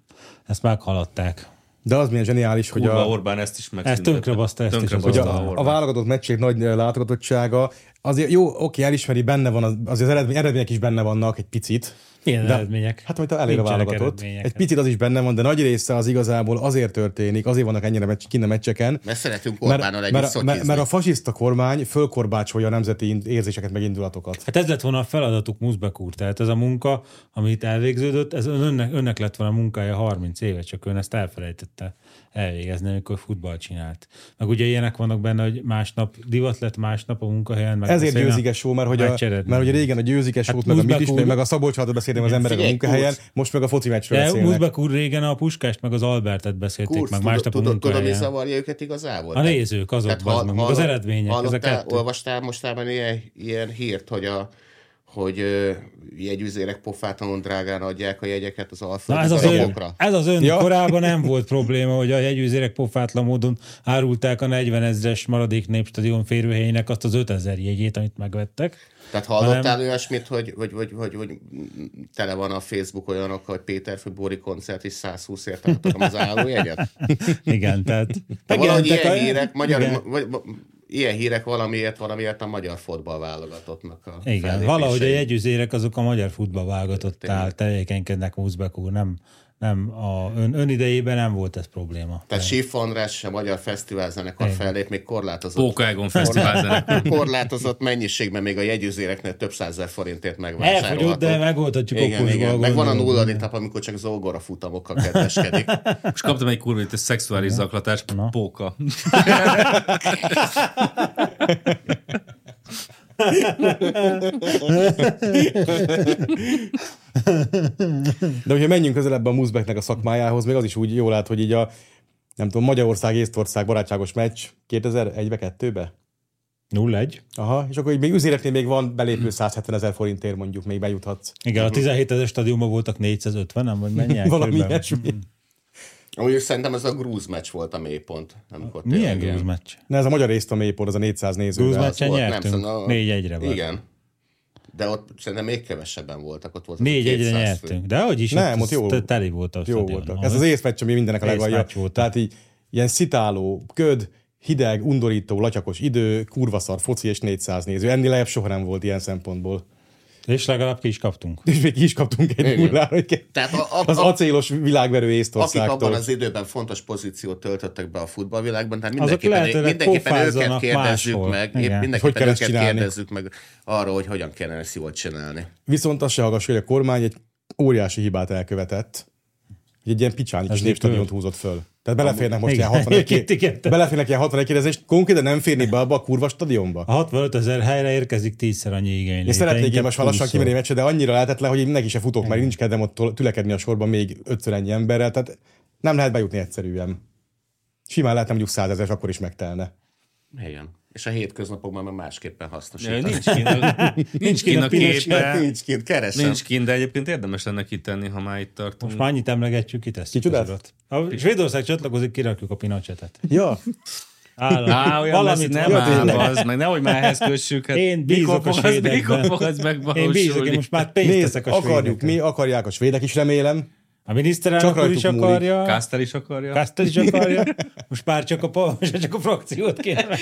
B: ezt meghaladták.
D: De az milyen zseniális, hogy
A: Kurva
D: a,
A: Orbán ezt is
B: Ez
A: megszüntette.
B: tönkre baszta ezt is.
A: Tönkre
B: az
D: hogy
A: baszta.
B: oldalt.
A: a
D: a, a
A: Orbán.
D: válogatott meccség nagy ö, látogatottsága, azért jó, oké, elismeri, benne van, az, azért az eredmény, eredmények is benne vannak egy picit.
B: Milyen
D: De-
B: eredmények?
D: Hát, amit a elég a
B: Nincsenek
D: válogatott.
B: eredmények.
D: Egy picit az is benne van, de nagy része az igazából azért történik, azért vannak ennyire meccs, kinne meccseken,
C: Mert szeretünk
D: mert,
C: Orbánnal együtt
D: mert, mert,
C: szotizni.
D: mert a fasiszta kormány fölkorbácsolja a nemzeti in- érzéseket meg indulatokat.
B: Hát ez lett volna a feladatuk Muszbek úr, tehát ez a munka, amit elvégződött, ez önnek, önnek lett volna a munkája 30 éve, csak ön ezt elfelejtette elvégezni, amikor futball csinált. Meg ugye ilyenek vannak benne, hogy másnap divat lett, másnap a munkahelyen. Meg
D: Ezért
B: beszélne-
D: győzikes show, mert hogy, a,
B: meccseredmény.
D: mert hogy régen a győzikes
B: Hát
D: hát meg a mit
B: Muzbek
D: is,
B: úr-
D: meg a Szabolcs Ádor beszéltem az emberek a
C: figyelj,
D: munkahelyen,
C: Kurz.
D: most meg a foci meccsről
B: De
D: beszélnek.
B: Muszbek úr régen a Puskást meg az Albertet beszélték
C: Kurz,
B: meg
C: tudod,
B: másnap a
C: tudod, tudod, mi
B: munkahelyen.
C: zavarja őket igazából?
B: A nézők, azok, bazd meg, meg az
C: hallott-
B: eredmények, ez a
C: hallottál,
B: kettő.
C: Olvastál mostában ilyen, ilyen hírt, hogy a hogy ö, jegyüzérek pofátlanul drágán adják a jegyeket az
B: Na,
C: alföldi
B: ez, az ön,
C: darabokra.
B: ez az ön ja.
D: Ja.
B: korában nem volt probléma, hogy a jegyőzérek pofátlan módon árulták a 40 ezres maradék népstadion férőhelyének azt az 5000 jegyét, amit megvettek.
C: Tehát hallottál
B: hanem-
C: hanem... olyasmit, hogy, hogy, hogy, hogy, hogy tele van a Facebook olyanok, hogy Péter Fibori koncert is 120-ért adtam az állójegyet?
B: Igen, tehát
C: De valahogy
B: megjelentek
C: ilyen
B: a-
C: hírek, magyar,
B: Igen.
C: ma- vagy, ma- ilyen hírek valamiért, valamiért a magyar fotballválogatottnak a
B: Igen,
C: fellépései.
B: valahogy a jegyüzérek azok a magyar futballválogatottál tevékenykednek Muszbek úr, nem, nem a, ön, ön idejében nem volt ez probléma.
C: Tehát Sif András a Magyar Fesztivál zenekar fellép, még korlátozott,
A: Póka Egon Fesztivál zenekar.
C: korlátozott mennyiségben, még a jegyőzéreknél több százezer forintért megvásárolható.
B: Elfogyott, de megoldhatjuk
C: igen, igen.
B: okosból.
C: Meg van a nulladik nap, amikor csak zógora futamokkal kedveskedik.
A: És kaptam egy kurva, itt egy szexuális zaklatás. Póka.
D: De hogyha menjünk közelebb a Muszbeknek a szakmájához, még az is úgy jól lát, hogy így a nem tudom, Magyarország-Észtország barátságos meccs 2001-be, 2-be?
B: 0-1.
D: Aha, és akkor így még üzéreknél még van belépő 170 ezer forintért mondjuk, még bejuthatsz.
B: Igen, a 17 ezer stadionban voltak 450, nem? Vagy mennyi?
D: Valami
B: körülbelül?
D: ilyesmi.
C: Amúgy szerintem ez a grúz meccs volt a mélypont. Amikor
B: Milyen
C: tényleg ilyen-
B: grúz meccs?
D: Ne, ez a magyar részt a mélypont, az a 400 néző.
B: Grúz
D: de-
B: meccsen
C: volt, nem
B: nyertünk.
C: tudom, a-
B: 4-1-re volt.
C: Igen. De ott szerintem még kevesebben voltak. Ott volt az a
B: 4 egyre
C: 200 fő.
B: nyertünk. De hogy is, ott
D: Nem, ott jó
B: te-
D: volt.
B: teli volt a
D: Jó
B: stadion.
D: voltak.
B: ahogy.
D: Ez az észmeccs, ami mindennek a
B: Észmeccs
D: legalja.
B: volt.
D: Tehát így ilyen szitáló, köd, hideg, undorító, latyakos idő, kurvaszar, foci és 400 néző. Ennél lejjebb soha nem volt ilyen szempontból.
B: És legalább ki is kaptunk.
D: És még ki is kaptunk egy
C: Igen.
D: nullára, hogy ke-
C: Tehát a- a-
D: az
C: a-
D: acélos világverő
C: Akik abban
D: Észtországtól.
C: az időben fontos pozíciót töltöttek be a futballvilágban, tehát
B: Azok
C: mindenképpen,
B: lehet, hogy
C: mindenképpen őket
B: pofázzanak
C: kérdezzük
B: máshol.
C: meg,
B: Igen.
C: épp
D: Hogy
C: mindenképpen
D: kell ezt
C: őket
D: csinálni?
C: kérdezzük meg arról, hogy hogyan kellene ezt jól csinálni.
D: Viszont azt se hallgass, hogy a kormány egy óriási hibát elkövetett, hogy egy ilyen picsányi kis
B: Ez
D: népstadiont
B: mitől?
D: húzott föl. Tehát beleférnek most
B: Igen.
D: ilyen 61
B: Igen, igen.
D: beleférnek ilyen 61 kérdezést, konkrétan nem férni be abba a kurva stadionba.
B: A 65 ezer helyre érkezik tízszer annyi igény.
D: És szeretnék én most már lassan kimenni a meccset, de annyira lehetetlen, hogy én neki se futok, mert nincs kedvem ott tol- tülekedni a sorban még ötször ennyi emberrel, tehát nem lehet bejutni egyszerűen. Simán lehetne mondjuk százezer, akkor is megtelne.
C: Igen. És a hétköznapokban már másképpen hasznosítani.
A: Nincs kint a, nincs kint a
B: piros
A: képe.
C: Nincs kint, keresem.
A: Nincs kint, de egyébként érdemes lenne kitenni, ha már itt tartunk.
B: Most már annyit emlegetjük, kitesszük
D: Kicsodát?
B: az urat. Ha Svédország csatlakozik, kirakjuk a pinocsetet.
D: Ja,
B: Állam.
A: Á, olyan
B: Valamit
A: messze nem
B: Ja,
A: áll,
B: tényleg.
A: az, meg nehogy már ehhez kössük. Hát
B: Én bízok a
A: mikor fog az- Mikor
B: svédekben.
A: fog az megvalósulni?
B: Én bízok, én most már pénzt
D: nézd,
B: teszek a
D: akarjuk
B: svédekre.
D: mi, akarják a svédek is, remélem.
B: A miniszterelnök
D: Csak
B: úr
D: rajtuk
B: is
D: múlik.
B: akarja.
A: Kászter is akarja?
B: Kasztel is akarja. Most már csak a, pa- most már csak a frakciót kéne.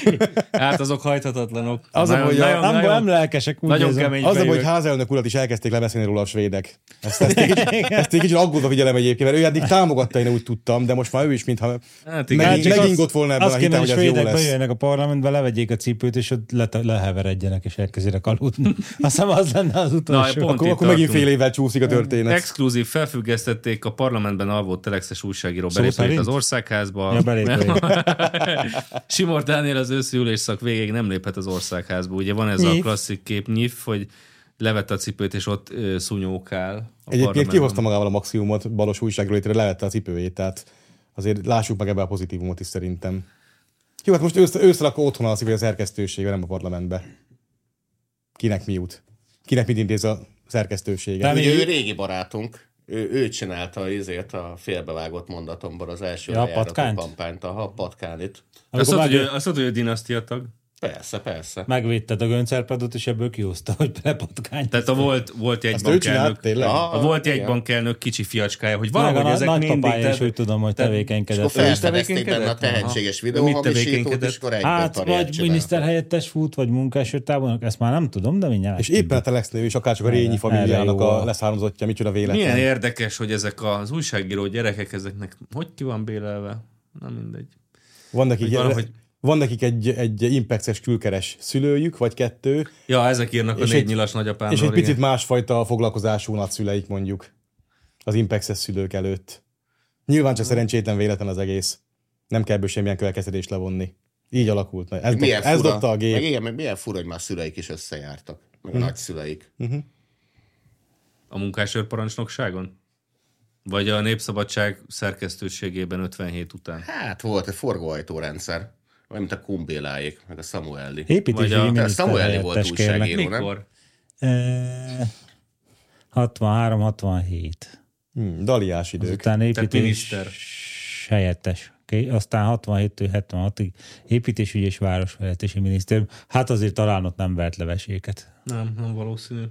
A: Hát azok hajthatatlanok.
D: Az a
A: nagyon,
D: baj, a-
A: nagyon,
B: Nem,
A: nagyon,
B: nem lelkesek. úgy
A: nagyon
B: nézem.
A: kemény
D: Az a baj, hogy
A: bejövök.
D: házelnök urat is elkezdték lebeszélni róla a svédek. Ezt, ezt, egy, kicsit, ezt egy kicsit aggódva figyelem egyébként, mert ő eddig támogatta, én úgy tudtam, de most már ő is, mintha
A: Hát igen.
D: meg,
A: Csak az-
D: megingott volna ebben a
B: Azt kéne,
D: hitem,
B: hogy
D: hogy ez jó
B: svédek
D: lesz.
B: bejönnek a parlamentbe, levegyék a cipőt, és ott le, leheveredjenek, és elkezdjenek aludni. Azt hiszem, az lenne az utolsó.
A: Na, pont
D: Akkor,
A: itt
D: akkor megint
A: tartunk.
D: fél évvel csúszik a történet.
A: Exkluzív felfüggesztették a parlamentben alvó telexes újságíró belépőjét
B: szerint?
A: az országházba.
B: Ja, belépőjét.
A: Simor Dániel az őszi ülésszak végéig nem léphet az országházba. Ugye van ez
B: Nyif.
A: a klasszik kép nyif, hogy levette a cipőt, és ott ö, szúnyókál. A
D: Egyébként
A: parlamentben.
D: kihozta magával a maximumot, balos újságról levette a cipőjét, tehát azért lássuk meg ebbe a pozitívumot is szerintem. Jó, hát most ősszel, ősszel akkor otthon alszik, vagy a szerkesztőség, nem a parlamentbe. Kinek mi jut? Kinek mit intéz a szerkesztősége?
B: Nem.
C: Ugye ő régi barátunk, ő, ő csinálta ezért a félbevágott mondatomból az első
B: Ja, a
C: lejáratú
B: patkányt?
C: kampányt, aha, a patkánit.
A: Azt
B: Amikor
A: mondta, hogy,
B: vágja-
A: ő- azt mondta, hogy ő dinasztia tag.
C: Persze, persze.
B: Megvédted a göncelpadot, és ebből kihozta, hogy belepatkány.
A: Tehát a volt, volt egy
D: Ezt ő
A: bankelnök,
D: csinált tényleg?
C: Aha.
A: a volt egy bankelnök kicsi fiacskája, hogy
B: Meg
A: valahogy
B: a
A: ezek
B: nagy
A: mindig...
B: papája
A: tehát-
B: is, hogy tudom, hogy
A: tehát-
B: tevékenykedett.
C: Akkor felfedezték
A: tevékenykedett?
C: benne a tehetséges
A: Aha. Mit
C: videóhamisítót,
A: tevékenykedett?
C: és akkor egyből
B: Hát,
C: karriert
B: vagy
C: csináltak.
B: miniszterhelyettes fut, vagy munkásőrtábornok, ezt már nem tudom, de mindjárt.
D: És éppen a Telex és akárcsak a Rényi familiának
B: erre jó.
D: a leszármazottja, micsoda véletlen.
A: Milyen érdekes, hogy ezek az újságíró gyerekek, ezeknek hogy ki van bélelve? Na mindegy.
D: Van nekik,
A: Hogy valahogy-
D: van nekik egy, egy impexes külkeres szülőjük, vagy kettő,
A: Ja, ezek írnak a
D: És
A: négy
D: egy-
A: nyilas nagyapámról.
D: és egy
A: igen.
D: picit másfajta foglalkozású nagyszüleik mondjuk az impexes szülők előtt. Nyilván csak szerencsétlen véletlen az egész. Nem kell ebből semmilyen következtetést levonni. Így alakult. Na, Ez,
C: Milyen
D: dob, ez
C: fura.
D: dobta a
C: Meg
D: gép.
C: igen, meg milyen fura, hogy már a szüleik is összejártak. Meg a nagyszüleik.
A: A munkásőrparancsnokságon? Vagy a Népszabadság szerkesztőségében 57 után?
C: Hát volt egy forgóajtórendszer. Olyan, mint a Kumbéláék, meg a Samuelli.
A: Vagy
B: Építési
A: a-
C: Samueli volt
B: miniszterhelyettes, kérlek.
C: újságíró. Jó, nem?
A: Mikor?
B: Eh, 63-67.
D: Hmm, daliás idők.
B: Azután
A: miniszter.
B: építés helyettes. Oké, Aztán 67-től 76-ig építésügyi és városfejlesztési minisztérium. Hát azért talán ott nem vert leveséket.
A: Nem, nem valószínű.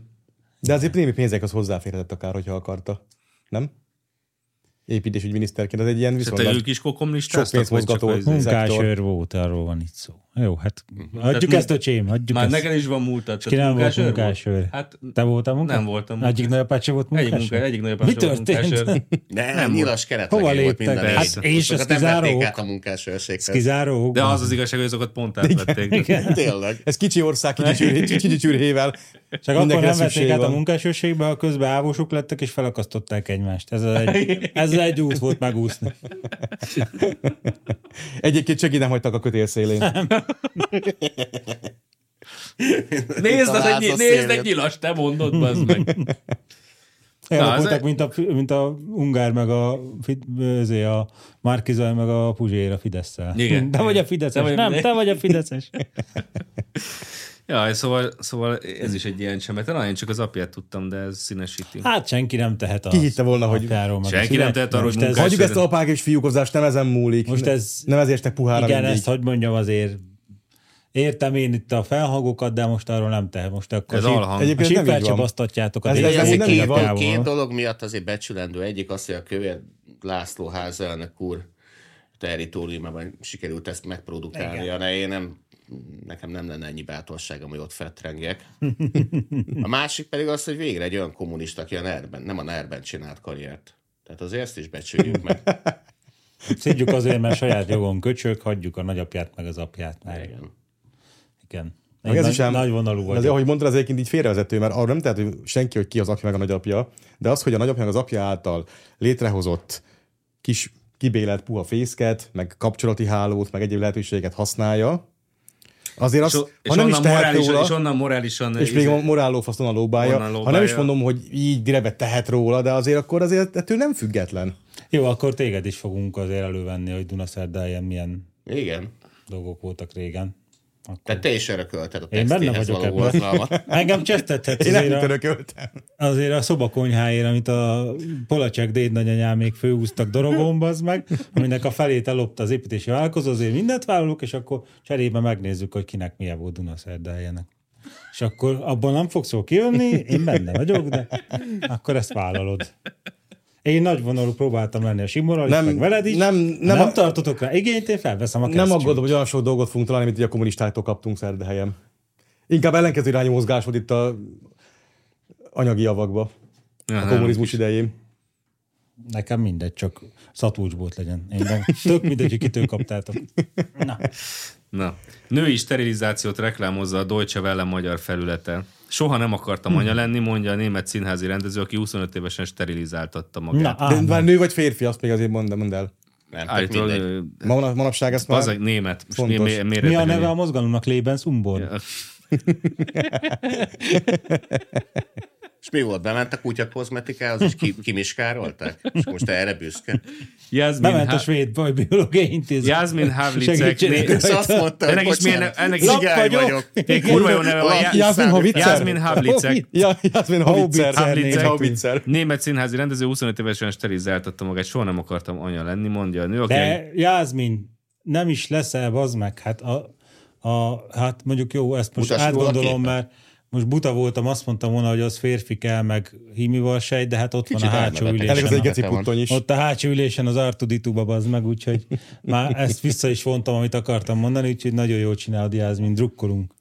D: De azért némi pénzek az hozzáférhetett akár, hogyha akarta. Nem? Építésügyi miniszterként. Ez egy ilyen
A: És te
D: viszonylag
A: ők is
D: sok
A: kokomlistáztak?
D: pénz
A: vagy csak
D: mozgató.
A: az- Mhm.
B: Munkásőr volt, arról van itt szó. Jó, hát adjuk
A: Tehát
B: ezt, öcsém, adjuk
A: Már
B: ezt.
A: neked is van múltad. csak
B: Ki nem volt
A: munkásőr
B: munkásőr?
A: Hát
B: Te voltál munkás?
A: Nem voltam munkás.
B: Egyik nagyapád se volt
A: egyik,
B: munkásőr?
A: munka, egyik nagyobb
B: Mi
A: munkásőr.
B: történt?
C: Nem, nem nyilas
B: Hova
C: keretlegény volt
B: léptek?
C: minden
A: Hát
C: rész.
B: és
C: Azokat
B: a
C: nem vették
B: kizárók.
C: át a munkásőrséghez.
B: Kizáró
A: De az az igazság, hogy azokat pont átvették.
C: Tényleg.
D: Ez kicsi ország, kicsi, csűr, kicsi csűrhével.
B: Csak akkor
D: Mindenkire
B: nem vették
D: szükség
B: át a
D: van.
B: munkásőrségbe, ha közben ávósok lettek, és felakasztották egymást. Ez egy, ez egy út volt megúszni.
D: Egyébként csak így nem hagytak a kötél szélén.
A: Nézd, az
C: Találsz
A: egy,
C: a
A: nézd
C: szélét.
A: egy nyilas, te mondod, bazd meg. Na, ez
B: Elrakoltak,
A: egy-
B: mint, a, mint a Ungár, meg a, Fi- ezé, a Márkizaj, meg a Puzsér a Fidesz-szel.
A: Igen.
B: Te vagy a
A: Igen. Te
B: Fideszes.
A: vagy a
B: nem,
A: Fidesz-
B: te vagy a Fideszes.
A: Ja, szóval, szóval
D: Mm.
A: ez is egy ilyen csemetelen, én csak az apját tudtam, de ez színesíti.
B: Hát senki nem tehet a
D: Ki hitte volna, hogy-
A: Senki nem tehet arról, hogy munkás-
D: Hagyjuk ezt a apák és fiúkozást, nem ezen múlik.
B: Most ez-
D: Nem ezért estek puhára
B: Igen,
D: mindig.
B: ezt hogy mondjam azért, értem én itt a felhangokat, de most arról nem tehet. Most akkor
A: Ez
B: síp-
A: alhang.
B: A
D: Egyébként nem így
B: sípvel
D: van.
B: csapasztatjátok a
D: Ez-
B: dél-
D: ez- ez
C: Ez
D: nem így
C: két,
D: van.
C: két dolog miatt azért becsülendő. Egyik az, hogy a kövér László házelnök úr territóriumában sikerült ezt megprodukálnia, de én nem, nekem nem lenne ennyi bátorságom, hogy ott fettrengek. A másik pedig az, hogy végre egy olyan kommunista, aki a nerben, nem a nerben csinált karriert. Tehát azért ezt is becsüljük meg.
B: Szidjuk azért, mert saját jogon köcsök, hagyjuk a nagyapját meg az apját. Már. Igen. Igen.
D: Meg ez
B: nagy,
D: is ám,
B: nagy vonalú
D: de Azért,
B: vagy.
D: ahogy mondtad, az egyébként így félrevezető, mert arra nem tehet hogy senki, hogy ki az apja meg a nagyapja, de az, hogy a nagyapja meg az apja által létrehozott kis kibélelt puha fészket, meg kapcsolati hálót, meg egyéb lehetőségeket használja, azért
A: És,
D: azt,
A: o-
D: ha
A: és,
D: nem is
A: onnan
D: tehet
A: morálisan,
D: róla,
A: és onnan morálisan... izé-
D: és még a morálófaszon a lóbája,
A: Onnan
D: ha nem is
A: lóbálja.
D: mondom, hogy így direbe tehet róla, de azért akkor azért ettől nem független.
B: Jó, akkor téged is fogunk azért elővenni, hogy Dunaszerdáján milyen
C: Igen.
B: dolgok voltak régen. Akkor.
C: Tehát te is örökölted a
B: Én benne
C: textéhez
B: vagyok
C: való
B: ebben.
C: borzalmat.
B: Engem csesztethetsz
D: Én
B: azért
D: nem
B: a,
D: törököltem.
B: azért a szobakonyháért, amit a polacsek dédnagyanyám még főúztak dorogomba, az meg, aminek a felét ellopta az építési vállalkozó, azért mindent vállalok, és akkor cserébe megnézzük, hogy kinek milyen volt Dunaszerdájának. És akkor abban nem fogsz jól kijönni, én benne vagyok, de akkor ezt vállalod. Én nagy vonalú próbáltam lenni a Simorral, nem,
D: Nem-
B: meg veled is.
D: nem- nem
B: nem, nem
D: a-
B: tartotok rá igényt, én felveszem a
D: Nem
B: kesztyűt.
D: aggódom, hogy olyan sok dolgot fogunk találni, mint ugye a kommunistáktól kaptunk szerdehelyen. Inkább ellenkező irányú mozgás volt itt a anyagi javakba, a kommunizmus idején.
B: Nekem mindegy, csak szatúcsbót legyen. Én nem, tök mindegy, hogy kitől kaptátok. Na.
A: Na. Női sterilizációt reklámozza a Deutsche Welle magyar felülete. Soha nem
D: Hm.
A: akartam anya lenni, mondja a német színházi rendező, aki 25 évesen sterilizáltatta
B: Na,
A: magát.
D: De
B: ám.
D: már nő vagy férfi, azt még azért mondd, mondd el.
C: Nem, tök
A: Állítólag,
C: mindegy.
A: ö,
D: Ma, manapság ezt
A: az
D: már...
A: egy német. Most
D: Fontos.
A: mi- mi- miért
B: Mi a
A: érdekli?
B: neve a mozgalomnak? Lében Szumbor? Ja.
C: És mi volt? Bement a kutya kozmetikához, és ki, kimiskárolták? És most te erre büszke?
A: Jasmin
B: Bement hát a
A: Ha-
B: svéd bajbiológiai intézet.
A: Jasmin Havlicek.
B: Segítsenek.
A: né-
C: És azt mondta, hogy
A: Ennek is milyen-
C: bocsánat,
A: ennek is-
C: cigány
B: Lap
C: vagyok.
A: Egy kurva jó neve van.
C: Lap-
A: Ja-
D: Jászmin
C: Számi-
D: Havlicek.
A: Jászmin Havlicek.
D: Ja, Jászmin Havlicek.
A: Havlicek.
D: Havlicek.
A: Német színházi rendező 25 évesen sterilizáltatta magát, soha nem akartam anya lenni, mondja a nő, aki
B: De Jászmin, nem is leszel, bazd meg. Hát a, a, hát mondjuk jó, ezt most
C: Mutass róla
B: átgondolom,
C: képet.
B: mert most buta voltam, azt mondtam volna, hogy az férfi kell, meg hímival sej, de hát ott van a hátsó
C: elnevetek.
D: Elég az
B: ülésen.
D: egy
B: a-
D: geci
C: van.
D: puttony is.
B: Ott a hátsó ülésen az Artuditu babaz meg, úgyhogy már ezt vissza is vontam, amit akartam mondani, úgyhogy nagyon jól csinálod, Jász, mint drukkolunk.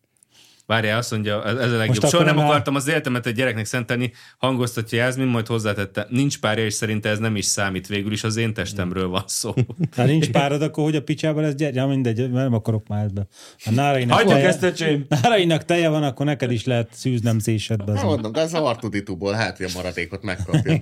A: Várjál, azt mondja, ez ez a legjobb.
B: akkor
A: Soha nem
B: már-
A: akartam az életemet egy gyereknek szentelni, hangoztatja Jászmin, majd hozzátette, nincs párja, és szerinte ez nem is számít, végül is az én testemről van szó.
B: Ha nincs párod, akkor hogy a picsába lesz gyerek? Ja, mindegy, mert nem akarok már ebbe. Ha nárainak,
A: Hagyjuk ezt, öcsém!
B: nárainak teje van, akkor neked is lehet szűznemzésedbe.
C: Nem
B: Az
C: mondom, de az Artuditúból hát, hogy a maradékot megkapja.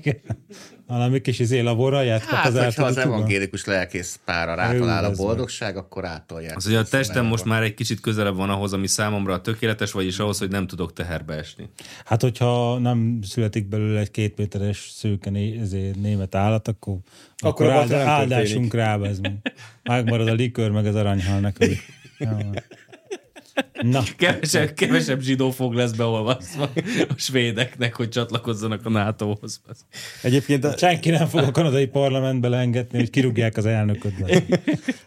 B: Valami kis izé laboraját kap
C: Hát,
B: Hát, az
C: hogyha az
B: Artuditu.
C: evangélikus lelkész pára
B: Ő,
C: rátalál a
B: ez van.
C: boldogság, akkor átolják.
A: Az, hogy a testem most már egy kicsit közelebb van ahhoz, ami számomra a tökéletes, vagyis ahhoz, hogy nem tudok teherbe esni.
B: Hát, hogyha nem születik belőle egy két méteres szőke né, ezért német állat, akkor, akkor,
D: a
B: akkor áld,
D: batra nem történik.
B: áldásunk rá, ez mi. Megmarad a likőr, meg az aranyhal nekünk. Jó van. Na,
A: Kevesebb, kevesebb zsidó fog lesz beolvaszva a svédeknek, hogy csatlakozzanak a NATO-hoz.
D: Egyébként a,
B: senki nem fog a kanadai parlamentbe lengetni, hogy kirúgják az elnököt. bazd meg.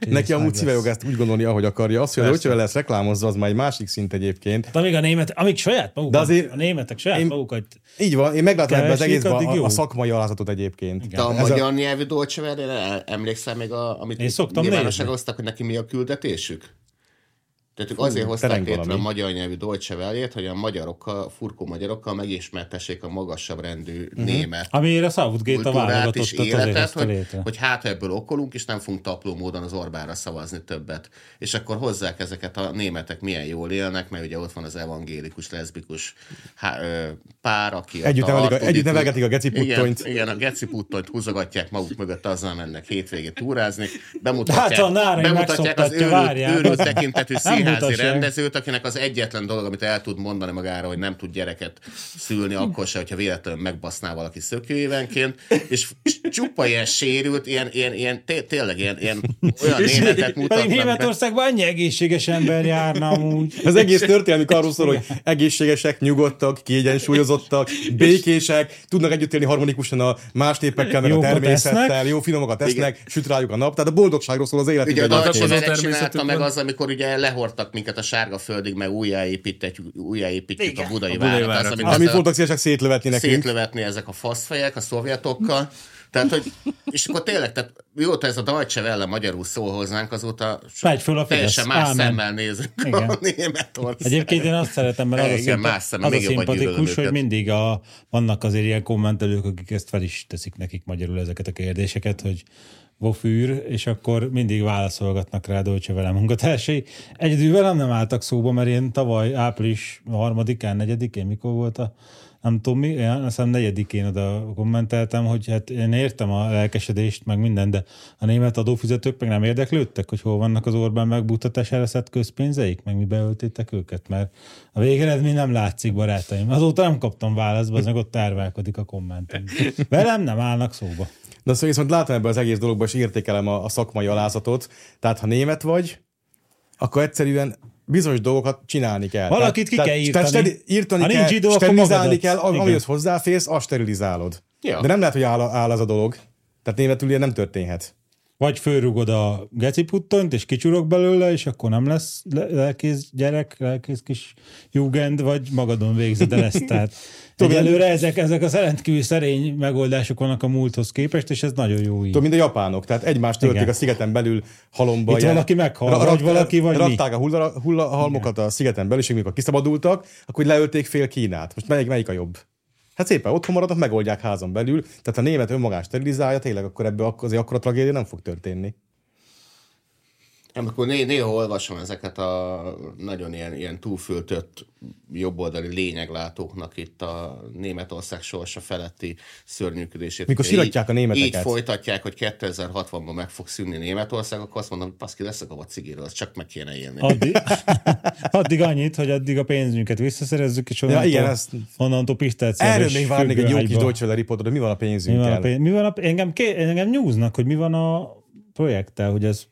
D: neki amúgy
B: lesz.
D: szívejogászt úgy gondolni, ahogy akarja. Azt, hogy a Deutsche Welle lesz reklámozza, az már egy másik szint egyébként.
B: Hát amíg a német, amíg saját magukat,
D: De azért-
B: a németek saját
D: én-
B: én... magukat,
D: Így van, én meglátom ebben az
B: Keresik,
D: egészben
B: addig
D: a,
B: jó.
D: a szakmai alázatot egyébként.
C: De a magyar a... nyelvű Dolce Welle-re emlékszel még, a, amit
B: Én szoktam
C: nyilvánosságra
B: nézni.
C: hoztak, hogy neki mi a küldetésük? Tehát ők azért hozták
D: tereng
C: létre a
D: valami.
C: magyar nyelvű Dolce Welle-t, hogy a magyarokkal, furkó magyarokkal megismertessék a magasabb rendű német
B: amire Mhm. a Southgate a
C: kultúrát és
B: válogatottat azért
C: életet,
B: hozta
C: hogy,
B: létre.
C: hogy hát ha ebből okolunk, és nem fogunk tapló módon az Orbánra szavazni többet. És akkor hozzák ezeket a németek milyen jól élnek, mert ugye ott van az evangélikus, leszbikus há, ö, pár, aki... ott
D: Együtt
C: a
D: nevelik a-
C: Artudit-
D: együtt nevelgetik a geci puttonyt.
C: Igen, igen, a geci puttonyt húzogatják maguk mögött, azzal mennek hétvégét túrázni.
B: Hát
C: Bemutatják,
B: a nárai
C: bemutatják az
B: megszoktatja,
C: őrült,
B: várják.
C: őrült tekintetű
B: Nem
C: színházi
B: mutatják.
C: rendezőt, akinek az egyetlen dolog, amit el tud mondani magára, hogy nem tud gyereket szülni, akkor se, hogyha véletlenül megbaszná valaki szökőévenként, és csupa ilyen sérült, ilyen, ilyen, ilyen té- tényleg ilyen, ilyen olyan németet
B: Pedig
C: mutatnak be.
B: Németországban annyi egészséges ember járna amúgy.
D: Az egész történelmük arról szól, hogy egészségesek, nyugodtak, kiegyensúlyozottak, békések, tudnak együtt élni harmonikusan a más népekkel, meg a
B: Jókat
D: természettel,
B: esznek.
D: jó finomakat tesznek, süt rájuk a nap. Tehát a boldogságról szól az életük.
C: Ugye a
D: egyébként.
C: Dolce Vele
A: természetük
C: csinálta
A: van.
C: meg az, amikor ugye lehortak minket a sárga földig, meg újjáépítjük, újjáépítjük a budai, a
A: budai
C: várat.
A: várat.
C: Az, amit
D: Amit
C: az a-
D: voltak szívesek szétlövetni nekünk.
C: szétlövetni ezek a faszfejek a szovjetokkal. Tehát, hogy, és akkor tényleg, tehát mióta ez a Deutsche Welle magyarul szól hozzánk, azóta so-
B: Megy föl a Fidesz.
C: teljesen más
B: Ámen.
C: szemmel nézünk
B: Igen.
C: a Németország.
B: Egyébként én azt szeretem, mert az a,
C: Igen, más
B: szimpa-
C: szeme,
B: az a
C: még jobban gyűlölöm
B: szimpatikus,
C: őket.
B: hogy mindig a, vannak azért ilyen kommentelők, akik ezt fel is teszik nekik magyarul ezeket a kérdéseket, hogy vofűr, és akkor mindig válaszolgatnak rá Dolce velem munkatársai. Egyedül velem nem álltak szóba, mert én tavaly április harmadikán, negyedikén, mikor volt a nem tudom mi, én azt hiszem negyedikén oda kommenteltem, hogy hát én értem a lelkesedést, meg minden, de a német adófizetők meg nem érdeklődtek, hogy hol vannak az Orbán megbuktatására szett közpénzeik, meg mi beöltétek őket, mert a végeredmény nem látszik, barátaim. Azóta nem kaptam választ, az meg ott tárválkodik a kommentem. Velem nem állnak szóba.
D: De azt szóval viszont látom ebben az egész dologban, és értékelem a, a szakmai alázatot. Tehát ha német vagy, akkor egyszerűen bizonyos dolgokat csinálni kell.
B: Valakit ki kell írtani.
D: steri- írtani
B: Ha
D: kell,
B: nincs idő, akkor
D: sterilizálni
B: magadat.
D: kell, am-
B: Igen.
D: amihez hozzáférsz, azt sterilizálod.
C: Ja.
D: De nem lehet, hogy áll, áll az a dolog. Tehát németül ilyen nem történhet.
B: Vagy fölrugod a geciputtont, és kicsúrok belőle, és akkor nem lesz le- lelkész gyerek, lelkész kis jugend, vagy magadon végzed el ezt. Tehát egyelőre ezek, ezek a rendkívül szerény megoldások vannak a múlthoz képest, és ez nagyon jó így.
D: Tudom, mint a japánok. Tehát egymást töltik
B: Igen.
D: a szigeten belül halomba.
B: Itt valaki meghal, vagy valaki, vagy mi?
D: Rakták a hulla, hulla halmokat a szigeten belül, és amikor kiszabadultak, akkor így leölték fél Kínát. Most melyik, melyik a jobb? Hát szépen otthon maradnak, megoldják házon belül. Tehát a német önmagát sterilizálja, tényleg akkor ebből ak- azért akkora tragédia nem fog történni.
C: Amikor né- néha olvasom ezeket a nagyon ilyen, ilyen túlfültött jobboldali lényeglátóknak itt a Németország sorsa feletti szörnyűködését.
D: Mikor
C: Ugye így-
D: siratják a németeket.
C: Így folytatják, hogy 2060-ban meg fog szűnni Németország, akkor azt mondom, hogy paszki, leszek a cigiről, az csak meg kéne élni.
B: Addig, addig annyit, hogy addig a pénzünket visszaszerezzük, és onnantól, ja,
D: igen,
B: igen,
D: ezt-
B: ezt... onnantól pistáciás
D: Erről még várnék egy jó kis Deutsche Welle riportot, hogy mi van a
B: mi van, a
D: pénzünkkel.
B: pénz, mi van a, engem, ké, engem nyúznak, hogy mi van a projekttel, hogy ez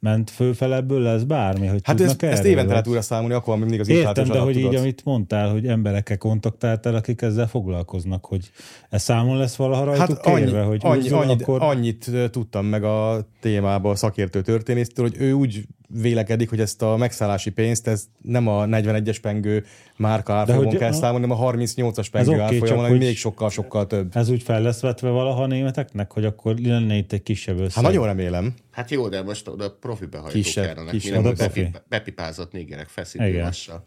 B: ment fölfele, ebből lesz bármi, hogy
D: Hát
B: tudnak
D: ezt, ezt
B: erről,
D: évente
B: vagy-
D: lehet újra számolni, akkor van mindig az
B: Értem,
D: inflációs
B: de hogy így,
D: adattudat.
B: amit mondtál, hogy emberekkel kontaktáltál, akik ezzel foglalkoznak, hogy ez számon lesz valaha
D: Hát
B: rajtuk hát
D: annyi,
B: kérve, hogy
D: annyi,
B: húzzon,
D: annyit,
B: akkor...
D: annyit ö, tudtam meg a témába a szakértő történésztől, hogy ő úgy vélekedik, hogy ezt a megszállási pénzt, ez nem a 41-es pengő márka árfolyamon
B: hogy-
D: kell
B: a-
D: számolni, hanem a 38-as
B: Ez
D: pengő
B: oké,
D: okay, árfolyamon,
B: csak
D: ami
B: hogy-
D: még sokkal-sokkal több. Hát
B: Ez úgy fel lesz vetve valaha a németeknek, hogy akkor lenne itt egy kisebb összeg.
D: Hát nagyon remélem.
C: Hát jó, de most oda profi behajtók
D: Kisebb-
C: kellene,
D: kisebb,
C: mire
B: oda
C: most
B: profi.
C: bepi- bepipázott négerek
B: Igen.
C: feszítőmással.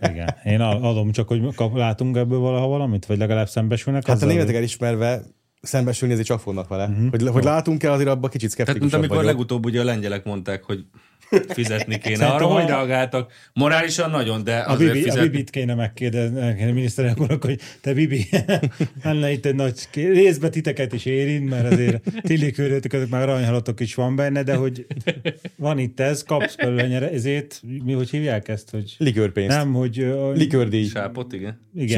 B: Igen. Én a- adom csak, hogy kap, látunk ebből valaha valamit, vagy legalább szembesülnek.
D: Hát a
B: azzal,
D: németeket
B: hogy-
D: elismerve szembesülni ezért csak fognak vele.
B: Mhm.
D: Mm-hmm. Hogy, hogy látunk-e, azért abban kicsit
A: Tehát, mint
D: szkeptikusabb
A: amikor
D: vagyok.
A: legutóbb ugye a lengyelek mondták, hogy fizetni kéne. Arra
B: Szerintem
A: hogy
B: a-
A: reagáltak? Morálisan nagyon, de
B: A,
A: azért
B: Bibi, a
A: fizetni.
B: Bibit kéne megkérdezni a miniszterelnök hogy te Bibi, lenne itt egy nagy ké- részbe titeket is érint, mert azért Tilli körülöttük, azok már aranyhalatok is van benne, de hogy van itt ez, kapsz belőle nyere, ezért mi hogy hívják ezt, hogy
D: Likőrpénzt. Nem.
B: nem, hogy ö,
D: Likőrdíj.
A: Sápot, igen.
B: igen,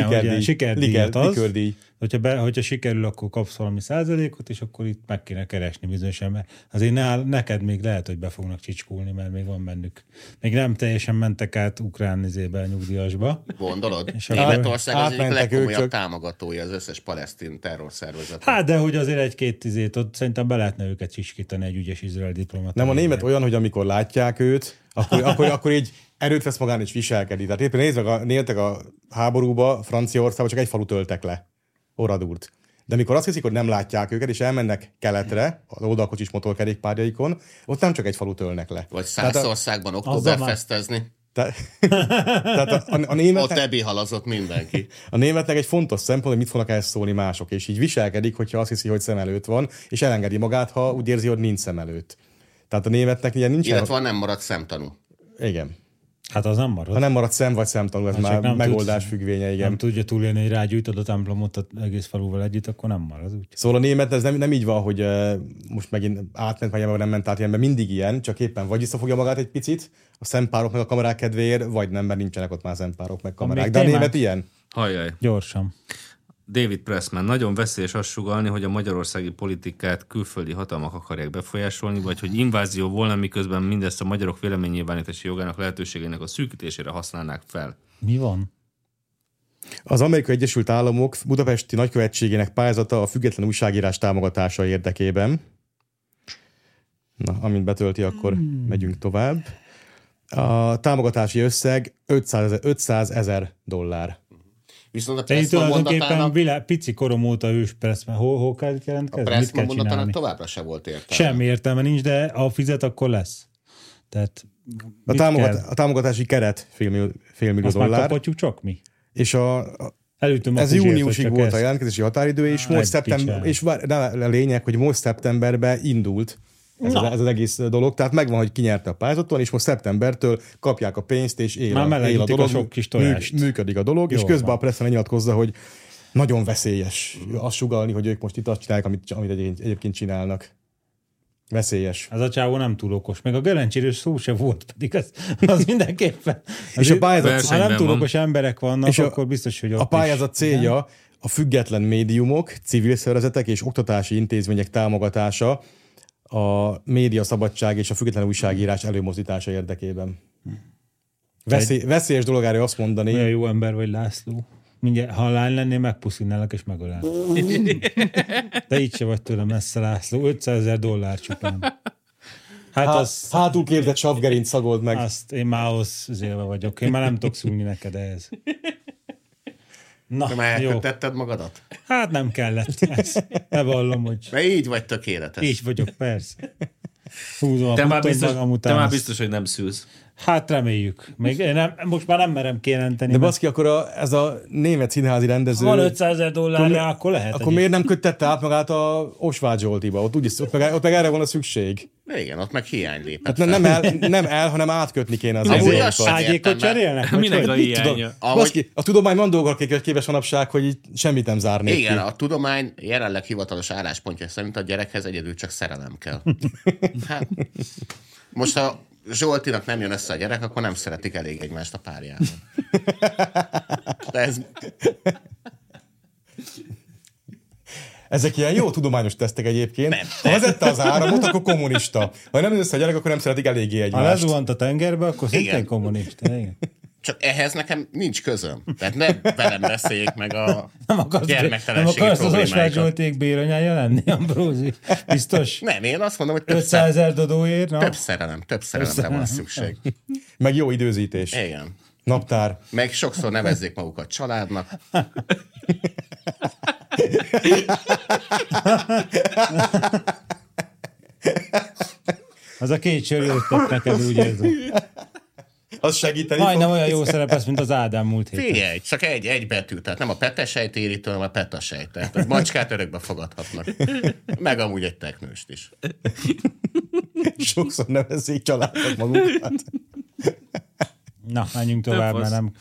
B: sikerdíj. Ugye,
D: sikerdíj.
B: sikerdíjat
D: Liker-
B: az,
D: likördíj.
B: Hogyha, be, hogyha sikerül, akkor kapsz valami százalékot, és akkor itt meg kéne keresni bizonyosan, mert azért ne, neked még lehet, hogy be fognak csicskulni, mert még van bennük. Még nem teljesen mentek át ukrán izébe, nyugdíjasba.
C: Gondolod?
B: És akkor-
C: Németország az egyik
D: Átmentek ők
C: legkomolyabb
D: csak.
C: támogatója az összes palesztin terrorszervezetnek.
B: Hát, de hogy azért egy-két tizét ott szerintem be lehetne őket csiskítani egy ügyes izrael diplomata.
D: Nem, a német olyan, hogy amikor látják őt, akkor, akkor, akkor így erőt vesz magán és viselkedik. Tehát éppen nézd meg, a, néztek a háborúba, Franciaországba csak egy falut öltek le. Oradúrt. De amikor azt hiszik, hogy nem látják őket, és elmennek keletre, az oldalkocsis motorkerékpárjaikon, ott nem csak egy falut ölnek le.
C: Vagy
D: Tehát a-
C: Szászországban
B: hát azzal már-
C: októberfesztezni.
D: Te- Tehát a, a, a,
C: Ott
D: németek,
C: ebihalazott mindenki.
D: a németnek egy fontos szempont, hogy mit fognak elszólni mások, és így viselkedik, hogyha azt hiszi, hogy szem előtt van, és elengedi magát, ha úgy érzi, hogy nincs szem előtt. Tehát a németnek ilyen nincs.
C: Illetve ha nem maradt szemtanú.
D: Igen.
B: Hát az nem marad.
D: Ha
B: Nem,
D: nem marad szem vagy szemtanú, ez
B: Hát csak
D: már
B: nem
D: megoldás
B: tudsz.
D: függvénye, igen.
B: nem tudja túlélni, hogy rágyújtod a templomot az egész faluval együtt, akkor nem marad úgy.
D: Szóval a német, ez nem, nem így van, hogy uh, most megint átment, vagy nem ment át ilyen, mert mindig ilyen, csak éppen vagy visszafogja magát egy picit, a szempárok meg a kamerák kedvéért, vagy nem, mert nincsenek ott már szempárok meg kamerák.
B: még
D: De a
B: témánk?
D: német ilyen.
A: Hajjaj.
B: Gyorsan.
A: David Pressman, nagyon veszélyes azt sugalni, hogy a magyarországi politikát külföldi hatalmak akarják befolyásolni, vagy hogy invázió volna, miközben mindezt a magyarok véleménynyilvánítási jogának lehetőségének a szűkítésére használnák fel.
B: Mi van?
D: Az Amerikai Egyesült Államok Budapesti Nagykövetségének pályázata a független újságírás támogatása érdekében. Na, amint betölti, akkor mm. megyünk tovább. A támogatási összeg 500 500 ezer dollár.
C: Viszont a
B: Te
C: Pressman
B: tulajdonképpen
C: mondatának,
B: vilá... pici korom óta ős Pressman. Hol, hol kell
C: a
B: jelentkezni? Mit
C: Pressman
B: kell
C: mondatának
B: csinálni?
C: továbbra se volt értelme.
B: Semmi értelme nincs, de ha fizet, akkor lesz. Tehát
D: A,
B: mit
D: támogat,
B: kell?
D: a támogatási keret fél, fél millió
B: Azt már
D: dollár.
B: kaphatjuk csak mi.
D: És a, a,
B: Elütöm a
D: ez
B: kuzsért,
D: júniusig
B: hogy csak
D: volt
B: ezt-
D: a jelentkezési határidő, és
B: Á,
D: most
B: egy
D: szeptember,
B: picsára.
D: és vár, de a lényeg, hogy most szeptemberben indult ez, az, ez az egész dolog, tehát megvan, hogy kinyerte a pályázaton, és most szeptembertől kapják a pénzt, és él,
B: Már
D: a, él a
B: melegítik a
D: dolog,
B: sok kis tojást.
D: működik a dolog, Jó, és
B: Jól
D: közben
B: van.
D: a Pressman nyilatkozza, hogy nagyon veszélyes azt sugalni, hogy ők most itt azt csinálják, amit, amit egy- egyébként csinálnak. Veszélyes.
B: Ez a csávó nem túl okos. Meg a gerencséről szó se volt, pedig az, az mindenképpen. Az
D: És a pályázat
B: ha nem
A: Versenyben
B: túl
A: van.
B: okos emberek vannak,
D: És
B: és
D: a-
B: akkor biztos, hogy ott
D: A pályázat célja a független médiumok, civil szervezetek és oktatási intézmények támogatása a média szabadság és a független újságírás előmozdítása érdekében. Veszély, veszélyes dolog erre azt
B: is. Olyan
D: mondani, hát
B: jó ember vagy László. Mindjárt, ha lány lennél, megpuszinnálak és megölelek. De így se vagy tőle messze, László. 500 ezer dollár csupán. Hát
D: hát,
B: azt,
D: hátul képzett savgerint szagold meg.
B: azt én már ahhoz zélve vagyok. Én már nem tudok szülni neked ehhez. Na,
C: Nem
B: jó.
C: elkötetted magadat?
B: Hát nem kellett. Ezt bevallom, hogy
C: Mert így vagy tökéletes.
B: így vagyok, persze. Húzom a
A: Te már,
B: puttot
A: biztos,
B: magam után,
A: te már
B: azt-
A: biztos, hogy nem szűz.
B: Hát reméljük. Még én nem, most már nem merem kijelenteni.
D: De
B: mert
D: baszki, akkor a, ez a német színházi rendező...
B: ha van 500 ezer
D: Akkor mi-
B: dollárja, akkor lehet.
D: Akkor miért nem köttette át magát a Osvágy Zsoltiba? Ott, úgy, ott, meg, ott meg erre van a szükség.
C: Igen, ott meg hiány lépett.
D: Hát nem, nem, el, nem el, hanem átkötni kéne az
C: Amúgy
D: izékat.
C: az se
B: Ágyékot
C: értem, mert-
B: cserélnek? vagy
A: Minek
B: hogy?
A: a
B: Mit tudom?
A: hiánya?
C: Ahogy-
D: Baszki, a tudomány van dolgok, akik képes manapság, hogy így semmit nem zárnék
C: Igen,
D: ki.
C: a tudomány jelenleg hivatalos álláspontja szerint a gyerekhez egyedül csak szerelem kell. Hát, most ha Zsoltinak nem jön össze a gyerek, akkor nem szeretik elég egymást a párjában. De ez,
D: Ezek ilyen jó tudományos tesztek egyébként. Ha vezette az áramot, akkor kommunista. Ha nem össze a gyerek, akkor nem szeretik eléggé
B: Ha
D: egymást.
B: lezuhant a tengerbe, akkor szintén
C: Igen.
B: kommunista. Igen.
C: csak ehhez nekem nincs közöm. Tehát nem velem beszéljék meg a
B: Nem akarsz, nem
C: gyermektelenségi
B: akarsz az Osvágy
C: problémáikat.
B: Zsolték béranyája lenni, Ambrózi? Biztos?
C: Nem, én azt mondom, hogy több,
B: 500
C: szer,
B: ezer dodóért? Na,
C: több szerelem, több szerelemre van szükség.
D: Meg jó időzítés.
C: Igen.
D: Naptár.
C: Meg sokszor nevezzék magukat családnak.
B: az a két sör jót tett neked, úgy érzem.
D: Az segíteni
B: Majdnem olyan jó szerep lesz, mint az Ádám múlt héten.
C: Figyelj, csak egy, egy betű, tehát nem a petesejt érítő, hanem a petasejt. Tehát a macskát örökbe fogadhatnak. Meg amúgy egy teknőst is.
D: Sokszor nevezzék családnak magukat.
B: Na, menjünk tovább, mert nem.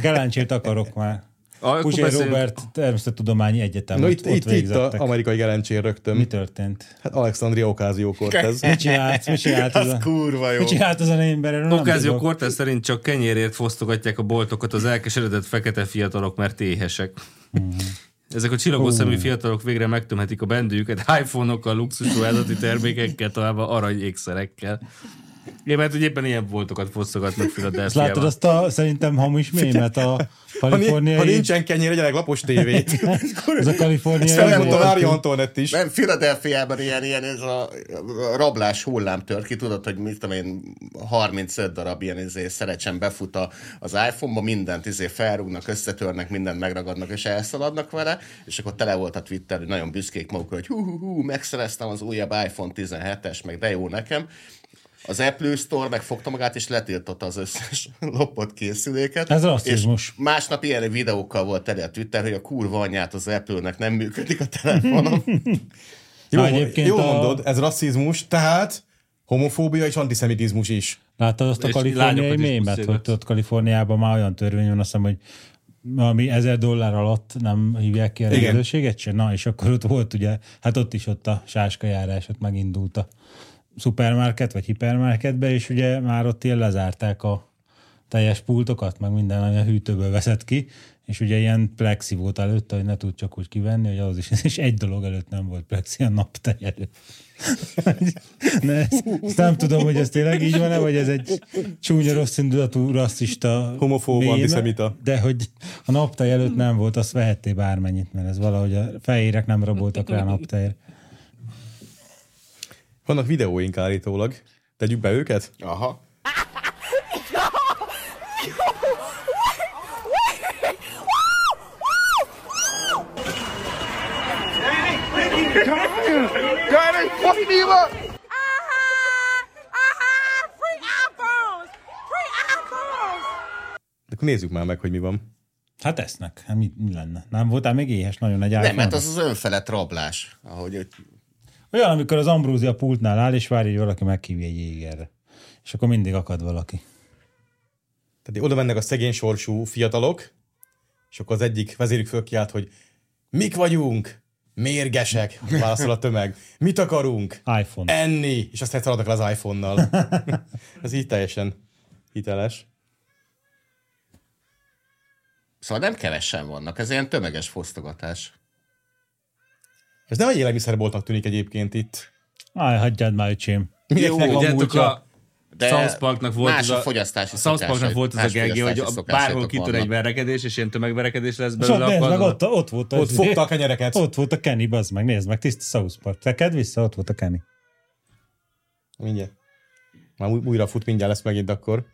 B: Geláncsért akarok már.
A: Ah, akkor
B: Puzsér
A: beszéljünk.
B: Robert Természettudományi Egyetem.
D: Na
B: ott-
D: itt,
B: ott
D: itt, itt a
B: végzettek.
D: amerikai gelencsér
B: Mi
D: rögtön.
B: történt?
D: Hát Alexandria Ocasio Cortez.
B: Mit csinált? Mit csinált az, a...
C: kurva jó.
B: Mit csinált az a ember? Erről nem
A: Okázió
B: tudok.
A: Cortez szerint csak kenyérért fosztogatják a boltokat az elkeseredett fekete fiatalok, mert éhesek.
B: Mhm.
A: Ezek a csillogó szemű fiatalok végre megtömhetik a bendőjüket iPhone-okkal, luxusruházati termékekkel, találva arany ékszerekkel. Igen, mert hogy éppen ilyen boltokat fosztogatnak
B: Azt látod
A: Philadelphiában.
B: azt a szerintem hamis mémet a
D: Ha, ni- ha
B: kaliforniai...
D: nincsen kenyér, legyenek lapos tévét.
B: Az a
D: Ezt
B: kaliforniai...
D: felmondta Mária Antoinett is.
C: Nem, Filadelfiában ilyen, ilyen ez a rablás hullám tör ki, tudod, hogy mit tudom én, 35 darab ilyen izé, szerecsen befut a, az iPhone-ba, mindent izé felrúgnak, összetörnek, mindent megragadnak és elszaladnak vele, és akkor tele volt a Twitter, hogy nagyon büszkék magukra, hogy hú, hú, hú, megszereztem az újabb iPhone 17-es, meg de jó nekem. Az Apple Store megfogta magát, és letiltotta az összes lopott készüléket.
B: Ez
C: és
B: rasszizmus.
C: másnap ilyen videókkal volt tele a Twitter, hogy a kurva anyját az Apple-nek nem működik a telefonom.
D: Jó,
B: Na, egyébként
D: jól
B: a-
D: mondod, ez rasszizmus, tehát homofóbia és antiszemitizmus is.
B: Láttad azt a
A: És
B: kaliforniai
A: lányokat is
B: mémet,
A: puszilgat.
B: hogy ott Kaliforniában már olyan törvény van, azt hiszem, hogy ami ezer dollár alatt nem hívják ki a
D: Igen.
B: rendőrséget se? Na, és akkor ott volt ugye, hát ott is ott a sáskajárás, ott megindult a szupermarket vagy hipermarketbe, és ugye már ott ilyen lezárták a teljes pultokat, meg minden, ami a hűtőből veszett ki, és ugye ilyen plexi volt előtte, hogy ne tud csak úgy kivenni, hogy az is, és egy dolog előtt nem volt plexi a nap előtt. Ne, ezt, ezt nem tudom, hogy ez tényleg így van-e, vagy ez egy csúnya rossz indulatú, rasszista
D: Homofób,
B: mém,
D: antiszemita.
B: De hogy a naptej előtt nem volt, azt vehettél bármennyit, mert ez valahogy a fehérek nem raboltak rá a naptejre.
D: Vannak videóink állítólag. Tegyük be őket?
C: Aha.
E: Uh-huh. Uh-huh. Free iPhones. Free iPhones.
D: De akkor nézzük már meg, hogy mi van.
B: Hát esznek, hát mi, mi lenne? Nem voltál még éhes nagyon egy
C: Hát Nem, mert
B: iPhone-ra?
C: az az önfelett rablás, ahogy őt-
B: Olyan, amikor az Ambrózia pultnál áll, és várja, hogy valaki meghívja egy égerre. És akkor mindig akad valaki.
D: Tehát oda mennek a szegény sorsú fiatalok, és akkor az egyik vezérük fölkiált, hogy mik vagyunk? Mérgesek, válaszol a tömeg. Mit akarunk?
B: iPhone.
D: Enni! És aztán szaladnak el az iPhone-nal. Ez így teljesen hiteles.
C: Szóval nem kevesen vannak, ez ilyen tömeges fosztogatás.
D: Ez nem egy élelmiszerboltnak tűnik egyébként itt.
B: Áj, hagyjad már, öcsém.
D: Mindenkinek van
A: Tudjátok,
D: múltja.
A: a South Parknak volt
C: más
A: az
C: a,
A: a-
C: fogyasztási
A: South Parknak
C: szokásai-
A: volt az a
C: más
A: gegje, hogy
C: fogyasztási
A: a- bárhol
C: szokásaik
A: kitör
C: vannak.
A: egy verekedés, és ilyen tömegverekedés lesz
B: És ott,
A: belőle,
B: nézd
A: akkor
B: meg,
A: azon-
B: ott, ott volt a...
D: Ott fogta a kenyereket.
B: Ott volt a Kenny, bazd meg, nézd meg, tiszta South Park. Teked vissza, ott volt a Kenny.
D: Mindjárt. Már új- újra fut, mindjárt lesz megint akkor.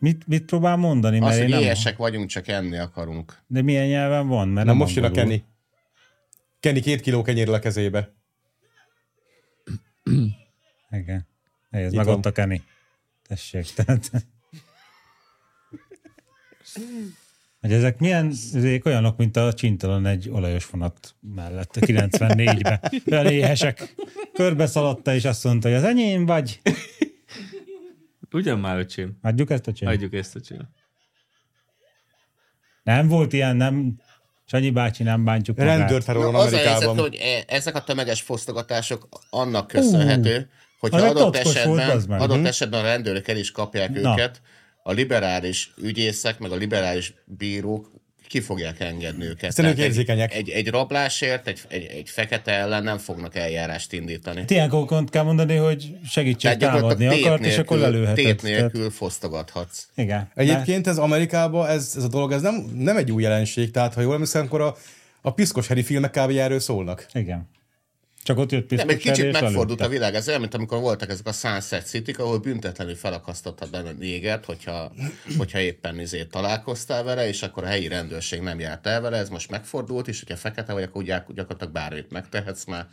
B: Mit, mit próbál mondani? Mert
C: Az,
B: én
C: hogy
B: nem,
C: éhesek vagyunk, csak enni akarunk.
B: De milyen nyelven van? Mert
D: Na
B: nem
D: most jön a
B: angolul.
D: Kenny. Kenny két kiló kenyérrel a kezébe.
B: Igen. Nézd
D: Itt
B: meg
D: van.
B: ott a Kenny. Tessék, tehát... Hogy ezek milyen ezek olyanok, mint a csintalan egy olajos vonat mellett a 94-ben. Olyan éhesek. Körbe szaladta, és azt mondta, hogy az enyém vagy.
A: Ugyan már, öcsém.
B: Adjuk ezt a csinálni?
A: Hagyjuk ezt, öcsém.
B: Nem volt ilyen, nem... Sanyi bácsi, nem bántjuk
D: Rendőr
B: magát.
D: terroron
C: az a helyzet,
D: Amerikában.
C: hogy e- ezek a tömeges fosztogatások annak köszönhető, hogyha
B: az egy
C: adott
B: tacskos volt,
C: esetben,
B: az meg. Mhm.
C: adott esetben a rendőrök el is kapják
B: Na.
C: őket, a liberális ügyészek, meg a liberális bírók ki fogják engedni őket.
D: Hiszen ők
C: Tehát egy,
D: érzékenyek.
C: egy, egy rablásért, egy, egy, egy fekete ellen nem fognak eljárást indítani.
B: Ilyenkor kell mondani, hogy segítség támadni
C: gyakorlatilag tét
B: akart, és akkor lelőhetett. Tehát-
C: Tét nélkül fosztogathatsz.
B: Igen.
D: Egyébként ez Amerikában, ez, ez a dolog, ez nem, nem egy új jelenség, tehát ha jól emlékszem, akkor a, a piszkos heri filmek kb. erről szólnak.
B: Már- Igen. Csak ott jött
C: Nem, egy
B: piszkos elő,
C: kicsit
B: és
C: megfordult a
B: lelőtte.
C: világ. Ez olyan, mint amikor voltak ezek a Sunset city ahol büntetlenül felakasztottad benne a négert, hogyha, hogyha éppen izé találkoztál vele, és akkor a helyi rendőrség nem járt el vele. Ez most megfordult, és hogyha fekete vagy, akkor gyák- gyakorlatilag bármit megtehetsz már.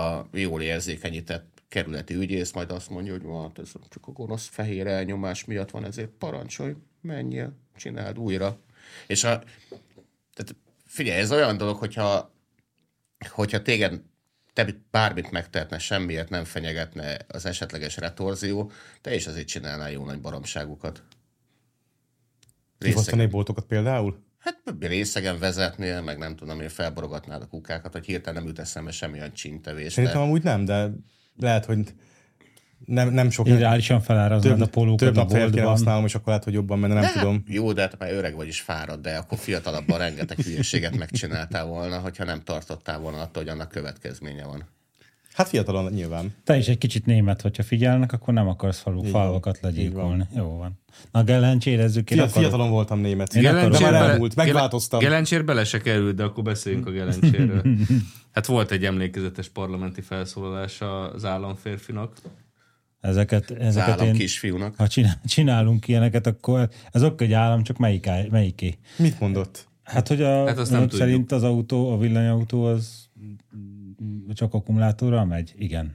C: A jól érzékenyített kerületi ügyész majd azt mondja, hogy hát ez csak a gonosz fehér elnyomás miatt van, ezért parancsolj, menjél, csináld újra. És a, tehát figyelj, ez olyan dolog, hogyha hogyha téged te bármit megtehetne, semmiért nem fenyegetne az esetleges retorzió, te is azért csinálnál jó nagy baromságukat. Részegen,
D: Kifosztanék boltokat például?
C: hát részegen vezetnél, meg nem tudom én, felborogatnád a kukákat, hogy hirtelen nem jut eszembe semmilyen csintevés.
D: Szerintem
C: De...
D: amúgy nem, de lehet, hogy nem, nem sok.
B: Irreálisan feláraznád a
D: több
B: pólókat a
D: nap helyet kéne
B: boltban.
D: használnom, és akkor lehet, hogy jobban menne, nem tudom.
C: Jó, de hát már öreg vagy is fárad, de akkor fiatalabban rengeteg hülyeséget megcsináltál volna, hogyha nem tartottál volna attól, hogy annak következménye van.
D: Hát fiatalon nyilván.
B: Te is egy kicsit német, hogyha figyelnek, akkor nem akarsz falu, falvakat legyilkolni. Jó van. Na, Gellencs érezzük, én
D: Fiat,
B: akarok.
D: fiatalon voltam német.
B: Én
D: De
B: akarok.
D: már
B: Gelencsér-
D: elmúlt, megváltoztam.
A: Gele- Gelencsér bele se került, de akkor beszéljünk a Gelencsérről. Hát volt egy emlékezetes parlamenti felszólalása az államférfinak.
B: Ezeket,
C: Az
B: ezeket
C: állam
B: én,
C: kisfiúnak.
B: ha csinál, csinálunk ilyeneket, akkor ez ok, hogy állam, csak melyik, áll- melyiké.
D: Mit mondott?
B: Hát, hogy a
A: Hát azt nem
B: önök
A: tudjuk.
B: szerint az autó, a villanyautó az mm, csak akkumulátorral megy? Igen.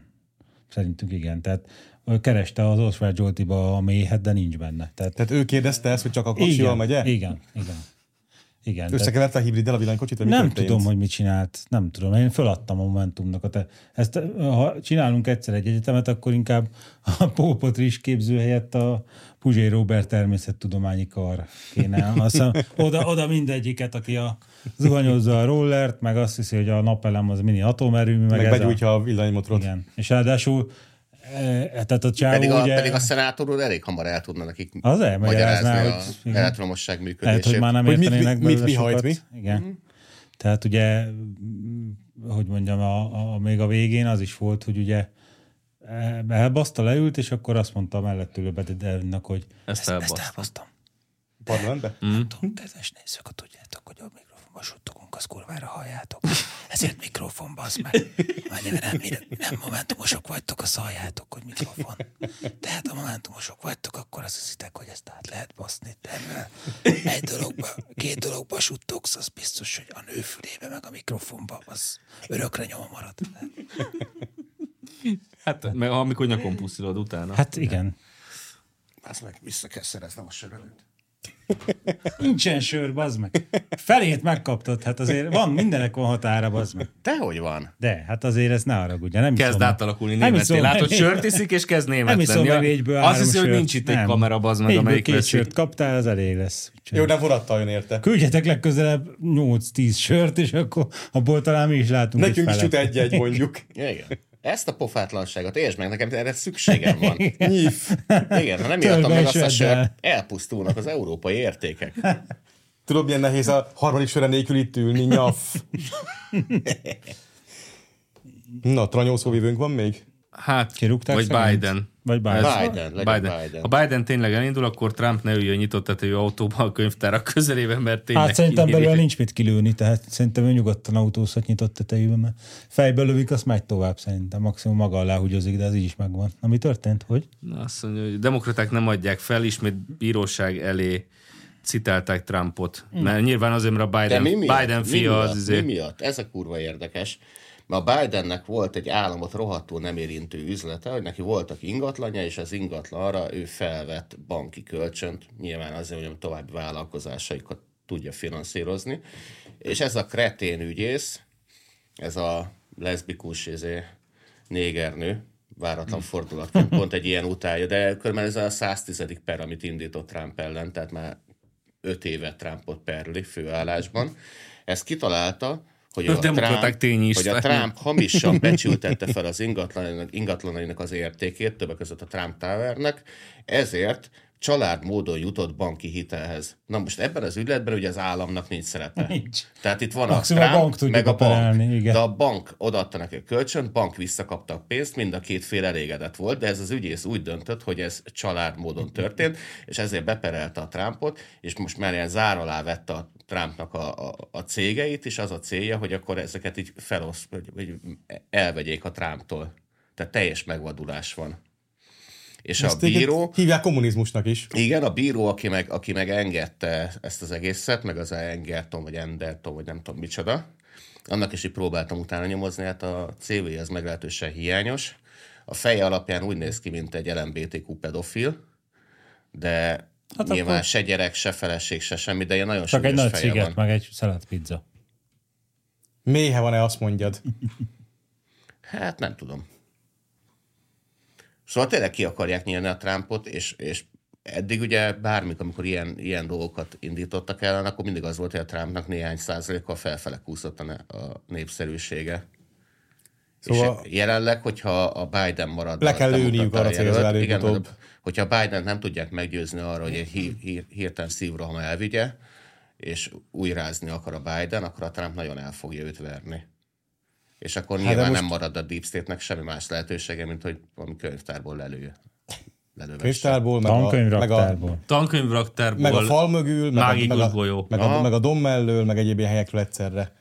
B: Szerintünk igen. Tehát ő kereste az Oswald Zsoltiba a méhet, de nincs benne. Tehát,
D: Tehát ő kérdezte ezt, hogy csak a kocsival megy -e?
B: igen, igen. igen tehát
D: Összekeverte a hibriddel a villanykocsit? vagy mi
B: nem
D: történt?
B: tudom, hogy mit csinált. Nem tudom. Én föladtam a Momentumnak. A te... Ezt, ha csinálunk egyszer egy egyetemet, akkor inkább a Pópotris képző helyett a Puzsé Robert természettudományi kar kéne. Aztán oda, oda mindegyiket, aki a zuhanyozza a rollert, meg azt hiszi, hogy a napelem az mini atomerőmű, meg,
D: Meg
B: ez a...
D: begyújtja a villanymotort.
B: Igen. És ráadásul e, tehát a csávó
C: Pedig a,
B: ugye...
C: pedig a szenátor úr elég hamar el tudna nekik
B: Az elmagyarázná,
C: magyarázni a
B: hogy- igen.
C: elektromosság működését.
B: Lehet, hogy már nem
D: Hogy mit-
B: értenének
D: mit- mit
B: belőle
D: vihajt
B: sokat. Igen.
A: Mhm.
B: Tehát ugye, mm, hogy mondjam, a, a, még a végén az is volt, hogy ugye eh, elbaszta, leült, és akkor azt mondta a mellett ülő Bededelnak, hogy
A: Ezt elbaszt.
B: elbasztam.
D: Parlamentbe?
C: Mm.
B: Nem tudom, kedves nézők, ha tudjátok, hogy a mikrofonba suttogunk, az kurvára halljátok. Ezért mikrofon, bassz meg. Annyira nem, mire- nem momentumosok vagytok, azt halljátok, hogy mikrofon. Tehát ha momentumosok vagytok, akkor azt hiszitek, hogy ezt át lehet baszni. De mivel egy dologba, két dologba suttogsz, az biztos, hogy a nő fülébe meg a mikrofonba, az örökre nyoma marad.
A: Hát, meg amikor nyakon puszilod utána.
B: Hát igen.
C: Azt meg vissza kell szereznem a sörölőt.
B: Nincsen sör, bazd meg. Felét megkaptad, hát azért van, mindenek van határa, bazd meg.
C: Dehogy van.
B: De, hát azért ezt ne haragudj, nem
A: Kezd
B: iszom meg.
A: átalakulni
B: Nem
A: németé.
B: iszom meg.
A: Látod, sört iszik, és kezd német
B: Nem iszom
A: lenni.
B: meg négyből
A: Azt
B: három
A: hiszi, hogy
B: sört.
A: nincs itt egy
B: Nem.
A: kamera, az meg,
B: Négyből
A: amelyik
B: két
A: veszi.
B: sört kaptál, az elég lesz. Úgyhogy
D: Jó, de forradtal jön érte.
B: Küldjetek legközelebb 8-10 sört, és akkor abból talán mi is látunk
D: Nekünk is
B: felet.
D: jut egy-egy mondjuk.
C: Igen. Ezt a pofátlanságot értsd meg nekem, erre szükségem van.
D: Nyif.
C: Igen, ha nem
B: Törbe
C: írtam meg azt a
B: esed, de-
C: sört, elpusztulnak az európai értékek.
D: Tudod, milyen nehéz a harmadik sörre nélkül itt ülni, nyaf. Na, tranyó szóvivőnk van még?
A: Hát,
B: Kirúgták
A: vagy
B: szerint?
A: Biden.
B: Vagy Biden.
A: Ez-
C: Biden, legyen Biden.
A: Ha Biden tényleg elindul, akkor Trump ne üljön nyitott tetejű autóba a könyvtárak közelébe, mert tényleg
B: Hát szerintem
A: kiméri.
B: belőle nincs mit kilőni, tehát szerintem ő nyugodtan autózhat nyitott tetejében, mert fejbe lövik, azt megy tovább szerintem. Maximum maga alá húgyozik, de az így is megvan. Na mi történt, hogy?
A: Na, Azt mondja, hogy demokraták nem adják fel, ismét bíróság elé citálták Trumpot.
D: Hmm.
A: Mert nyilván azért, mert a
C: De
A: Biden,
C: mi miatt?
A: Biden
C: mi
A: fia
C: miatt?
A: az izé.
C: Mi miatt? Ez a kurva érdekes. Mert a Bidennek volt egy államot rohadtul nem érintő üzlete, hogy neki voltak ingatlanja, és az ingatlanra ő felvett banki kölcsönt, nyilván azért, hogy további vállalkozásaikat tudja finanszírozni. És ez a kretén ügyész, ez a leszbikus izé, négernő, váratlan fordulatként pont egy ilyen utálja, de körülbelül ez a 110. per, amit indított Trump ellen, tehát már öt éve Trumpot perli főállásban. Ezt kitalálta, hogy
A: A
C: a,
A: demokraták
C: Trump,
A: tényi
C: hogy
A: István.
C: a Trump hamisan becsültette fel az ingatlanainak, ingatlanainak az értékét, többek között a Trump Towernek, ezért család módon jutott banki hitelhez. Na most ebben az ügyletben ugye az államnak nincs szerepe.
B: Nincs.
C: Tehát itt van
B: Maximum a
C: Trump,
B: bank tudja
C: meg a bank.
B: beperelni, igen.
C: De a bank odaadta nekik kölcsönt, bank visszakaptak pénzt, mind a két fél elégedett volt, de ez az ügyész úgy döntött, hogy ez család módon történt, és ezért beperelte a Trumpot, és most már ilyen zár alá vette a Trumpnak a, a, a cégeit, és az a célja, hogy akkor ezeket így felosz, vagy, vagy elvegyék a Trumptól. Tehát teljes megvadulás van. És a
D: Ezt téged
C: bíró...
D: Hívják kommunizmusnak is.
C: Igen, a bíró, aki meg, aki meg engedte ezt az egészet, meg az Engerton, vagy Enderton, vagy nem tudom micsoda, annak is így próbáltam utána nyomozni, hát a CV az meglehetősen hiányos. A feje alapján úgy néz ki, mint egy LMBTQ pedofil, de hát
B: Hát
C: nyilván
B: akkor-
C: se gyerek, se feleség, se semmi, de ilyen nagyon
B: Csak egy
C: súlyos
B: nagy
C: feje
B: sziget,
C: van.
B: meg egy szelet pizza.
D: Méhe van-e, azt mondjad.
C: Hát nem tudom. Szóval tényleg ki akarják nyílni a Trumpot, és, és eddig ugye bármik, amikor ilyen, ilyen dolgokat indítottak ellen, akkor mindig az volt, hogy a Trumpnak néhány százalékkal felfele kúszott a, ne- a népszerűsége. Szóval
D: Szóval-
C: és jelenleg, hogyha a Biden marad...
D: Le
C: a
D: kell
C: demokrata
D: lőniük arra célra
C: jelölt,
D: előbb-utóbb.
C: igen, meg a- Hogyha Biden nem tudják meggyőzni arra, hogy egy hír, hír, hirtelen szívroham elvigye, és újrázni akar a Biden, akkor a Trump nagyon el fogja őt verni. És akkor
D: Hát de
C: nyilván most...
D: most-
C: nem marad a Deep State-nek semmi más lehetősége, mint hogy valami könyvtárból lelő. lelövesse.
D: Könyvtárból, meg a, meg a,
B: Tankönyvraktárból.
A: Tankönyvraktárból.
D: meg a fal mögül, meg a,
A: Mágikus
D: meg, a,
A: golyó.
D: meg, a, meg a dom mellől, meg egyéb ilyen helyekről egyszerre.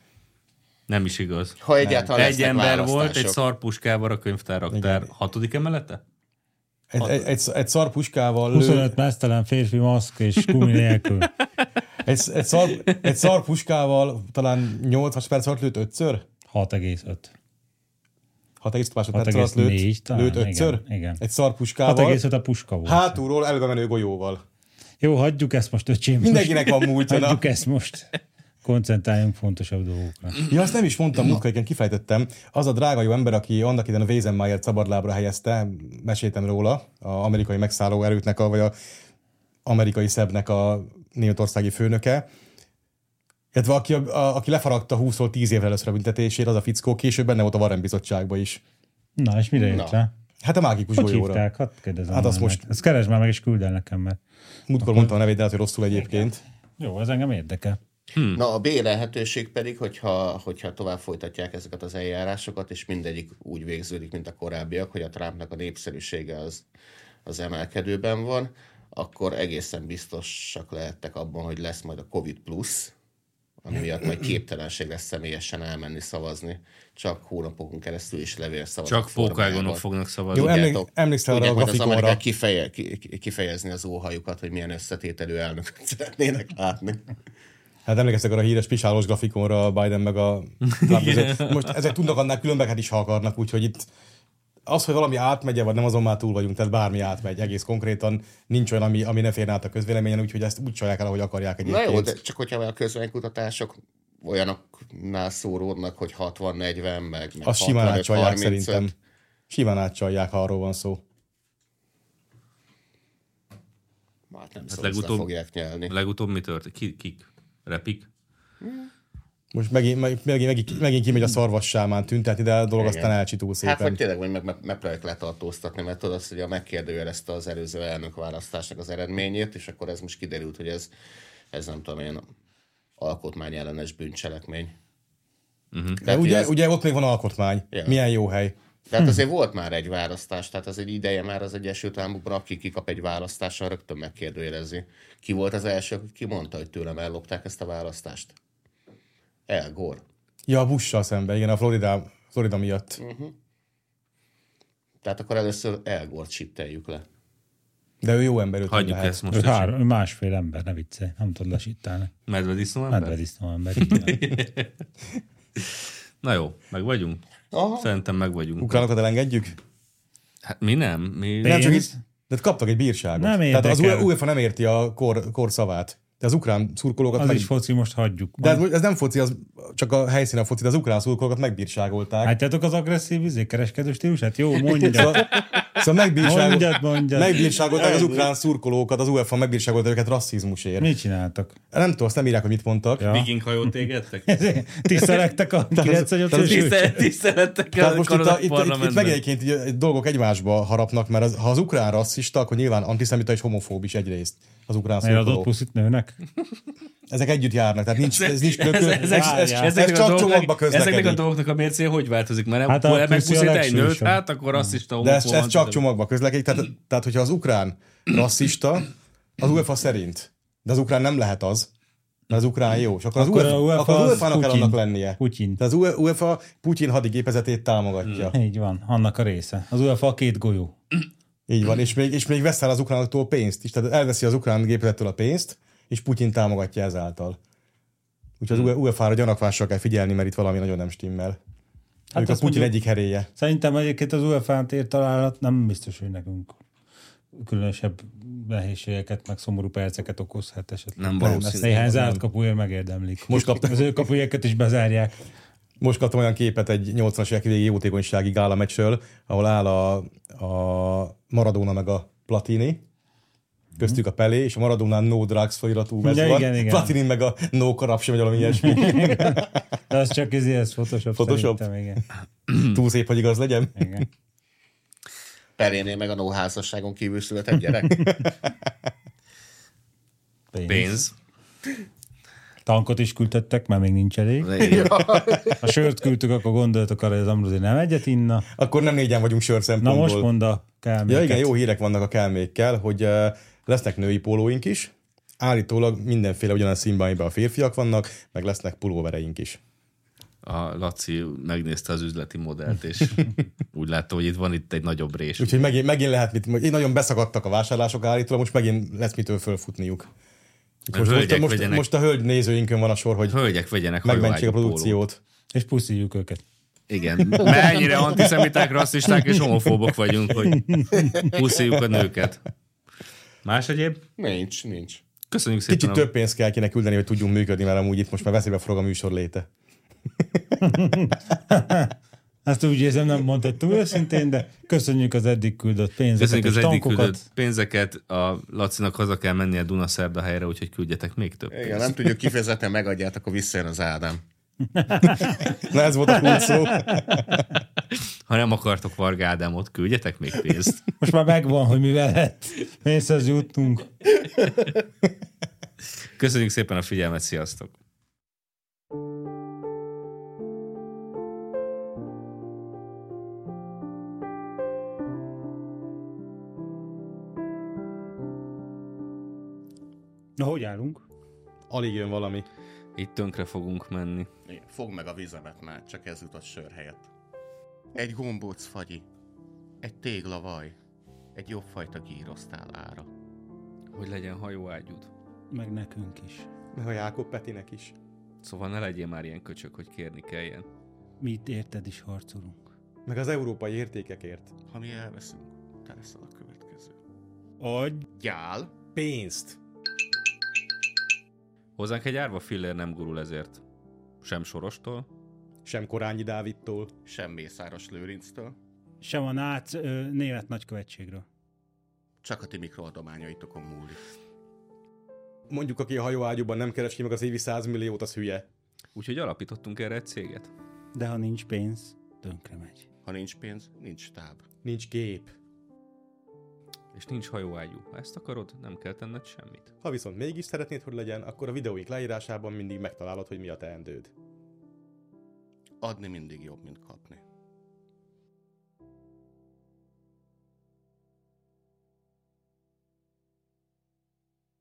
A: Nem is igaz.
C: Ha egyáltalán
A: Egy ember volt, egy
C: választások.
A: szarpuskával a könyvtáraktár hatodik emelete?
D: Egy, egy, egy, egy szar puskával lő,
B: 25 mesztelen férfi maszk és gumi nélkül.
D: egy, egy, szar, egy szar puskával talán 8 perc alatt lőtt ötször?
B: 6,5.
D: 6,5 másodperc alatt lőtt,
B: 6,4 talán,
D: lőtt ötször?
B: igen, igen.
D: Egy szar puskával,
B: 6,5 a puska volt.
D: hátulról előre menő golyóval.
B: Jó, hagyjuk ezt most, öcsém.
D: Mindenkinek van múltja, na.
B: Hagyjuk ezt most. Koncentráljunk fontosabb dolgokra.
D: Ja, azt nem is mondtam, múltkor igen, kifejtettem. Az a drága jó ember, aki annak idején a Weizenmaier szabadlábra helyezte, meséltem róla, a amerikai megszálló erőknek, a, vagy a amerikai szebbnek a németországi főnöke, illetve aki, a, a, aki lefaragta 20-tól 10 évre először a büntetését, az a fickó, később benne volt a Warren bizottságban is.
B: Na, és mire jött
C: Na.
B: rá?
D: Hát a mágikus
B: Hogy
D: golyóra.
B: hívták? Hadd kérdezem
D: Hát
B: már
D: azt
B: meg.
D: most-
B: Ezt keresd már meg, és küld el nekem, mert...
D: Múltkor mondtam a nevét, de lehet, hogy rosszul egyébként.
B: Jó, ez engem érdekel.
C: Na a B lehetőség pedig, hogyha, hogyha tovább folytatják ezeket az eljárásokat, és mindegyik úgy végződik, mint a korábbiak, hogy a Trumpnak a népszerűsége az, az emelkedőben van, akkor egészen biztosak lehettek abban, hogy lesz majd a Covid plusz, ami miatt majd képtelenség lesz személyesen elmenni szavazni. Csak hónapokon keresztül is levélszavazat.
A: Csak pókágonok
C: formájában.
A: fognak
D: Jó,
A: szavazni.
D: emlék-
C: Tudjátok,
D: emlékszel arra
C: tudják
D: a
C: majd az
D: grafikonra?
C: amerikák kifeje, ki- ki- kifejezni az óhajukat, hogy milyen összetételű elnököt szeretnének látni.
D: Hát emlékeztek arra a híres pisálós grafikonra a Biden meg a Trump között. Most ezek tudnak annál különbeket is, ha akarnak, úgyhogy itt az, hogy valami átmegye, vagy nem azon már túl vagyunk, tehát bármi átmegy, egész konkrétan nincs olyan, ami, ami ne férne át a közvéleményen, úgyhogy ezt úgy csalják el, ahogy akarják
C: Na
D: egyébként.
C: jó, de csak hogyha a közvénykutatások olyanoknál szóródnak, hogy 60-40, meg, meg
D: Azt simán
C: 65-35.
D: átcsalják szerintem. Simán átcsalják, ha arról van szó.
C: Hát nem hát
A: legutóbb-
C: legutóbb... fogják nyelni.
A: Legutóbb mi történt? Ki- Kik? Repik?
D: Most megint, meg- megint, megint, megint kimegy a szarvas sámán tüntetni, de a dolog aztán elcsitul szépen.
C: Hát vagy tényleg hogy meg, meg, megpróbálják letartóztatni, mert tudod azt, hogy a megkérdőjelezte az előző elnök választásnak az eredményét, és akkor ez most kiderült, hogy ez, ez nem tudom én, alkotmányellenes bűncselekmény. Uh-huh.
D: de
C: Tehát, ugye,
D: ugye,
C: ez,
D: ugye ott még van alkotmány.
C: Ja.
D: Milyen jó hely.
C: tehát hát azért volt már egy választás, tehát az egy ideje már az Egyesült Államokban, aki kikap egy választással, rögtön megkérdőjelezi. Ki volt az első, aki kimondta, hogy tőlem ellopták ezt a választást? El Gore.
D: Ja, a bussal szemben, igen, a Florida, Florida miatt.
C: Tehát akkor először El Gore-t sitteljük le.
D: De ő jó ember, őt nem
A: Hagyjuk
D: lehet.
A: ezt most.
B: Ő
A: öcsém.
B: három, ő másfél ember, ne viccelj. Nem tudod lesítálni.
A: Medvedisznó ember?
B: Medvedisznó ember. így van.
A: Na jó, meg vagyunk. Szerintem meg vagyunk.
D: Ukránokat elengedjük?
A: Hát mi nem, mi...
D: Nem csak
B: Pénz?
D: itt, de kaptak egy bírságot.
B: Nem
D: Tehát az
B: érdekel.
D: UEFA nem érti a kor, kor szavát. De az ukrán szurkolókat
B: Az
D: meg...
B: is foci, most hagyjuk.
D: de ez, ez nem foci, az csak a helyszínen a foci, de
B: Hát,
D: az ukrán szurkolókat megbírságolták.
B: Látjátok az agresszív izé, kereskedő stílusát? Jó, mondja.
D: Szóval
B: Mondjad,
D: megbírságolt,
B: mondjad.
D: megbírságolták az ukrán szurkolókat, az UEFA megbírságolt őket rasszizmusért.
B: Mit csináltak?
D: Nem tudom, azt nem írják, hogy mit mondtak.
B: Ja.
A: Viking hajót égettek?
B: Tisztelektek Izé, a 98
D: tehát az
B: és
F: Tisztelet- Tisztelettek
D: Tehát most
F: amikor
D: itt,
F: az
D: a, itt, itt, itt
F: parlamentben.
D: megyeként így, így dolgok egymásba harapnak, mert az, ha az ukrán rasszista, akkor nyilván antiszemita és homofób is egyrészt az ukrán
B: Mert adott
D: szurkoló.
B: plusz itt nőnek?
D: Ezek együtt járnak, tehát nincs, ez nincs
F: Ez-
D: kökő, ez,
F: ezek-
D: ez,
F: ezeknek
D: ez,
F: a dolgoknak-
D: csak csomagba
F: Ezeknek a
D: közlekedik.
F: dolgoknak a mércéje hogy változik? Mert
B: Hát a
F: nem, hát
B: külső a
F: megpuszít egy nőt,
B: legsúlyosabb.
F: hát akkor rasszista
D: De ez,
F: homofób,
D: ez csak
F: antiszemita.
D: csomagba közlekedik. Tehát, tehát, hogyha az ukrán rasszista, az UEFA szerint, de az ukrán nem lehet az, mert az ukrán jó. És akkor az
B: Akkor a UEFA
D: UEFA, akkor az
B: az
D: UEFA-nak kell
B: Putyin.
D: annak lennie.
B: Putyin.
D: Tehát az UEFA Putyin hadigépezetét támogatja.
B: Így van, annak a része. Az UEFA a két golyó.
D: Így van, és még, és még veszel az ukránoktól pénzt is, tehát elveszi az ukrán gépezettől a pénzt, és Putyin támogatja ezáltal. Úgyhogy
B: Hmm.
D: az E- UEFA-ra gyanakvással kell figyelni, mert itt valami nagyon nem stimmel. Hát ők a
B: azt
D: Putyin
B: mondjuk-
D: egyik heréje.
B: Szerintem egyébként az UEFA ért találat nem biztos, hogy nekünk különösebb nehézségeket, meg szomorú perceket okozhat esetleg.
A: Nem
D: ezt-
A: valószínű.
B: Néhány zárt kapuért megérdemlik.
D: Most kaptam.
B: Az ő kapujákat is bezárják.
D: Most kaptam olyan képet egy 80-as évek végi jótékonysági gála meccsről, ahol áll a, a Maradona meg a Platini, köztük a Pelé, és a Maradonán no drugs feliratú mez
B: Ja,
D: van,
B: igen, igen.
D: Platini meg a no corruption, vagy valami ilyesmi.
B: De az csak ez, ez Photoshop,
D: Photoshop?
B: Photoshop. szerintem, igen.
D: Túl szép, hogy igaz legyen.
B: igen.
C: Perénél meg a nóházasságon kívül született gyerek.
B: Pénz.
A: Pénz.
B: Tankot is küldtettek, mert még nincs elég.
A: De igen.
B: A sört küldtük, akkor gondoltak arra, hogy az Ambrosi nem egyet inna.
D: Akkor nem négyen vagyunk sör
B: Na
D: szempontból.
B: most mondd a kálméket.
D: Ja igen, jó hírek vannak a kelmékkel, hogy ö, lesznek női pólóink is, állítólag mindenféle ugyanaz színben, amiben a férfiak vannak, meg lesznek pulóvereink is.
A: A Laci megnézte az üzleti modellt, és úgy látta, hogy itt van itt egy nagyobb rés.
D: Úgyhogy megint, megint lehet mit, én nagyon beszakadtak a vásárlások állítólag, most megint lesz mitől fölfutniuk. Úgyhogy
A: A
D: Most,
A: hölgyek
D: most, most,
A: vegyenek.
D: most, a hölgy nézőinkön van a sor, hogy
A: Hölgyek vegyenek
D: megmentsék
A: hajóágyú
D: a
A: pólót.
D: produkciót.
B: És puszíjuk őket.
A: Igen. Mennyire antiszemiták, rasszisták és homofóbok vagyunk, hogy puszíjuk a nőket. Más egyéb?
C: Nincs, nincs.
A: Köszönjük szépen.
D: Kicsit
A: a-
D: több pénzt kell kéne küldeni, hogy tudjunk működni, mert amúgy itt most már veszélybe forog a műsor léte.
B: Ezt úgy érzem, nem mondtad túl őszintén, de köszönjük az eddig küldött pénzeket
A: Köszönjük
B: és
A: az eddig
B: tankokat.
A: küldött pénzeket. A Lacinak haza kell mennie Dunaszerda helyre, úgyhogy küldjetek még több
C: Igen,
A: pénzt.
C: nem tudjuk kifejezetten megadját, akkor visszajön az Ádám.
D: Na ez volt a kult szó.
A: Ha nem akartok Varga Ádámot, küldjetek még pénzt.
B: Most már megvan, hogy mivel lett. Pénzhez jutnunk.
A: Köszönjük szépen a figyelmet, sziasztok!
B: Na, hogy állunk?
D: Alig jön valami.
A: Itt tönkre fogunk menni.
C: Igen, Fogd meg a vizemet már, csak ez jutott sör helyett. Egy gombóc fagyi, egy téglavaj, egy jobb fajta gírosztál ára.
A: Hogy legyen hajóágyud.
B: Meg nekünk is.
D: Meg a Jákob Petinek is.
A: Szóval ne legyél már ilyen köcsök, hogy kérni kelljen.
B: Mi itt érted is harcolunk.
D: Meg az európai értékekért.
C: Ha mi elveszünk, te leszel a következő.
B: Adj.
C: Gyál,
D: Pénzt.
A: Hozzánk egy árva fillér nem gurul ezért. Sem sorostól,
D: Sem Korányi Dávidtól.
C: sem Mészáros Lőrinctől,
B: Sem a NÁC ö, német nagykövetségről.
C: csak a ti mikroadományaitokon múlik.
D: Mondjuk, aki a hajóágyúban nem keres ki meg az évi 100 milliót, az hülye.
A: úgyhogy alapítottunk erre egy céget.
B: De ha nincs pénz, tönkre megy.
C: Ha nincs pénz, nincs táb.
D: Nincs gép.
A: És nincs hajóágyú. Ha ezt akarod, nem kell tenned semmit.
D: Ha viszont mégis szeretnéd, hogy legyen, akkor a videóink leírásában mindig megtalálod, hogy mi a teendőd.
C: Adni mindig jobb, mint kapni.